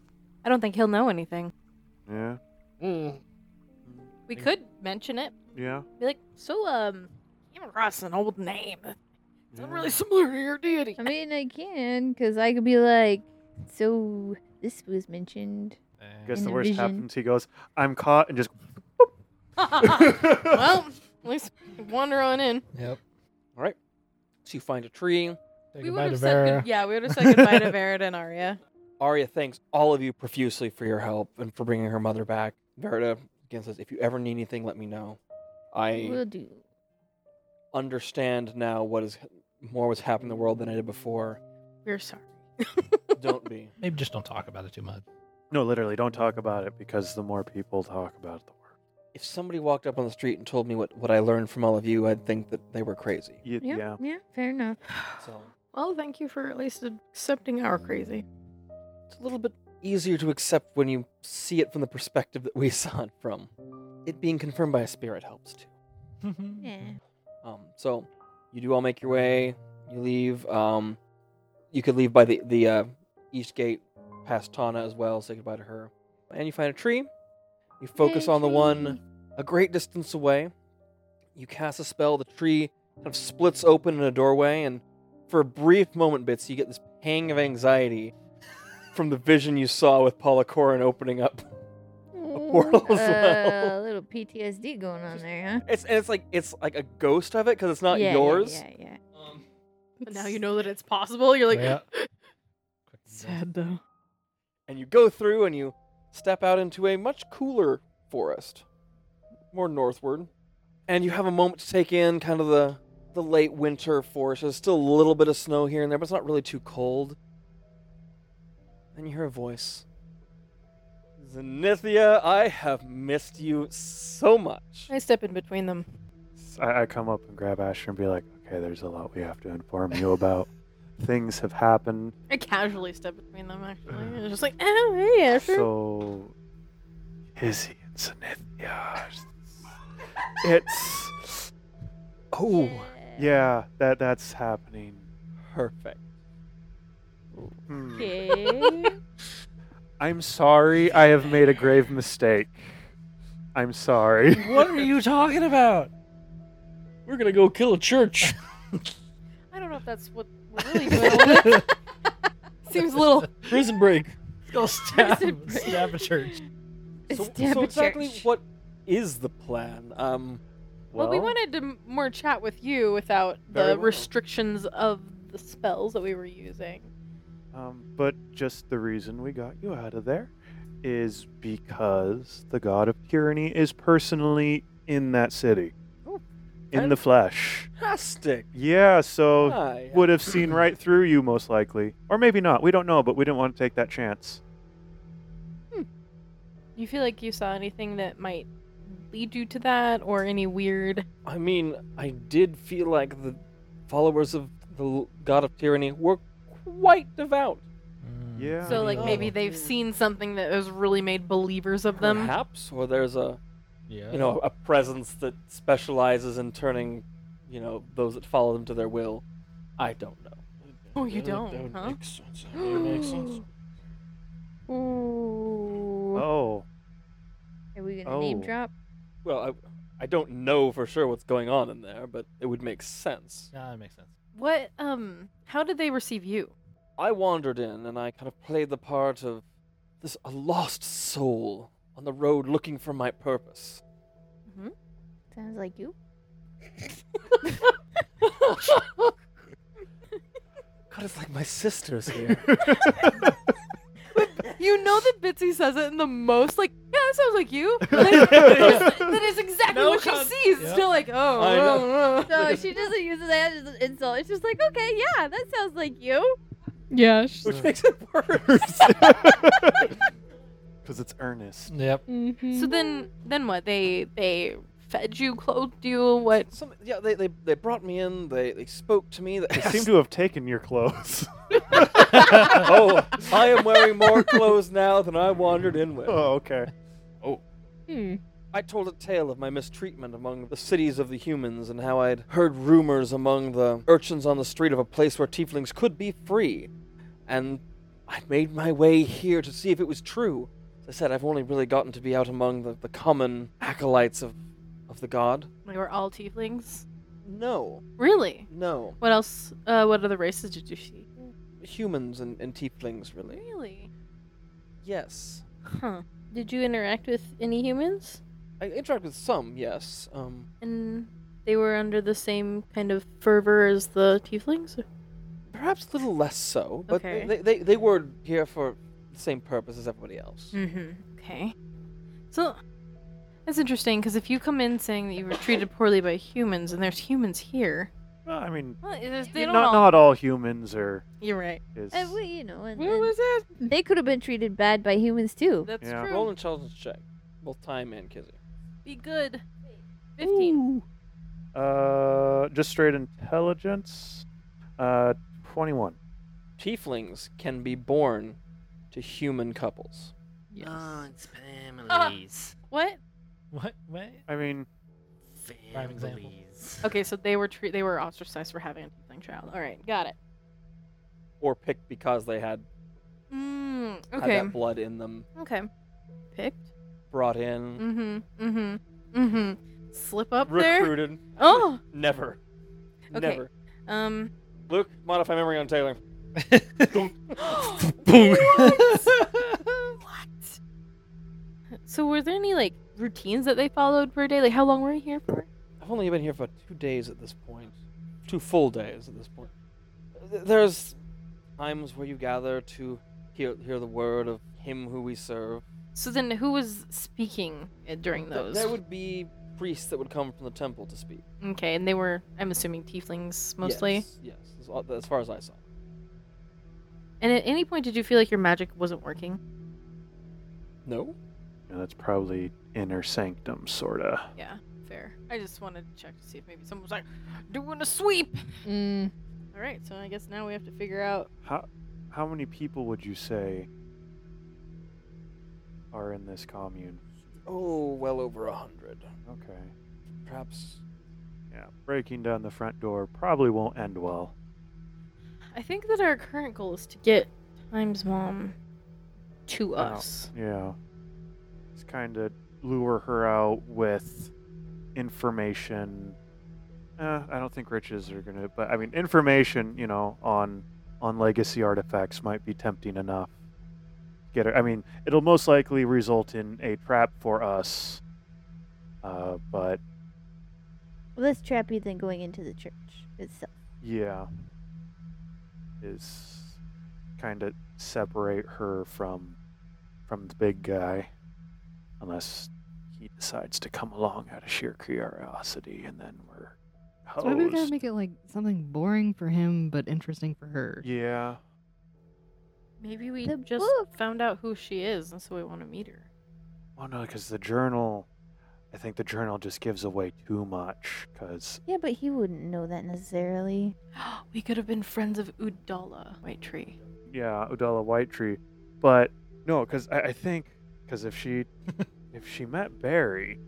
B: I don't think he'll know anything.
G: Yeah.
B: We
H: Think-
B: could mention it.
G: Yeah.
B: Be like, so um, came across an old name. It's
G: yeah.
B: really similar to your deity.
E: I mean, I can, cause I could be like, so this was mentioned.
G: guess
E: in
G: the
E: a
G: worst
E: vision.
G: happens. He goes, "I'm caught," and just.
B: well, at least wander on in.
F: Yep.
D: So you find a tree.
F: Say
B: we
F: goodbye
B: would
F: to
B: have said
F: Vera.
B: good- yeah, we would have said goodbye to Verida and Arya.
D: Arya thanks all of you profusely for your help and for bringing her mother back. Verda again says, if you ever need anything, let me know. I
E: We'll do.
D: understand now what is more what's happened in the world than I did before.
B: We're sorry.
D: Don't be.
F: Maybe just don't talk about it too much.
G: No, literally, don't talk about it because the more people talk about it, the worse.
D: If somebody walked up on the street and told me what, what I learned from all of you, I'd think that they were crazy.
G: Y-
E: Yeah, yeah. fair enough.
D: So
B: Well, thank you for at least accepting our crazy.
D: it's a little bit easier to accept when you see it from the perspective that we saw it from. It being confirmed by a spirit helps too.
E: Yeah.
D: Um, so you do all make your way. You leave. Um, you could leave by the the uh, east gate, past Tana as well. Say goodbye to her. And you find a tree. You focus
E: Yay,
D: on the
E: tree.
D: one a great distance away. You cast a spell. The tree kind of splits open in a doorway, and for a brief moment, bits you get this pang of anxiety from the vision you saw with Polycorin opening up. portal
E: Ooh,
D: as well.
E: uh, A little PTSD going on there, huh?
D: It's and it's like it's like a ghost of it because it's not
E: Yeah, yeah,
D: yours.
E: Yeah, yeah.
D: Um,
B: But now you know that it's possible. You're like,
F: Yeah. Quick and
C: Sad though.
D: and you go through and you step out into a much cooler forest, more northward, and you have a moment to take in kind of the the late winter forest. There's still a little bit of snow here and there, but it's not really too cold. Then you hear a voice. Zenithia, I have missed you so much.
B: I step in between them.
G: S- I, I come up and grab Asher and be like, "Okay, there's a lot we have to inform you about. Things have happened,
B: I casually step between them, actually. And it's just like, oh, hey, Asher.
G: so is he in Zenithia? It's
D: Oh,
G: yeah, that that's happening.
D: perfect.
G: Hmm.
E: Okay.
G: I'm sorry, I have made a grave mistake. I'm sorry.
I: What are you talking about?
D: We're gonna go kill a church.
B: I don't know if that's what we're really doing. Seems a little.
D: Prison break.
F: Go stab,
B: Prison break.
F: stab a church.
E: It's
D: so,
E: damn
D: so
E: a
D: exactly
E: church.
D: what is the plan? Um,
B: Well,
D: well,
B: we wanted to m- more chat with you without
D: Very
B: the
D: well.
B: restrictions of the spells that we were using.
G: Um, but just the reason we got you out of there is because the god of tyranny is personally in that city,
D: Oh,
G: in
D: and-
G: the flesh.
D: fantastic.
G: Yeah,
B: Ah,
G: so
D: Hi.
G: would have seen right through you most likely, or maybe not. We don't know, but we didn't want to take that chance.
B: You feel like you saw anything that might lead you to that, or any weird?
D: I mean, I did feel like the followers of the l- god of tyranny were quite devout.
G: Yeah.
B: Mm. So, like
D: Oh.
B: maybe they've seen something that has really made believers of them.
D: Perhaps, or there's a
F: Yeah.
D: you know a presence that specializes in turning, you know, those that follow them to their will. I don't know.
B: Oh, you don't, huh?
E: Ooh.
G: Oh,
E: Are we gonna
G: Oh.
E: name drop?
D: Well, I, I don't know for sure what's going on in there, but it would make sense.
F: Yeah, that makes sense.
B: What? Um. How did they receive you?
D: I wandered in and I kind of played the part of this a lost soul on the road looking for my purpose.
E: Sounds like you.
D: God, it's like my sister's here.
B: You know that Bitsy says it in the most like, yeah, that sounds like you. Like, that, is, that is exactly
F: No
B: what she
F: con-
B: sees.
F: Yep.
B: Still like, oh,
D: I know.
B: oh, oh.
E: No, she doesn't use that as an insult. It's just like, okay, yeah, that sounds like you.
C: Yeah. sh-
D: Which makes it worse.
G: because it's earnest.
F: Yep.
C: mhm.
B: So then, then what? They they fed you, clothed you. What?
D: Some, yeah, they, they, they brought me in, they, they spoke to me. They
G: They seem to have taken your clothes.
D: oh, I am wearing more clothes now than I wandered in with.
G: oh, okay.
C: Hmm.
D: I told a tale of my mistreatment among the cities of the humans and how I'd heard rumors among the urchins on the street of a place where tieflings could be free. And I made my way here to see if it was true. As I said, I've only really gotten to be out among the, the common acolytes of, of the god.
B: They were all tieflings.
D: No,
B: Really?
D: no.
B: What else? Uh, what other races did you see?
D: Humans and, and tieflings, really.
B: Really?
D: Yes.
B: Huh. Did you interact with any humans?
D: I interact with some, yes. Um,
B: And they were under the same kind of fervor as the tieflings?
D: perhaps a little less so, but they-
B: Okay.
D: they, they, they were here for the same purpose as everybody else.
B: Mm-hmm. Okay. So that's interesting because if you come in saying that you were treated poorly by humans and there's humans here,
G: Well, I mean,
B: well, there's- they
G: not
B: don't all...
G: not all humans are.
B: You're right.
G: Is,
E: And we, you know, and,
C: Where
E: and
C: was it?
E: they could have been treated bad by humans too.
B: That's
G: Yeah.
B: true.
D: Roll an intelligence check. Both time and Kizzy.
B: Be good. Fifteen.
G: uh, just straight intelligence. Uh, twenty-one.
D: Tieflings can be born to human couples.
C: Yes.
H: Aunts, families.
B: What?
F: What? What?
G: I mean,
F: Prime example.
H: families.
B: Okay, so they were tre- they were ostracized for having a tiefling child. All right, got it.
D: Or picked because they had,
B: Mm,
D: had
B: okay.
D: that blood in them.
B: Okay. Picked.
D: Brought in.
G: Mm.
B: Mm-hmm. Mm-hmm. Mm-hmm. Slip up there.
D: recruited.
B: Oh.
D: Never.
B: Okay.
D: Never.
B: Um.
D: Luke, modify memory on Taylor.
B: What? So were there any like routines that they followed per day? Like how long were you here for?
D: I've only been here for two days at this point. Two full days at this point. Th- There's times where you gather to hear, hear the word of him who we serve.
B: So then who was speaking uh, during
D: Th-
B: those?
D: There would be priests that would come from the temple to speak.
B: Okay, and they were I'm assuming tieflings mostly.
D: Yes, yes as, uh, as far as I saw.
B: And at any point did you feel like your magic wasn't working?
D: No?
G: yeah, that's probably inner sanctum, sorta.
B: Yeah, fair. I just wanted to check to see if maybe someone was like doing a sweep.
C: Mm.
B: All right, so I guess now we have to figure out
G: How how many people would you say are in this commune?
D: Oh, well over a hundred.
G: Okay.
D: Perhaps.
G: Yeah, breaking down the front door probably won't end well.
B: I think that our current goal is to get Time's mom to
G: Wow.
B: us.
G: Yeah. It's kind of lure her out with information. Eh, I don't think riches are gonna, but I mean, information, you know, on on legacy artifacts might be tempting enough. Get her. I mean, it'll most likely result in a trap for us. Uh, but
E: Less trappy than going into the church itself.
G: yeah, is kind of separate her from from the big guy, unless he decides to come along out of sheer curiosity, and then we're Oh,
C: So maybe we gotta
G: hosed.
C: make it like something boring for him but interesting for her.
G: Yeah,
B: Maybe we
E: The
B: just
E: book.
B: found out who she is, and so we want to meet her.
G: Well, no, because the journal, I think the journal just gives away too much. Because
E: Yeah, but he wouldn't know that necessarily.
B: we could have been friends of Udala, White Tree.
G: yeah, Udala Whitetree, but no, because I, I think because if she if she met Barry,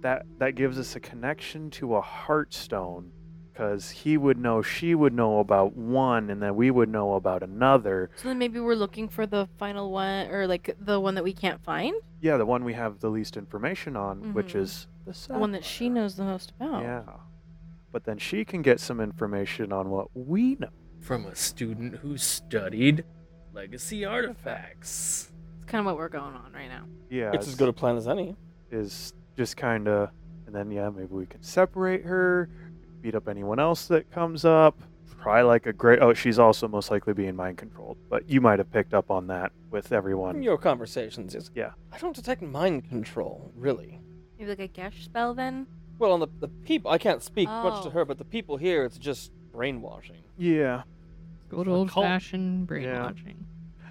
G: that that gives us a connection to a Heartstone. Because he would know, she would know about one, and then we would know about another.
B: So then maybe we're looking for the final one, or like the one that we can't find,
G: Yeah, the one we have the least information on, which
B: Mhm.
G: is the
B: the one that she
G: sapphire.
B: knows the most about.
G: Yeah, but then she can get some information on what we know.
H: From a student who studied legacy artifacts.
B: It's kind of what we're going on right now.
G: Yeah,
D: It's as good a plan as any.
G: is just kind of and then yeah maybe we can separate her beat up anyone else that comes up try like a great oh she's also most likely being mind controlled but you might have picked up on that with
D: From
G: everyone
D: your conversations, is
G: Yeah.
D: I don't detect mind control, really.
B: Maybe like a gash spell then.
D: Well, on the the people, I can't speak much to
B: Oh.
D: her, but the people here, it's just brainwashing.
G: yeah
C: Good
F: A
C: old
F: cult.
C: fashioned brainwashing.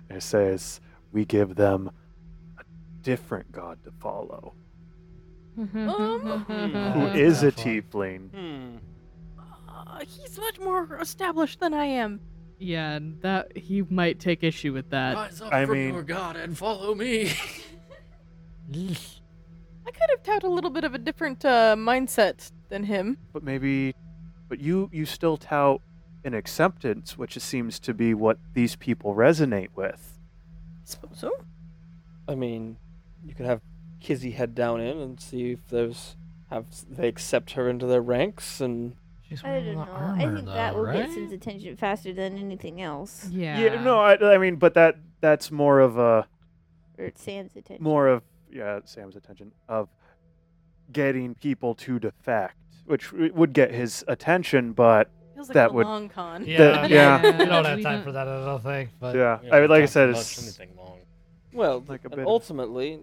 G: it says we give them a different god to follow
C: Um, Mm-hmm.
G: who
F: Uh,
G: is a
F: tough one.
G: tiefling
A: Mm.
D: Hmm.
B: Uh, he's much more established than I am.
C: Yeah, and that he might take issue with that.
H: Rise up
G: I
H: from
G: mean-
H: your god and follow me.
B: I could have had a little bit of a different uh, mindset than him.
G: but maybe but you you still tout an acceptance which seems to be what these people resonate with
B: suppose so.
D: I mean, you could have Kizzy head down in and see if there's have they accept her into their ranks and
F: She's
E: I
F: wearing
E: don't
F: the
E: know.
F: armor,
E: I think
F: though,
E: that will
F: right?
E: get Sim's attention faster than anything else.
C: Yeah.
G: no I, I mean but that that's more of a
E: Or Sam's attention.
G: more of yeah Sam's attention of getting people to defect, which w- would get his attention. But
B: Feels like
G: That
B: a
G: would-
B: long con.
F: Yeah,
G: yeah.
F: we don't have
C: we
F: time
C: don't-
F: for that. I don't think. But
G: yeah, I mean, like I said, it's,
H: anything long.
D: well,
G: Like a
D: and
G: bit of-
D: ultimately,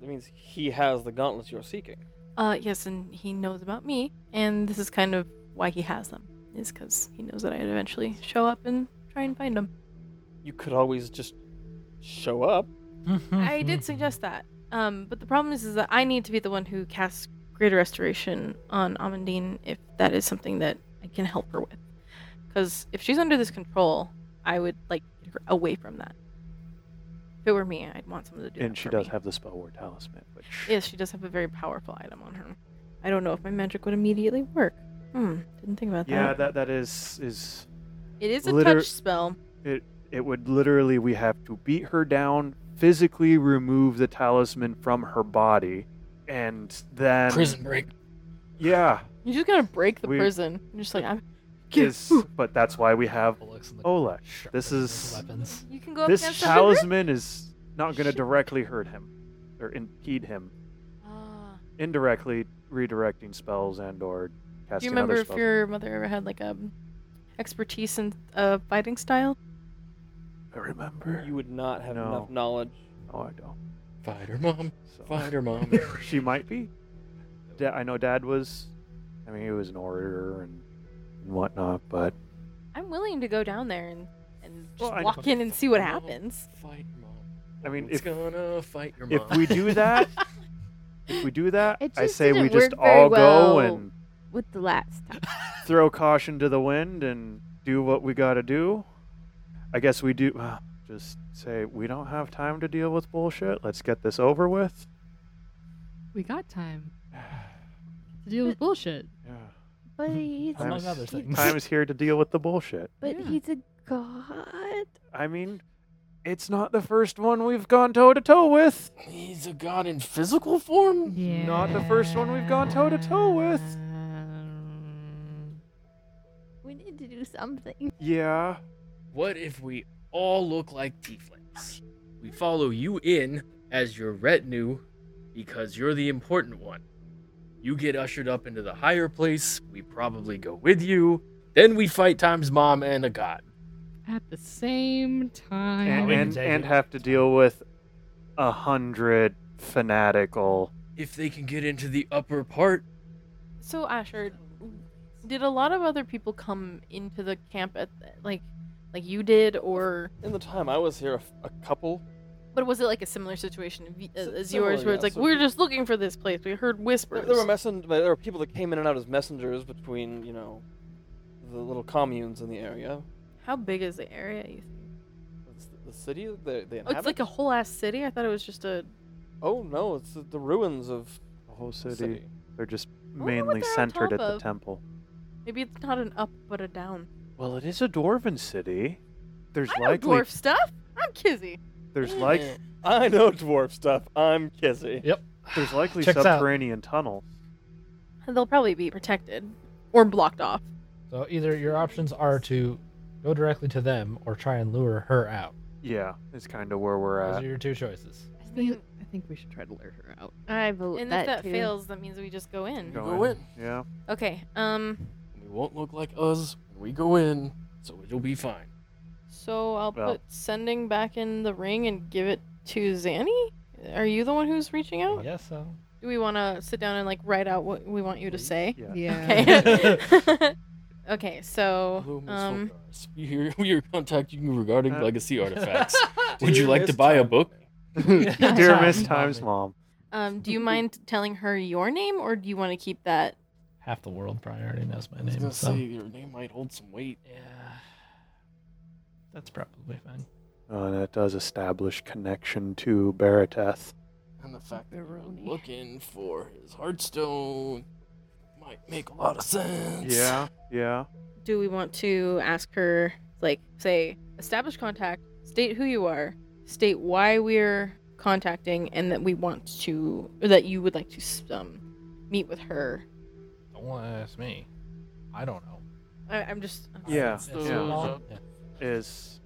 D: that means he has the gauntlets you're seeking.
B: Uh, yes, and he knows about me, and this is kind of why he has them, is because he knows that I'd eventually show up and try and find him.
D: You could always just show up.
B: I
G: Mm-hmm.
B: did suggest that. Um, but the problem is, is that I need to be the one who casts Greater Restoration on Amandine if that is something that I can help her with. Because if she's under this control, I would like get her away from that. If it were me, I'd want someone to do that.
G: and she
B: for
G: does
B: me.
G: have the spell word talisman, which
B: Yes, she does have a very powerful item on her. I don't know if my magic would immediately work. Hmm, didn't think about
G: yeah,
B: that.
G: that that is is
B: It is a
G: liter-
B: touch spell.
G: it would literally we have to beat her down, physically remove the talisman from her body, and then
H: Prison break.
G: Yeah,
B: You just gotta break the
G: We-
B: prison. You're just like I'm.
G: is but that's why we have Oleg. This is
F: weapons.
B: You can go up
G: this
B: against something real-
G: talisman is not going to directly hurt him or impede him
B: Ah.
G: indirectly redirecting spells and or
B: Do
G: casting
B: you remember
G: other
B: if
G: spells.
B: your mother ever had like a expertise in uh, fighting style?
G: I remember.
D: You would not have
G: No.
D: enough knowledge.
G: Oh, I don't.
H: Fight her mom.
G: So.
H: Fight her mom.
G: she might be. Da- I know Dad was. I mean, he was an orator and whatnot, but
B: I'm willing to go down there and and
G: Well,
B: just
G: I-
B: walk in and see what
H: Mom,
B: happens.
H: Fight your mom.
G: I mean,
H: it's
G: if-
H: gonna fight your mom.
G: if we do that, if we do that,
E: It
G: I
E: just
G: say we
E: didn't
G: just
E: work very
G: all go
E: well.
G: and
E: With the last time.
G: throw caution to the wind and do what we gotta do. I guess we do. Uh, just say we don't have time to deal with bullshit. Let's get this over with.
C: We got time. To deal with bullshit.
G: Yeah.
E: But he's
G: Among
E: a-
F: other
E: he-
F: things.
G: Time is here to deal with the bullshit.
E: But
C: Yeah.
E: he's a god.
G: I mean, It's not the first one we've gone toe to toe with.
H: He's a god in physical form?
G: Not the first one we've gone toe to toe with.
C: Uh,
E: We need to do something.
G: Yeah.
H: What if we all look like tieflings? We follow you in as your retinue because you're the important one. You get ushered up into the higher place. We probably go with you. Then we fight Time's mom and a god.
C: At the same time.
G: And
I: we can
G: and,
I: take
G: and
I: it.
G: have to deal with a hundred fanatical.
H: If they can get into the upper part,
B: So Asher, did a lot of other people come into the camp at like like you did, or
D: In the time I was here, a, f- a couple.
B: but was it like a similar situation v- as,
D: Si-
B: as yours,
D: similar,
B: where it's
D: yeah,
B: like
D: so-
B: we're just looking for this place, we heard
D: There,
B: whispers.
D: there were messen- there were people that came in and out as messengers between, you know, the little communes in the area.
B: How big is the area? You think?
D: It's th- the city that they, they
B: Oh,
D: inhabit.
B: it's like a whole ass city. I thought it was just a
D: Oh no, it's the, the ruins of
G: The whole
D: the
G: city.
D: city.
G: They're just
B: wonder what
G: mainly
B: they're on
G: centered at
B: top
G: the
B: of.
G: temple.
B: maybe it's not an up but a down.
G: Well, it is a dwarven city. There's
B: I know
G: likely
B: dwarf stuff. I'm Kizzy.
G: there's like
D: I know dwarf stuff. I'm Kizzy.
F: Yep.
G: there's likely
F: Checks out.
G: subterranean tunnel.
B: They'll probably be protected or blocked off.
F: So either your options are to go directly to them or try and lure her out.
G: Yeah, is kind of where we're
F: Those
G: at.
F: are your two choices.
C: I think, I think we should try to lure her out.
E: I vote
B: and
E: that,
B: if that
E: too.
B: fails, that means we just go in.
G: Go
H: go in.
G: Yeah.
B: Okay. Um.
H: We won't look like us when we go in, so it'll be fine.
B: So I'll
G: Well-
B: put sending back in the ring and give it to Zanny. Are you the one who's reaching out?
F: Yes, so.
B: Do we want to sit down and like write out what we want you to say?
G: Yeah.
B: Okay. okay. So
H: Hello, Miss
B: um,
H: Vulgaris. We hear we are contacting you regarding
G: Uh,
H: legacy artifacts. Would you like to buy a book?
G: Dear Miss
F: Mommy.
G: Times Mom.
B: um, do you mind telling her your name, or do you want to keep that?
F: Half the world probably already knows my
H: I was
F: name.
H: gonna
F: So.
H: say your name might hold some weight.
F: Yeah. That's probably fine.
G: Oh, that does establish connection to Barateth.
H: And the fact that we're
E: Pepperoni.
H: looking for his heartstone might make a lot of sense.
G: Yeah, yeah.
B: Do we want to ask her like say establish contact, state who you are, state why we're contacting, and that we want to or that you would like to s- um meet with her
F: Don't ask me. I don't know.
B: I, I'm just. I'm
G: Yeah.
H: It's
F: It's
H: the-
F: long-
G: Is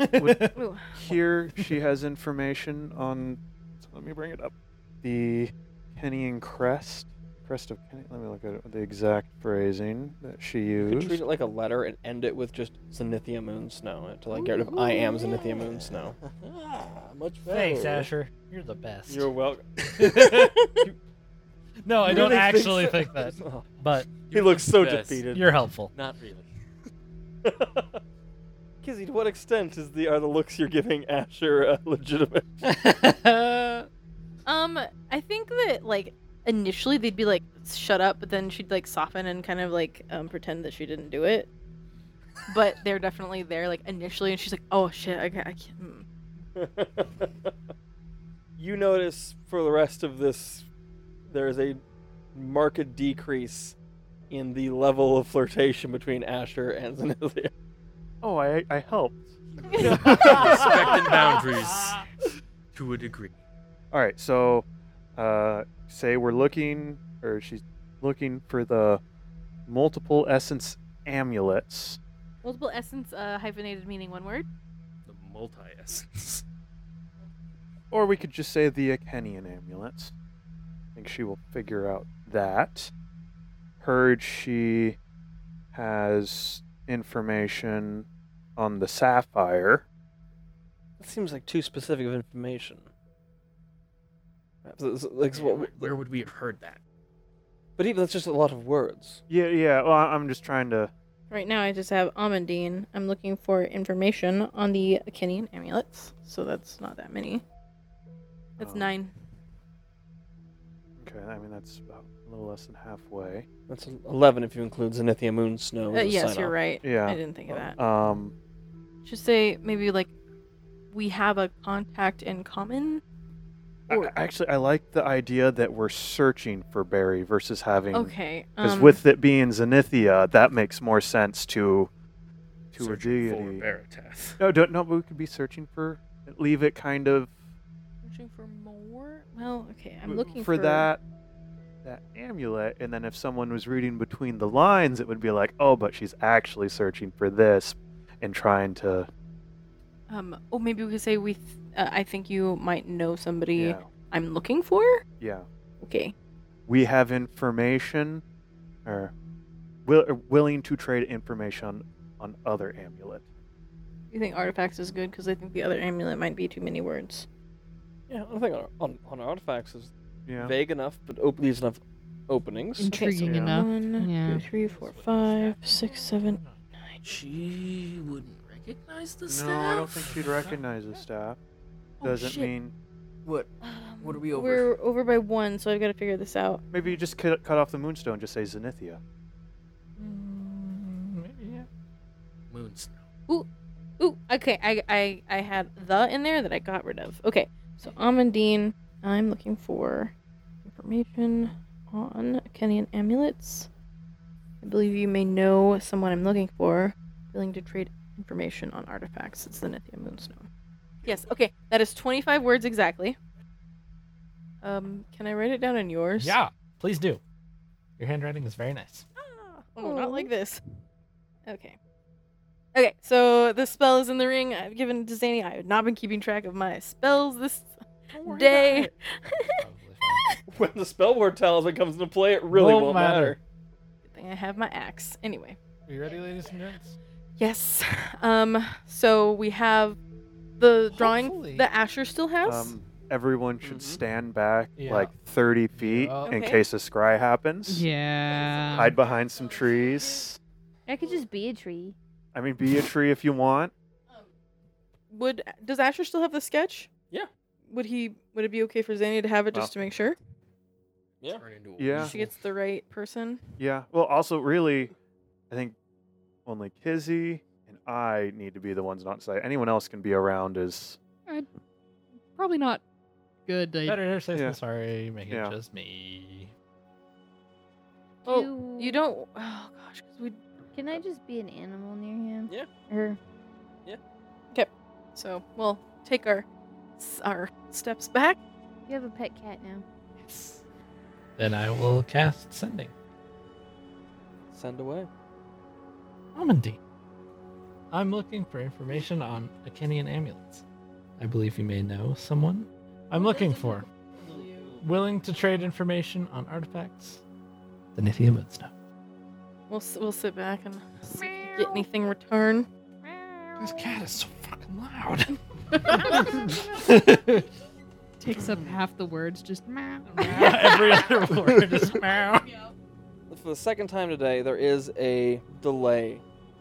F: yeah.
B: sorry. Ooh.
G: here she has information on so let me bring it up. The Kenyan crest. Crest of Kenny let me look at it, the exact phrasing that she
D: You could treat
G: used.
D: it like a letter and end it with just Zenithia Moon Snow to like get rid of I am Zenithia Moon Snow.
H: Ah, much better.
F: Thanks, Asher. You're the best.
D: You're welcome.
F: no, I
D: Really
F: don't
D: think
F: actually
D: so?
F: think that, but
D: he looks so
H: Best.
D: defeated.
F: you're helpful.
H: Not really.
D: Kizzy, to what extent is the are the looks you're giving Asher uh, legitimate?
B: Um, I think that like initially they'd be like, "Shut up," but then she'd like soften and kind of like um, pretend that she didn't do it. But they're definitely there, like initially, and she's like, "Oh shit, I, ca- I can't." mm."
D: you notice for the rest of this, there is a marked decrease in the level of flirtation between Asher and Zenithia.
G: Oh, I I helped.
B: mm."
H: Respecting boundaries to a degree.
G: All right, so uh, say we're looking, or she's looking for the multiple essence amulets.
B: Multiple essence, uh, hyphenated meaning, one word.
H: The multi essence.
G: Or we could just say the Akenian amulets. I think she will figure out that. Heard she has information on the sapphire.
D: That seems like too specific of information. Perhaps it's- Like, what, we-
H: Where would we have heard that?
D: but even that's just a lot of words.
G: Yeah, yeah. Well, I- I'm just trying to.
B: Right now, I just have Amandine. I'm looking for information on the Akinian amulets, so that's not that many. That's
G: um,
B: nine.
G: Okay, I mean that's about a little less than halfway.
D: That's eleven if you include Zenithia Moon Snow.
B: Uh,
D: as a
B: yes,
D: sign-off.
B: you're right. I
G: Yeah.
B: didn't think of that.
G: Um.
B: Should say maybe like we have a contact in common.
G: I-
B: Or-
G: I- actually, I like the idea that we're searching for Barry versus having.
B: Okay.
G: Because
B: um,
G: with it being Zenithia, that makes more sense to to a
H: searching
G: deity.
H: For Veritas.
G: No, don't. No, but we could be searching for. Leave it kind of
B: Searching for more? Well, okay, I'm
G: w-
B: looking
G: for, that that amulet, and then if someone was reading between the lines, it would be like, oh, but she's actually searching for this and trying to.
B: Um. Oh, maybe we could say we. Th- uh, I think you might know somebody
G: Yeah,
B: I'm looking for.
G: yeah.
B: Okay.
G: We have information, or will, or willing to trade information on other amulet.
B: You think artifacts is good? Because I think the other amulet might be too many words.
D: Yeah, I think on, on, on artifacts is
G: Yeah.
D: vague enough, but op- leaves enough openings.
C: Intriguing
G: yeah.
C: enough.
B: One,
C: Yeah.
B: two, three, four, five, six, seven, nine.
H: She wouldn't recognize the staff.
G: No, I don't think she'd recognize the staff.
H: Oh,
G: Doesn't
H: shit.
G: mean
A: What?
B: Um,
A: What are we over?
B: We're over by one, so I've got to figure this out.
G: maybe you just cut, cut off the moonstone. Just say Zenithia.
H: Moons.
B: Ooh, okay. I, I I had the in there that I got rid of. Okay, so Amandine, I'm looking for information on Kenyan amulets. I believe you may know someone I'm looking for, willing to trade information on artifacts. It's the Nithya Moonstone. Yes. Okay, that is 25 words exactly. Um, can I write it down in yours?
F: Yeah, please do. Your handwriting is very nice.
B: Ah, oh,
E: Aw.
B: not like this. Okay. Okay, so the spell is in the ring. I've given it to Zanny. I have not been keeping track of my spells this day.
F: Probably fine.
D: when the spell word talisman comes into play, it really
F: Won't
D: won't,
F: matter.
D: matter.
B: Good thing I have my axe. Anyway.
F: Are you ready, ladies and gents?
B: Yes. Um. So we have the drawing
F: Hopefully.
B: that Asher still has.
G: Um, everyone should
D: Mhm.
G: stand back
F: Mm-hmm. Yeah.
G: like 30 feet
F: Yeah.
G: in
B: Okay.
G: case a scry happens.
C: Yeah.
G: Hide behind some trees.
E: I could just be a tree.
G: I mean, be a tree if you want.
B: Would does Asher still have the sketch?
D: Yeah.
B: Would he? Would it be okay for Zanny to have it just
G: Well.
B: to make sure
D: Yeah.
H: Turn into a
G: Yeah.
B: she gets the right person?
G: Yeah. Well, also, really, I think only Kizzy and I need to be the ones not to say. Anyone else can be around is.
C: Probably not good. To...
F: Better here safe
G: Yeah.
F: than sorry. Make it
G: Yeah.
F: just me.
B: Oh,
E: Do-
B: You don't. Oh gosh, because we.
E: Can I just be an animal near him?
D: Yeah.
E: Or
B: So we'll take our s- our steps back.
E: you have a pet cat now.
F: Then I will cast sending.
D: Send away.
F: Amandine. I'm looking for information on Akinian amulets. I believe you may know someone I'm looking for. Willing to trade information on artifacts? The Nithya Moonstone.
B: We'll s- we'll sit back and see if we get anything in return.
F: This cat is so fucking loud.
C: Takes up half the words. Just meow.
F: Every other word is meow.
D: For the second time today, there is a delay.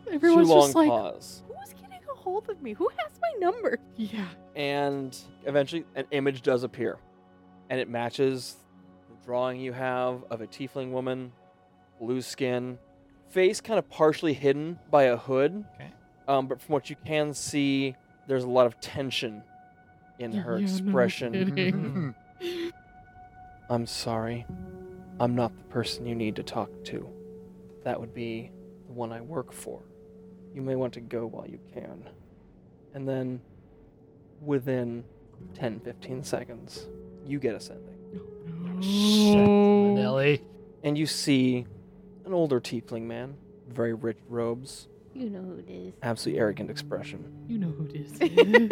C: Everyone's
D: too long
C: just like,
D: pause.
B: Who's getting a hold of me? Who has my number?
C: yeah.
D: and eventually an image does appear and it matches the drawing you have of a tiefling woman blue skin face kind of partially hidden by a hood
F: Okay.
D: um, but from what you can see there's a lot of tension in her
C: Yeah, no
D: expression
C: kidding.
D: i'm sorry i'm not the person you need to talk to that would be the one i work for you may want to go while you can and then within 10 15 seconds you get a sending
F: Shit, Manelli.
D: and you see an older tiefling man very rich robes
E: You know who it is.
D: absolutely arrogant expression
C: You know who it is.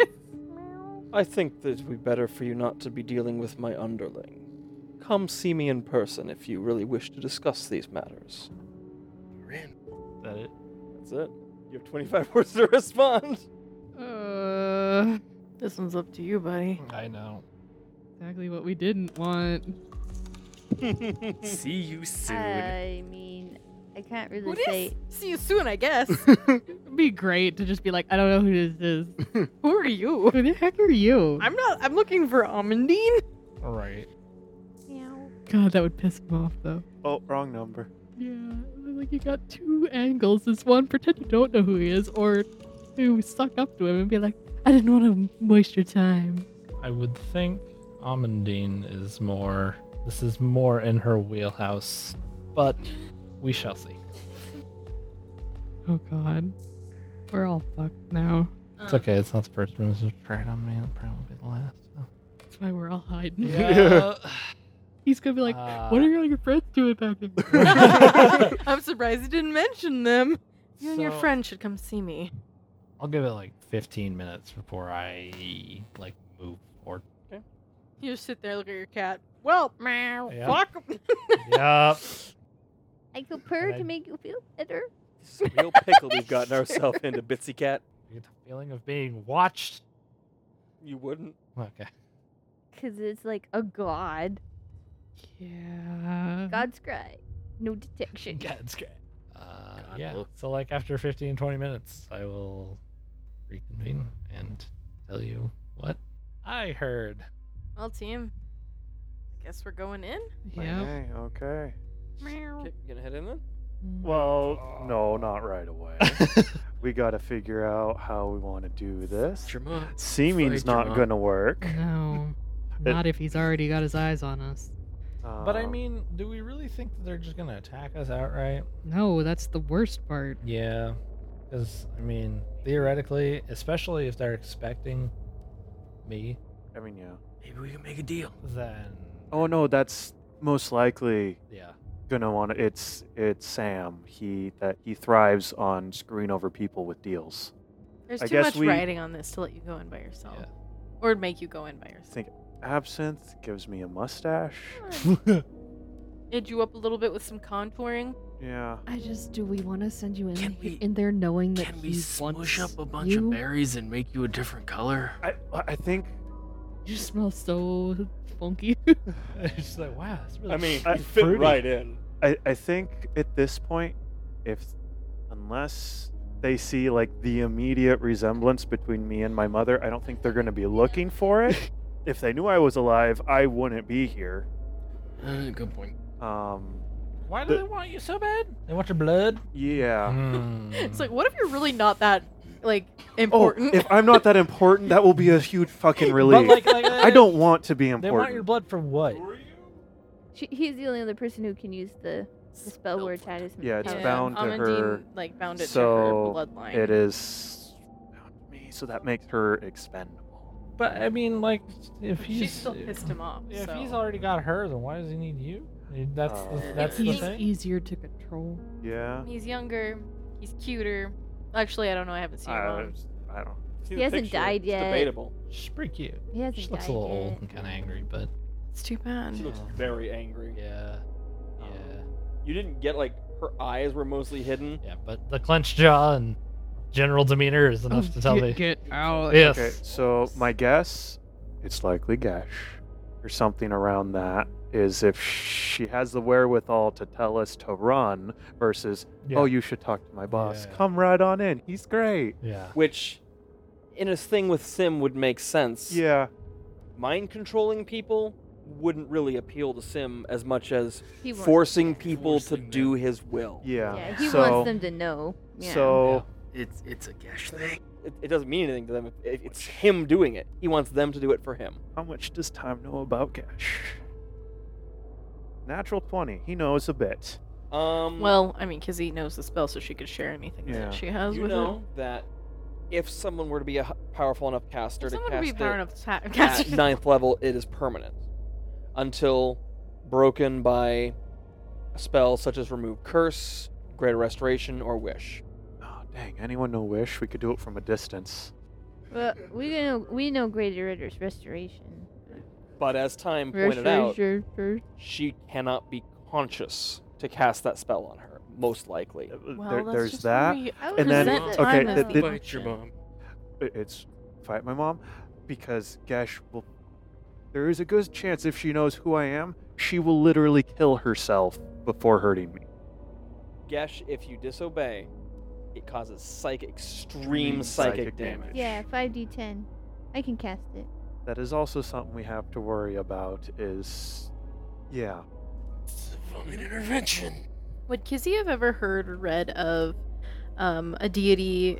D: i think that it'd be better for you not to be dealing with my underling come see me in person if you really wish to discuss these matters
H: You're in.
F: That it?
D: that's it you have 25 words to respond
C: uh,
B: This one's up to you, buddy.
F: I know.
C: exactly what we didn't want.
H: See you soon.
E: I mean, I can't really
B: Who
E: say.
B: dis? See you soon, I guess.
C: It'd be great to just be like, I don't know who this is.
B: Who are you?
C: who the heck are you?
B: I'm not. I'm looking for Amandine.
F: All right.
C: God, that would piss him off though.
G: Oh, wrong number.
C: Yeah, like you got two angles. This one, pretend you don't know who he is, or to suck up to him and be like, I didn't want to waste your time.
F: I would think Amandine is more. This is more in her wheelhouse, but we shall see.
C: Oh God. We're all fucked now.
F: It's okay. It's not the first one. It's just tried on me. It'll probably be the last. so.
C: That's why we're all hiding.
F: Yeah.
C: He's gonna be like,
F: Uh,
C: "What are your, your friends doing back there?"
B: I'm surprised you didn't mention them. You and your
F: So-
B: friend should come see me.
F: I'll give it like 15 minutes before I like move forward.
B: You just sit there, look at your cat. Well, meow.
F: Yeah.
B: Fuck.
F: yep.
E: I could purr
F: I-
E: to make you feel better.
D: This is a real pickle we've gotten ourselves into, Bitsy Cat.
F: I get the feeling of being watched.
D: You wouldn't.
F: Okay.
E: Because it's like a god.
C: yeah.
E: God's cry. No detection.
F: Yeah, it's great. Uh,
H: God,
F: yeah.
H: look.
F: So like after 15, 20 minutes, I will reconvene and tell you what I heard.
B: Well, team. I guess we're going in.
C: Yeah.
G: Okay, okay.
D: Okay, you gonna head in then?
G: Well, no, not right away. we got to figure out how we want to do this.
H: Jermon.
G: Seeming's
H: Fight your
G: not
H: mom.
G: going to work.
C: No.
G: It-
C: Not if he's already got his eyes on us.
F: But I
G: Um,
F: mean, do we really think that they're just gonna attack us outright?
C: No, that's the worst part.
F: Yeah. Because I mean, theoretically, especially if they're expecting me,
G: I mean, yeah.
H: Maybe we can make a deal.
F: then
G: Oh no, that's most likely
F: yeah.
G: gonna want to. It's it's Sam. He that he thrives on screwing over people with deals.
B: There's
G: I
B: too
G: guess
B: much
G: we-
B: riding on this to let you go in by yourself,
F: Yeah.
B: or make you go in by
G: I
B: yourself.
G: think Absinthe gives me a mustache.
B: Edge you up a little bit with some contouring.
F: Hmm.
G: Yeah.
J: I just do we want to send you in
H: Can
J: he-
H: we-
J: in there knowing that
H: Can
J: he
H: we smush
J: wants
H: up a bunch
J: you?
H: of berries and make you a different color?
G: I I think
C: You smell so funky.
F: it's just like wow, that's really.
G: I-
D: fit
F: fruity.
D: right in.
G: I, I think at this point, if unless they see like the immediate resemblance between me and my mother, I don't think they're gonna be looking for it. if they knew I was alive, I wouldn't be here.
H: Uh, good point.
G: Um,
F: Why
G: do the- they
F: want you so bad? They want your blood. Mm. Hmm.
G: yeah.
B: It's like, what if you're really not that like
G: Mm-hmm. Oh,
B: important?
G: if I'm not that important, that will be a huge fucking
F: but
G: relief.
F: like, like
G: I don't want to be
F: They want your
G: important.
F: blood for what?
E: She, he's the only other person who can use the, the spell word talisman.
G: Yeah, it's
B: Yeah,
G: bound to
B: Amandine,
G: her-
B: Like bound it
G: so
B: to her bloodline.
G: It is me, so that makes her expendable.
F: But I mean, like, if he's
B: She still pissed him off.
F: If
B: so.
F: he's already got her, then why does he need you? That's
G: Uh,
F: the, that's the
C: he's
F: thing.
C: easier to control.
G: Yeah.
B: He's younger. He's cuter. Actually, I don't know. I haven't seen
G: I,
B: him.
G: I
B: on.
G: don't.
D: See
E: He
D: the
E: hasn't
D: picture,
E: died
D: it's
E: yet.
D: Debatable.
F: She's pretty cute.
E: He hasn't
F: She looks a
E: died
F: little old
E: yet.
F: and kind of angry, but
B: It's too bad.
D: She looks
F: Yeah.
D: very angry.
F: yeah, yeah,
G: Oh.
D: You didn't get like her eyes were mostly hidden.
F: yeah. But the clenched jaw and general demeanor is enough to tell
C: get,
F: me.
C: Get out.
F: Yes.
G: Oh, Okay, so my guess, it's likely Gesh or something around that, is if she has the wherewithal to tell us to run versus, oh, you should talk to my boss.
F: Yeah.
G: Come right on in. He's great.
F: Yeah.
D: Which in his thing with Sim would make sense.
G: Yeah.
D: Mind controlling people wouldn't really appeal to Sim as much as
E: He wants-
D: forcing people
H: Forcing
D: to
H: them.
D: do his will.
G: Yeah.
E: Yeah, he
G: so,
E: wants them to know. Yeah.
G: So,
H: It's it's a gash thing.
D: It, it doesn't mean anything to them. If, if it's him doing it. He wants them to do it for him.
G: how much does Tom know about Gesh? Natural 20. He knows a bit.
D: Um
B: Well, I mean, Kizzy knows the spell, so she could share anything
G: Yeah.
B: that she has
D: you
B: with
D: know that if someone were to be a h- powerful enough caster
B: it.
D: to
B: Someone
D: cast
B: would be
D: it,
B: power enough to ta-
D: at
B: cast
D: ninth level, it is permanent until broken by a spell such as Remove Curse, Greater Restoration, or Wish.
G: Oh, dang. Anyone know Wish? We could do it from a distance.
E: Well, we know we know Greater Ritter's restoration.
D: But as time pointed out,
E: Restoration.
D: she cannot be conscious to cast that spell on her, most likely.
G: Uh,
B: Well,
G: there-
B: that's
G: there's
B: just
G: that.
B: very
E: I
G: And then-
B: present
G: okay,
B: time
G: the-
B: as
G: the-
B: the
H: Fight your mom.
G: i- it's fight my mom because Gesh will. There is a good chance if she knows who I am, she will literally kill herself before hurting me.
D: Gesh, if you disobey, it causes psych extreme psychic, damage.
E: Yeah, five d ten. I can cast it.
G: That is also something we have to worry about. Is yeah,
H: It's a fucking intervention.
B: Would Kizzy have ever heard or read of um, a deity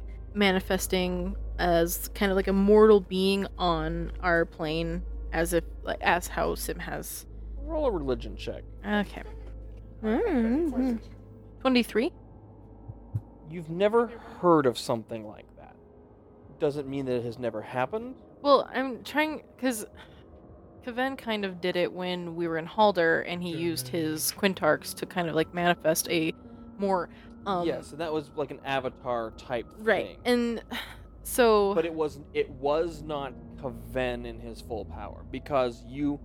B: manifesting as kind of like a mortal being on our plane, as if like as how Sim has?
D: Roll a religion check.
B: Hmm, Okay. Twenty-three.
D: You've never heard of something like that. Doesn't mean that it has never happened.
B: Well, I'm trying because Kaven kind of did it when we were in Halder, and he used his Quintarchs to kind of like manifest a more um
D: yes, and that was like an avatar type
B: right.
D: thing.
B: And so
D: but it was it was not Kaven in his full power because you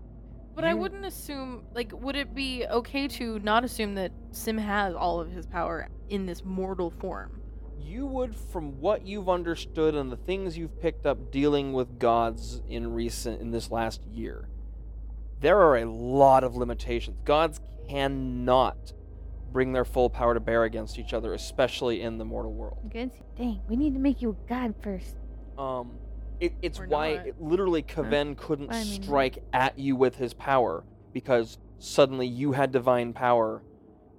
B: But I
D: you-
B: wouldn't assume like would it be okay to not assume that Sim has all of his power in this mortal form?
D: you would from what you've understood and the things you've picked up dealing with gods in recent in this last year there are a lot of limitations gods cannot bring their full power to bear against each other especially in the mortal world
E: Against Dang, we need to make you a god first.
D: um it, it's
B: Or
D: why
B: not.
D: it, literally Kaven couldn't
E: I mean-
D: strike at you with his power because suddenly you had divine power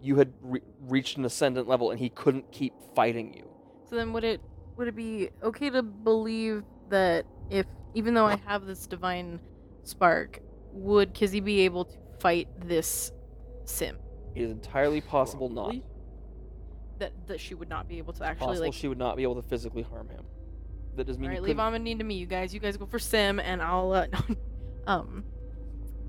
D: you had re- reached an ascendant level and he couldn't keep fighting you
B: So then would it would it be okay to believe that if even though I have this divine spark, would Kizzy be able to fight this sim?
D: it is entirely possible not
H: Probably.
B: That that she would not be able to actually
D: possible
B: like
D: she would not be able to physically harm him. That doesn't mean
B: All right,
D: you
B: leave
D: couldn't,
B: Amandine to me, you guys. You guys go for Sim, and I'll. Uh, um,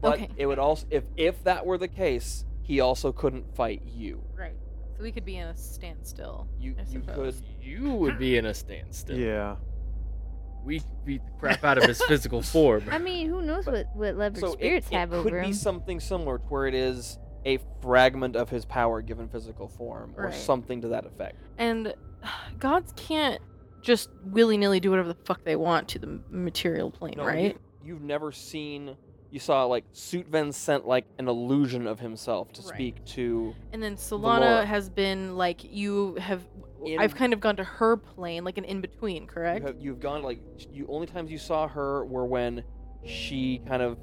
D: but
B: okay.
D: it would also if if that were the case, he also couldn't fight you.
B: right. So we could be in a standstill.
D: You
B: I
D: you could
B: suppose.
H: You would be in a standstill.
G: Yeah.
H: We could beat the crap out of his physical form.
E: I mean, who knows
D: But-
E: what, what leverage
D: so it-
E: spirits
D: it,
E: have
D: could
E: over
D: be
E: him?
D: something similar to where it is a fragment of his power given physical form or
B: Right.
D: something to that effect.
B: And gods can't just willy nilly do whatever the fuck they want to the m- material plane,
D: No,
B: right?
D: You, have never seen you saw like Suitven sent like an illusion of himself to
B: Right.
D: speak to
B: And then
D: Valora.
B: Solana has been like you have.
D: In-
B: I've kind of gone to her plane, like an in between, correct?
D: You have, you've gone like you only times you saw her were when she kind of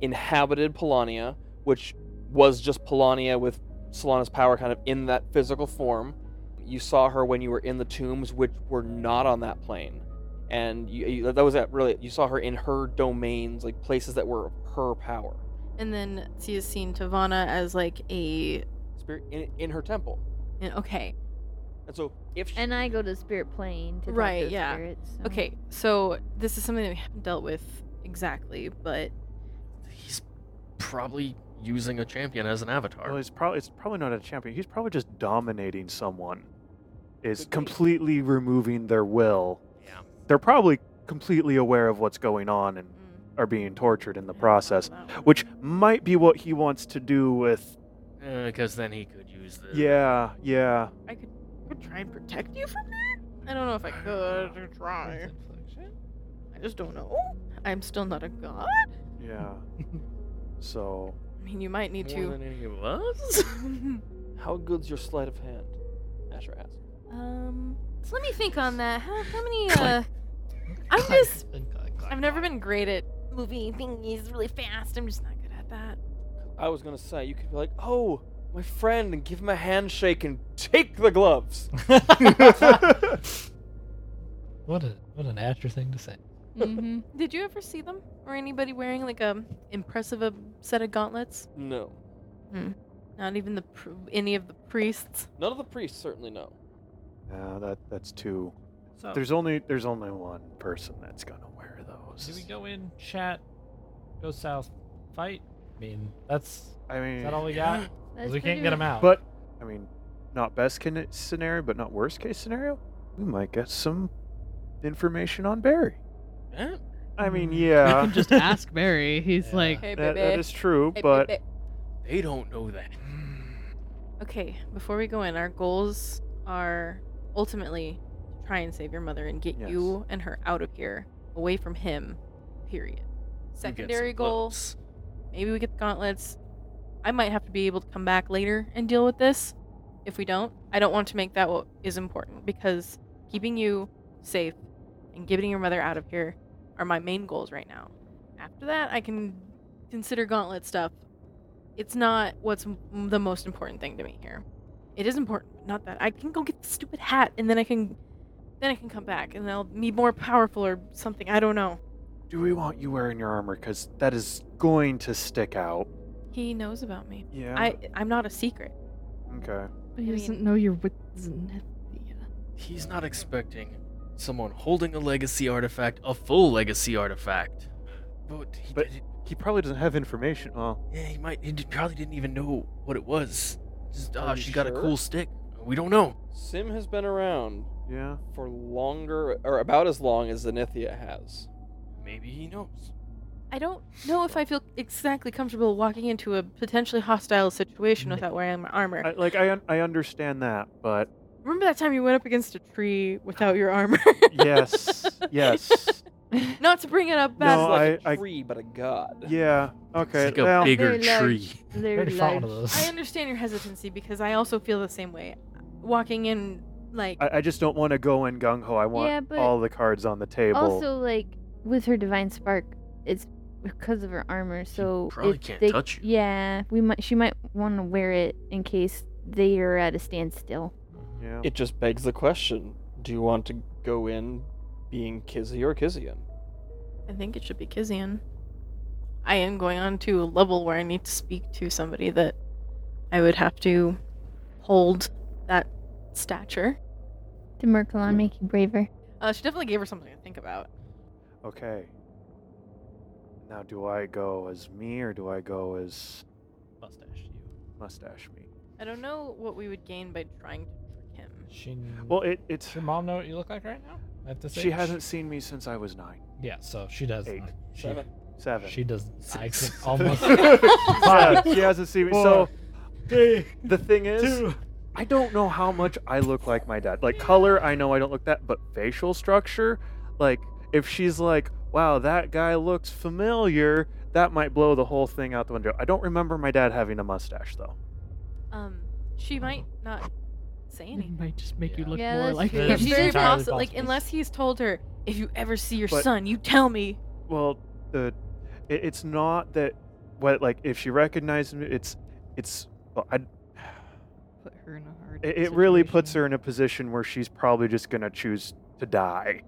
D: inhabited Polania, which was just Polania with Solana's power kind of in that physical form. You saw her when you were in the tombs, which were not on that plane, and you, you, that was that really you saw her in her domains, like places that were her power,
B: And then she has seen Tavana as like a.
D: spirit in, in her temple.
B: an- Okay.
D: And so if she,
E: And I go to the spirit plane to talk
B: Right,
E: to the
B: yeah.
E: spirits. so-
B: Okay, so this is something that we haven't dealt with exactly, but
H: He's probably using a champion as an avatar.
G: Well, it's probably it's probably not a champion. He's probably just dominating someone. Is
D: Could be.
G: completely removing their will.
H: Yeah.
G: They're probably completely aware of what's going on and
B: mm,
G: are being tortured in the
B: I haven't thought
G: process,
B: about that one.
G: which might be what he wants to do with.
H: Because then he could use the.
G: Yeah, yeah.
B: I could, I could try and protect you from that. I don't know if I could or try. I just don't know. I'm still not a god.
G: Yeah. so,
B: I mean, you might need
H: More
B: to.
H: than any of us?
D: how good's your sleight of hand? Asher asked.
B: um, so let me think on that. How, how many? Uh,
F: Clank.
B: I'm just-
F: Clank, clank, clank,
B: I've never
F: clank.
B: been great at moving thingies really fast. I'm just not good at that.
D: I was gonna say you could be like, "Oh, my friend," and give him a handshake and take the gloves.
F: what a what an Asher thing to say.
C: Mm-hmm.
B: Did you ever see them or anybody wearing like a impressive uh, set of gauntlets?
D: No,
B: Not even the pr- any of the priests.
D: none of the priests certainly know.
G: yeah, that that's too.
F: So
G: There's only there's only one person that's gonna wear those.
F: do we go in, chat, go south, fight? I mean, that's
G: I mean,
F: is that all we got? 'Cause
E: That's
F: we
E: pretty
F: can't get
E: much-
F: them out.
G: But I mean, not best can- scenario, but not worst case scenario. We might get some information on Barry.
H: Eh?
G: I mean,
C: Mm.
G: yeah,
C: You can just ask Barry. He's
F: Yeah.
C: like,
B: Hey,
G: that, that is true. but
H: They don't know that. Hmm.
B: Okay, before we go in, our goals are ultimately to try and save your mother and get you and her out of here, away from him, period.
H: You get some
B: Secondary goal,
H: looks.
B: maybe we get the gauntlets. I might have to be able to come back later and deal with this. If we don't, I don't want to make that what is important because keeping you safe and getting your mother out of here are my main goals right now. After that, I can consider gauntlet stuff. It's not what's m- the most important thing to me here. It is important, but not that. I can go get the stupid hat and then I can then I can come back and I'll be more powerful or something. I don't know.
G: do we want you wearing your armor? Because that is going to stick out.
B: He knows about me.
G: Yeah.
B: I I'm not a secret.
G: Okay.
J: He
B: I
J: doesn't
B: mean-
J: know you're with Zenithia.
H: He's not expecting someone holding a legacy artifact, a full legacy artifact. But he,
G: But-
H: did,
G: He probably doesn't have information. Well,
H: yeah, he might. He did- probably didn't even know what it was. Just,
D: Are
H: ah,
D: you
H: she's got a
D: sure?
H: cool stick. We don't know.
D: Sim has been around
G: yeah.
D: for longer, or about as long as Zenithia has.
H: Maybe he knows.
B: I don't know if I feel exactly comfortable walking into a potentially hostile situation without wearing my armor.
G: Mm. I, like I, un- I understand that, but
B: Remember that time you went up against a tree without your armor?
G: yes, yes,
B: Not to bring it up
G: No,
B: back.
D: It's like a
G: I- I-
D: tree, but a god.
G: yeah. Okay.
H: it's like a
G: well,
H: bigger
E: Very large.
H: tree.
E: They're
F: Maybe fought one of
E: large.
F: those.
B: I understand your hesitancy because I also feel the same way. Walking in, like,
G: I, I just don't want to go in gung ho. I want
E: Yeah, but
G: all the cards on the table.
E: Also, like with her divine spark, it's because of her armor, so
H: probably
E: if
H: can't
E: they-
H: touch you.
E: Yeah, we might. She might want to wear it in case they are at a standstill.
G: yeah.
D: It just begs the question: Do you want to go in being Kizzy or Kizian?
B: I think it should be Kizian. I am going on to a level where I need to speak to somebody that I would have to hold that stature.
E: Did Mercalon
F: Hmm.
E: make you braver?
B: Uh, she definitely gave her something to think about.
G: Okay. Now, do I go as me or do I go as
H: Mustache you.
G: mustache me?
B: I don't know what we would gain by trying to trick him.
F: She,
G: Well, it, it's
F: does your mom know what you look like right now? At this
G: she
F: age?
G: hasn't seen me since I was nine,
F: Yeah, so she does.
G: Eight.
F: not. She,
D: Seven.
G: seven.
F: she does. I can
H: Six.
F: almost.
G: Yeah, she hasn't seen me. so
F: Four, three,
G: the thing is,
F: two.
G: I don't know how much I look like my dad. Like color, I know I don't look that, but facial structure, like if she's like, "Wow, that guy looks familiar," that might blow the whole thing out the window. I don't remember my dad having a mustache though.
B: Um, she might not say
C: It
B: anything.
C: might just make you
F: Yeah.
C: look
E: Yeah,
C: more
E: that's
C: like
E: true.
B: It's
F: It's
B: very
F: entirely
B: possible. Like,
F: possible.
B: unless he's told her, if you ever see your
G: But-
B: son, you tell me.
G: Well, the it, it's not that what like if she recognized me, it's it's well, I,
C: Put her in a hard.
G: it, it really puts
C: situation.
G: her in a position where she's probably just gonna choose to die.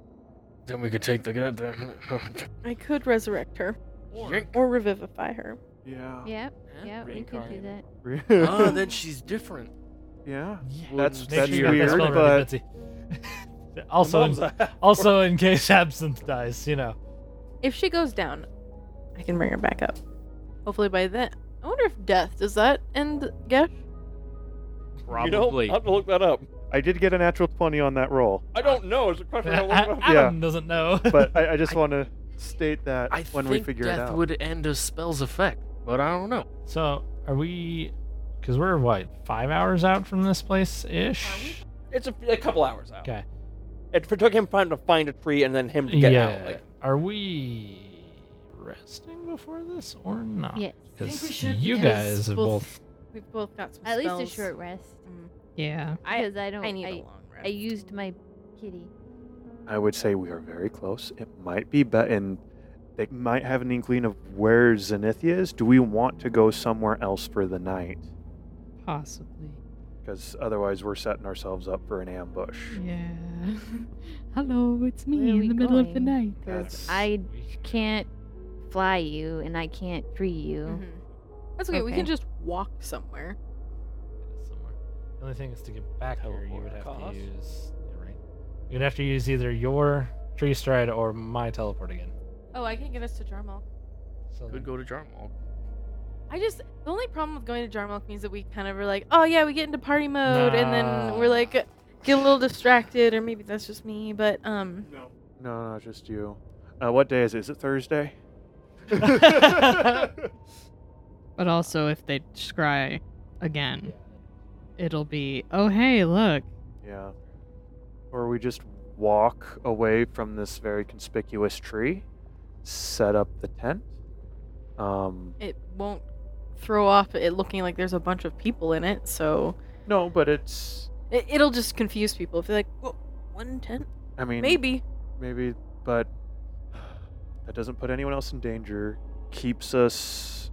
H: Then we could take the guy.
B: I could resurrect her
H: Yank.
B: or revivify her.
G: Oh, Yeah.
E: Yep.
H: Huh?
E: Yep. We could do
D: Reincarnate.
E: that.
H: ah, then she's different.
G: yeah.
H: That's-
F: Make
G: That's that's
F: sure you got that
G: weird,
F: spelled
G: but
F: right, Betsy. also, in, also in case Absinthe dies, you know.
B: If she goes down, I can bring her back up. Hopefully by then. I wonder if death does that end Gesh?
D: You don't
H: Probably.
D: I have to look that up.
G: I did get a natural twenty on that roll.
D: I don't know. It's a question. I
F: A-
D: don't look it up.
F: Adam doesn't know.
G: but I, I just
H: I-
G: want to state that
H: I
G: when we
H: think
G: figure
H: death
G: it out.
H: would end a spell's effect, but I don't know.
F: so, are we? Because we're what five hours out from this place ish.
D: It's a, a couple hours out.
F: Okay.
D: It took him time to find a tree and then him to get
F: yeah.
D: out. Like,
F: Are we resting before this or not?
E: Yes.
B: I think we
F: Because
B: should,
F: you
B: because
F: guys have
B: we'll-
F: both.
B: We've both got some
E: At least a
B: spells.
E: short rest.
C: Yeah.
E: Because I, don't.
B: I need a
E: I,
B: long
E: I
B: rest.
E: used my kitty.
G: I would say we are very close. It might be, but and they might have an inkling of where Zenithia is. Do we want to go somewhere else for the night?
C: Possibly.
G: Because otherwise, we're setting ourselves up for an ambush.
C: Yeah. Hello, it's
E: Where
C: me
E: are
C: in
E: we
C: the middle of the
E: going?
C: night.
E: Because
G: That's-
E: I
F: we should-
E: can't fly you, and I can't tree you.
B: Mhm. That's okay. We
E: Okay.
B: can just walk somewhere.
F: get us somewhere. The only thing is to get back here, you would have
D: Teleport.
F: to use. Yeah, right. You'd have to use either your tree stride or my teleport again.
B: Oh, I can get us to Jarmalk.
F: So
H: Could go to Jarmal.
B: I just the only problem with going to Jarmalk means that we kind of are like, oh yeah, we get into party mode, and then we're
F: Nah.
B: like get a little distracted, or maybe that's just me. But um,
G: No, no, just you. Uh, what day is it? Is it Thursday?
C: But also, if they scry again, it'll be, oh, hey, look.
G: Yeah. Or we just walk away from this very conspicuous tree, set up the tent. Um,
B: it won't throw off it looking like there's a bunch of people in it, so
G: no, but it's.
B: it, it'll just confuse people if they're like, well, one tent,
G: I mean,
B: maybe.
G: maybe, but that doesn't put anyone else in danger. Keeps us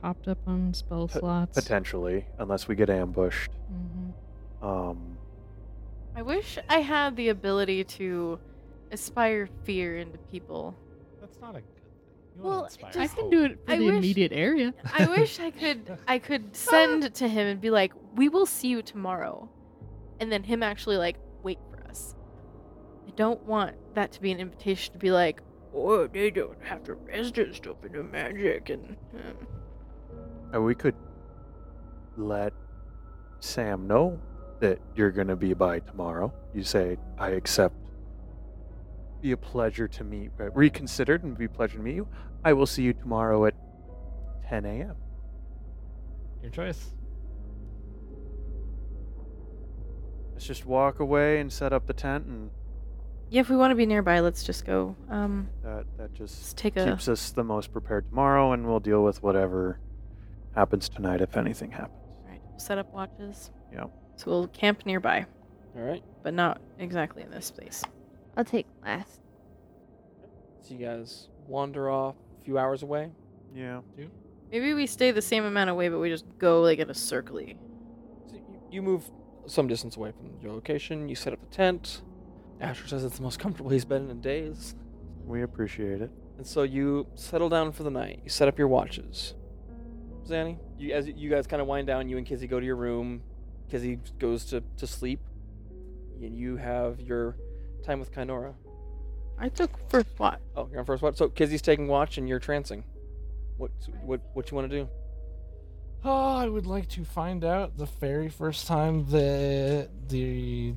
C: Topped up on spell
G: Pot-
C: slots.
G: potentially, unless we get ambushed.
C: Mhm.
G: Um,
B: I wish I had the ability to aspire fear into people.
F: That's not a good thing. You wanna
B: Well,
F: inspire
B: just-
C: I
F: hope.
C: can do it for
B: I
C: the
B: wish-
C: immediate area.
B: I wish I could I could send to him and be like, "We will see you tomorrow," and then him actually like wait for us. I don't want that to be an invitation to be like, oh, they don't have to resist open to magic and. um,
G: And we could let Sam know that you're going to be by tomorrow. You say, I accept. Be a pleasure to meet, uh, reconsidered and be a pleasure to meet you. I will see you tomorrow at 10 a.m.
F: Your choice.
G: Let's just walk away and set up the tent, and
B: Yeah, if we want to be nearby, let's just go. Um,
G: that, that
B: let's
G: just
B: take a.
G: keeps us the most prepared tomorrow, and we'll deal with whatever happens tonight if anything happens.
B: Right, set up watches.
G: Yep.
B: So we'll camp nearby,
A: All right.
B: but not exactly in this place.
E: I'll take last.
A: So you guys wander off a few hours away.
G: Yeah.
B: Maybe we stay the same amount away, but we just go like in a circle.
A: So you, you move some distance away from your location. You set up the tent. Asher says it's the most comfortable he's been in days.
G: We appreciate it.
A: And so you settle down for the night. You set up your watches. Zanny, you, as you guys kind of wind down, you and Kizzy go to your room. Kizzy goes to, to sleep. And you have your time with Kainora.
B: I took first watch.
A: Oh, you're on first watch. So Kizzy's taking watch and you're trancing. What what what you want to do?
F: Oh, I would like to find out the very first time that the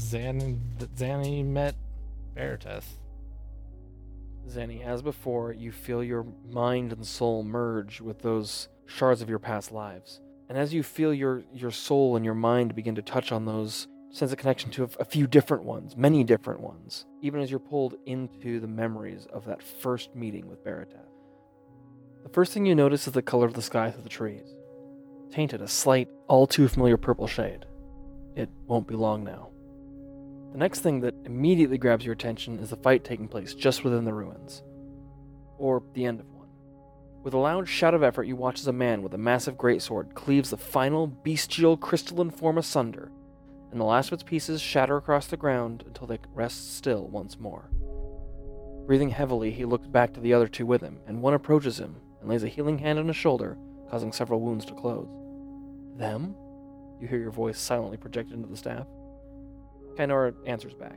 F: Zan that Zanny met Veritas.
A: Zanny, as before, you feel your mind and soul merge with those shards of your past lives. And as you feel your, your soul and your mind begin to touch on those, sense a connection to a, a few different ones, many different ones, even as you're pulled into the memories of that first meeting with Baratath. The first thing you notice is the color of the sky through the trees, tainted a slight, all too familiar purple shade. It won't be long now. The next thing that immediately grabs your attention is the fight taking place just within the ruins, or the end of one. With a loud shout of effort, you watch as a man with a massive greatsword cleaves the final bestial crystalline form asunder, and the last of its pieces shatter across the ground until they rest still once more. Breathing heavily, he looks back to the other two with him, and one approaches him and lays a healing hand on his shoulder, causing several wounds to close. Them? You hear your voice silently projected into the staff. Kainora answers back.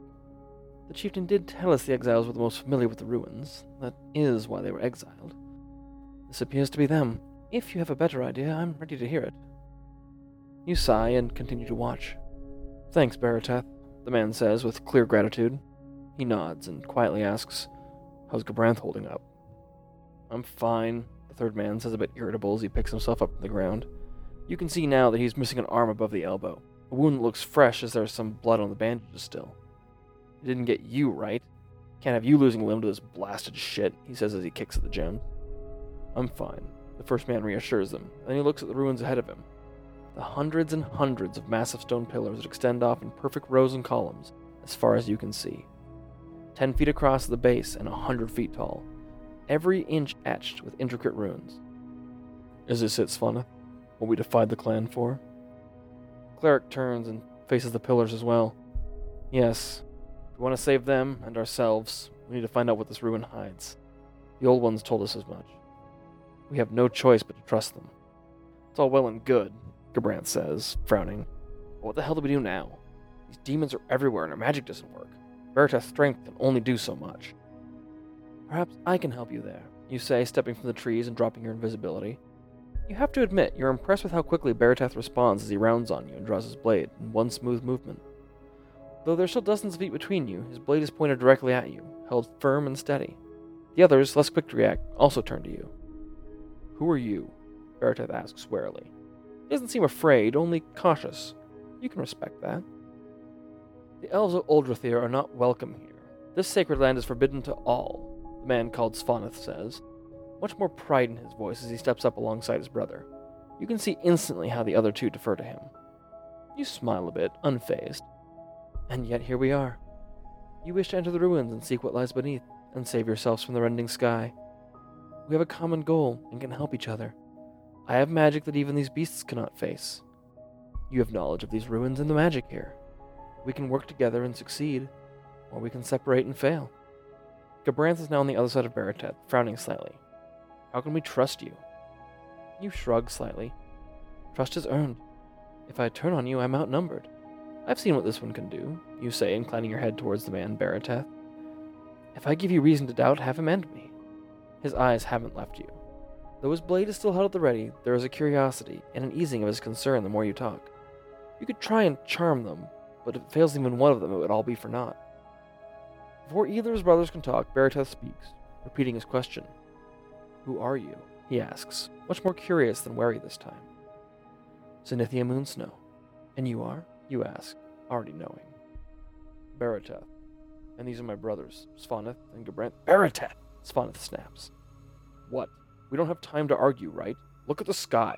A: The chieftain did tell us the exiles were the most familiar with the ruins. That is why they were exiled. This appears to be them. If you have a better idea, I'm ready to hear it. You sigh and continue to watch. Thanks, Baratath, the man says with clear gratitude. He nods and quietly asks, How's Gabranth holding up? I'm fine, the third man says a bit irritable as he picks himself up from the ground. You can see now that he's missing an arm above the elbow. A wound that looks fresh as there's some blood on the bandages still. It didn't get you right. Can't have you losing a limb to this blasted shit, he says as he kicks at the gem. I'm fine, the first man reassures them, then he looks at the ruins ahead of him. The hundreds and hundreds of massive stone pillars that extend off in perfect rows and columns as far as you can see. Ten feet across at the base and a hundred feet tall, every inch etched with intricate runes. Is this it, Svana? What we defied the clan for? Cleric turns and faces the pillars as well. Yes, if we want to save them and ourselves, we need to find out what this ruin hides. The old ones told us as much. We have no choice but to trust them. It's all well and good, Gabranth says, frowning. But what the hell do we do now? These demons are everywhere and our magic doesn't work. Veritas' strength can only do so much. Perhaps I can help you there, you say, stepping from the trees and dropping your invisibility. You have to admit, you're impressed with how quickly Baratath responds as he rounds on you and draws his blade in one smooth movement. Though there's still dozens of feet between you, his blade is pointed directly at you, held firm and steady. The others, less quick to react, also turn to you. Who are you? Baratath asks warily. He doesn't seem afraid, only cautious. You can respect that. The elves of Oldrathir are not welcome here. This sacred land is forbidden to all, the man called Svanath says much more pride in his voice as he steps up alongside his brother. You can see instantly how the other two defer to him. You smile a bit, unfazed. And yet here we are. You wish to enter the ruins and seek what lies beneath, and save yourselves from the rending sky. We have a common goal and can help each other. I have magic that even these beasts cannot face. You have knowledge of these ruins and the magic here. We can work together and succeed, or we can separate and fail. Gabranth is now on the other side of Baratet, frowning slightly. How can we trust you? You shrug slightly. Trust is earned. If I turn on you, I'm outnumbered. I've seen what this one can do, you say, inclining your head towards the man, Barateth. If I give you reason to doubt, have him end me. His eyes haven't left you. Though his blade is still held at the ready, there is a curiosity and an easing of his concern the more you talk. You could try and charm them, but if it fails even one of them, it would all be for naught. Before either of his brothers can talk, Barateth speaks, repeating his question. Who are you? he asks, much more curious than wary this time. Zenithia Moonsnow. And you are? You ask, already knowing. Barateth. And these are my brothers, Svaneth and Gabrant. Barateth! Svaneth snaps. What? We don't have time to argue, right? Look at the sky.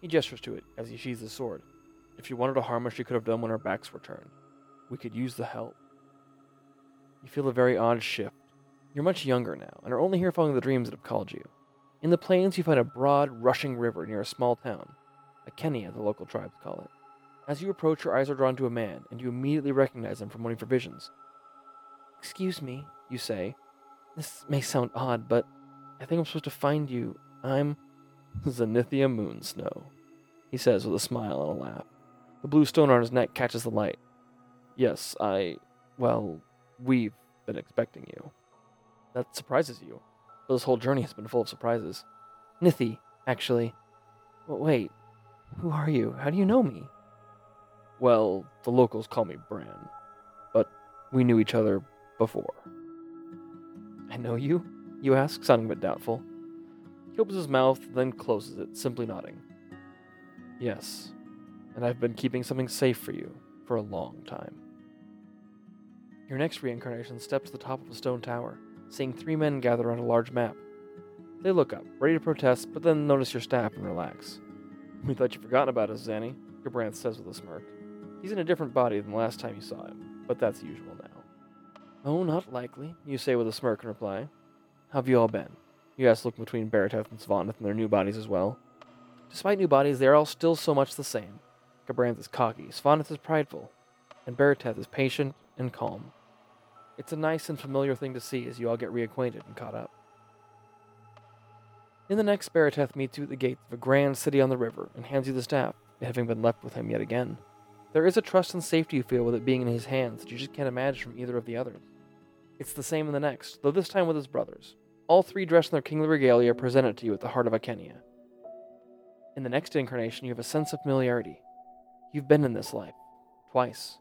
A: He gestures to it as he sheathes his sword. If she wanted to harm us, she could have done when our backs were turned. We could use the help. You feel a very odd shift. You're much younger now, and are only here following the dreams that have called you. In the plains, you find a broad, rushing river near a small town, a Kenny, as the local tribes call it. As you approach, your eyes are drawn to a man, and you immediately recognize him from one of your visions. Excuse me, you say. This may sound odd, but I think I'm supposed to find you. I'm Zenithia Moonsnow, he says with a smile and a laugh. The blue stone on his neck catches the light. Yes, I. Well, we've been expecting you. That surprises you. But this whole journey has been full of surprises. Nithi, actually. Well, wait, who are you? How do you know me? Well, the locals call me Bran, but we knew each other before. I know you? You ask, sounding a bit doubtful. He opens his mouth, then closes it, simply nodding. Yes, and I've been keeping something safe for you for a long time. Your next reincarnation steps to the top of a stone tower, seeing three men gather around a large map. They look up, ready to protest, but then notice your staff and relax. We thought you'd forgotten about us, Zanny, Gabranth says with a smirk. He's in a different body than the last time you saw him, but that's usual now. Oh, not likely, you say with a smirk in reply. How've you all been? You ask, looking between Barateth and Svaneth and their new bodies as well. Despite new bodies, they are all still so much the same. Gabranth is cocky, Svaneth is prideful, and Barateth is patient and calm. It's a nice and familiar thing to see as you all get reacquainted and caught up. In the next, Barateth meets you at the gates of a grand city on the river and hands you the staff, it having been left with him yet again. There is a trust and safety you feel with it being in his hands that you just can't imagine from either of the others. It's the same in the next, though this time with his brothers. All three dressed in their kingly regalia are presented to you at the heart of Akenia. In the next incarnation, you have a sense of familiarity. You've been in this life, twice.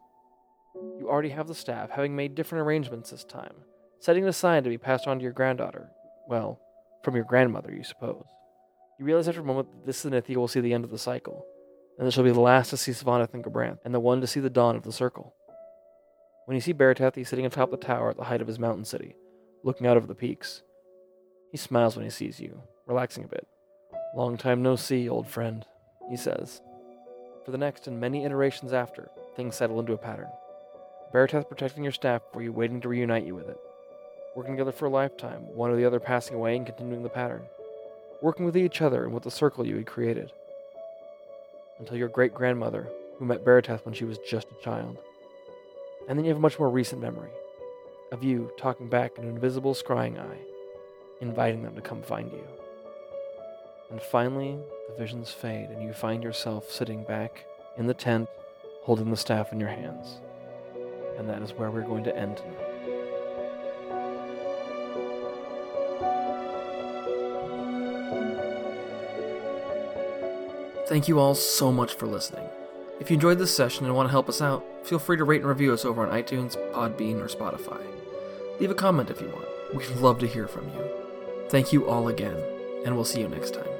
A: You already have the staff, having made different arrangements this time, setting it aside to be passed on to your granddaughter. Well, from your grandmother, you suppose. You realize after a moment that this Zenithia will see the end of the cycle, and that she'll be the last to see Savaneth and Gabranth, and the one to see the dawn of the circle. When you see Barateth, he's sitting atop the tower at the height of his mountain city, looking out over the peaks. He smiles when he sees you, relaxing a bit. Long time no see, old friend, he says. For the next and many iterations after, things settle into a pattern. Barateth protecting your staff for you, waiting to reunite you with it. Working together for a lifetime, one or the other passing away and continuing the pattern. Working with each other and with the circle you had created. Until your great grandmother, who met Barateth when she was just a child. And then you have a much more recent memory of you talking back an invisible scrying eye, inviting them to come find you. And finally, the visions fade, and you find yourself sitting back in the tent, holding the staff in your hands. And that is where we're going to end tonight.
K: Thank you all so much for listening. If you enjoyed this session and want to help us out, feel free to rate and review us over on iTunes, Podbean, or Spotify. Leave a comment if you want. We'd love to hear from you. Thank you all again, and we'll see you next time.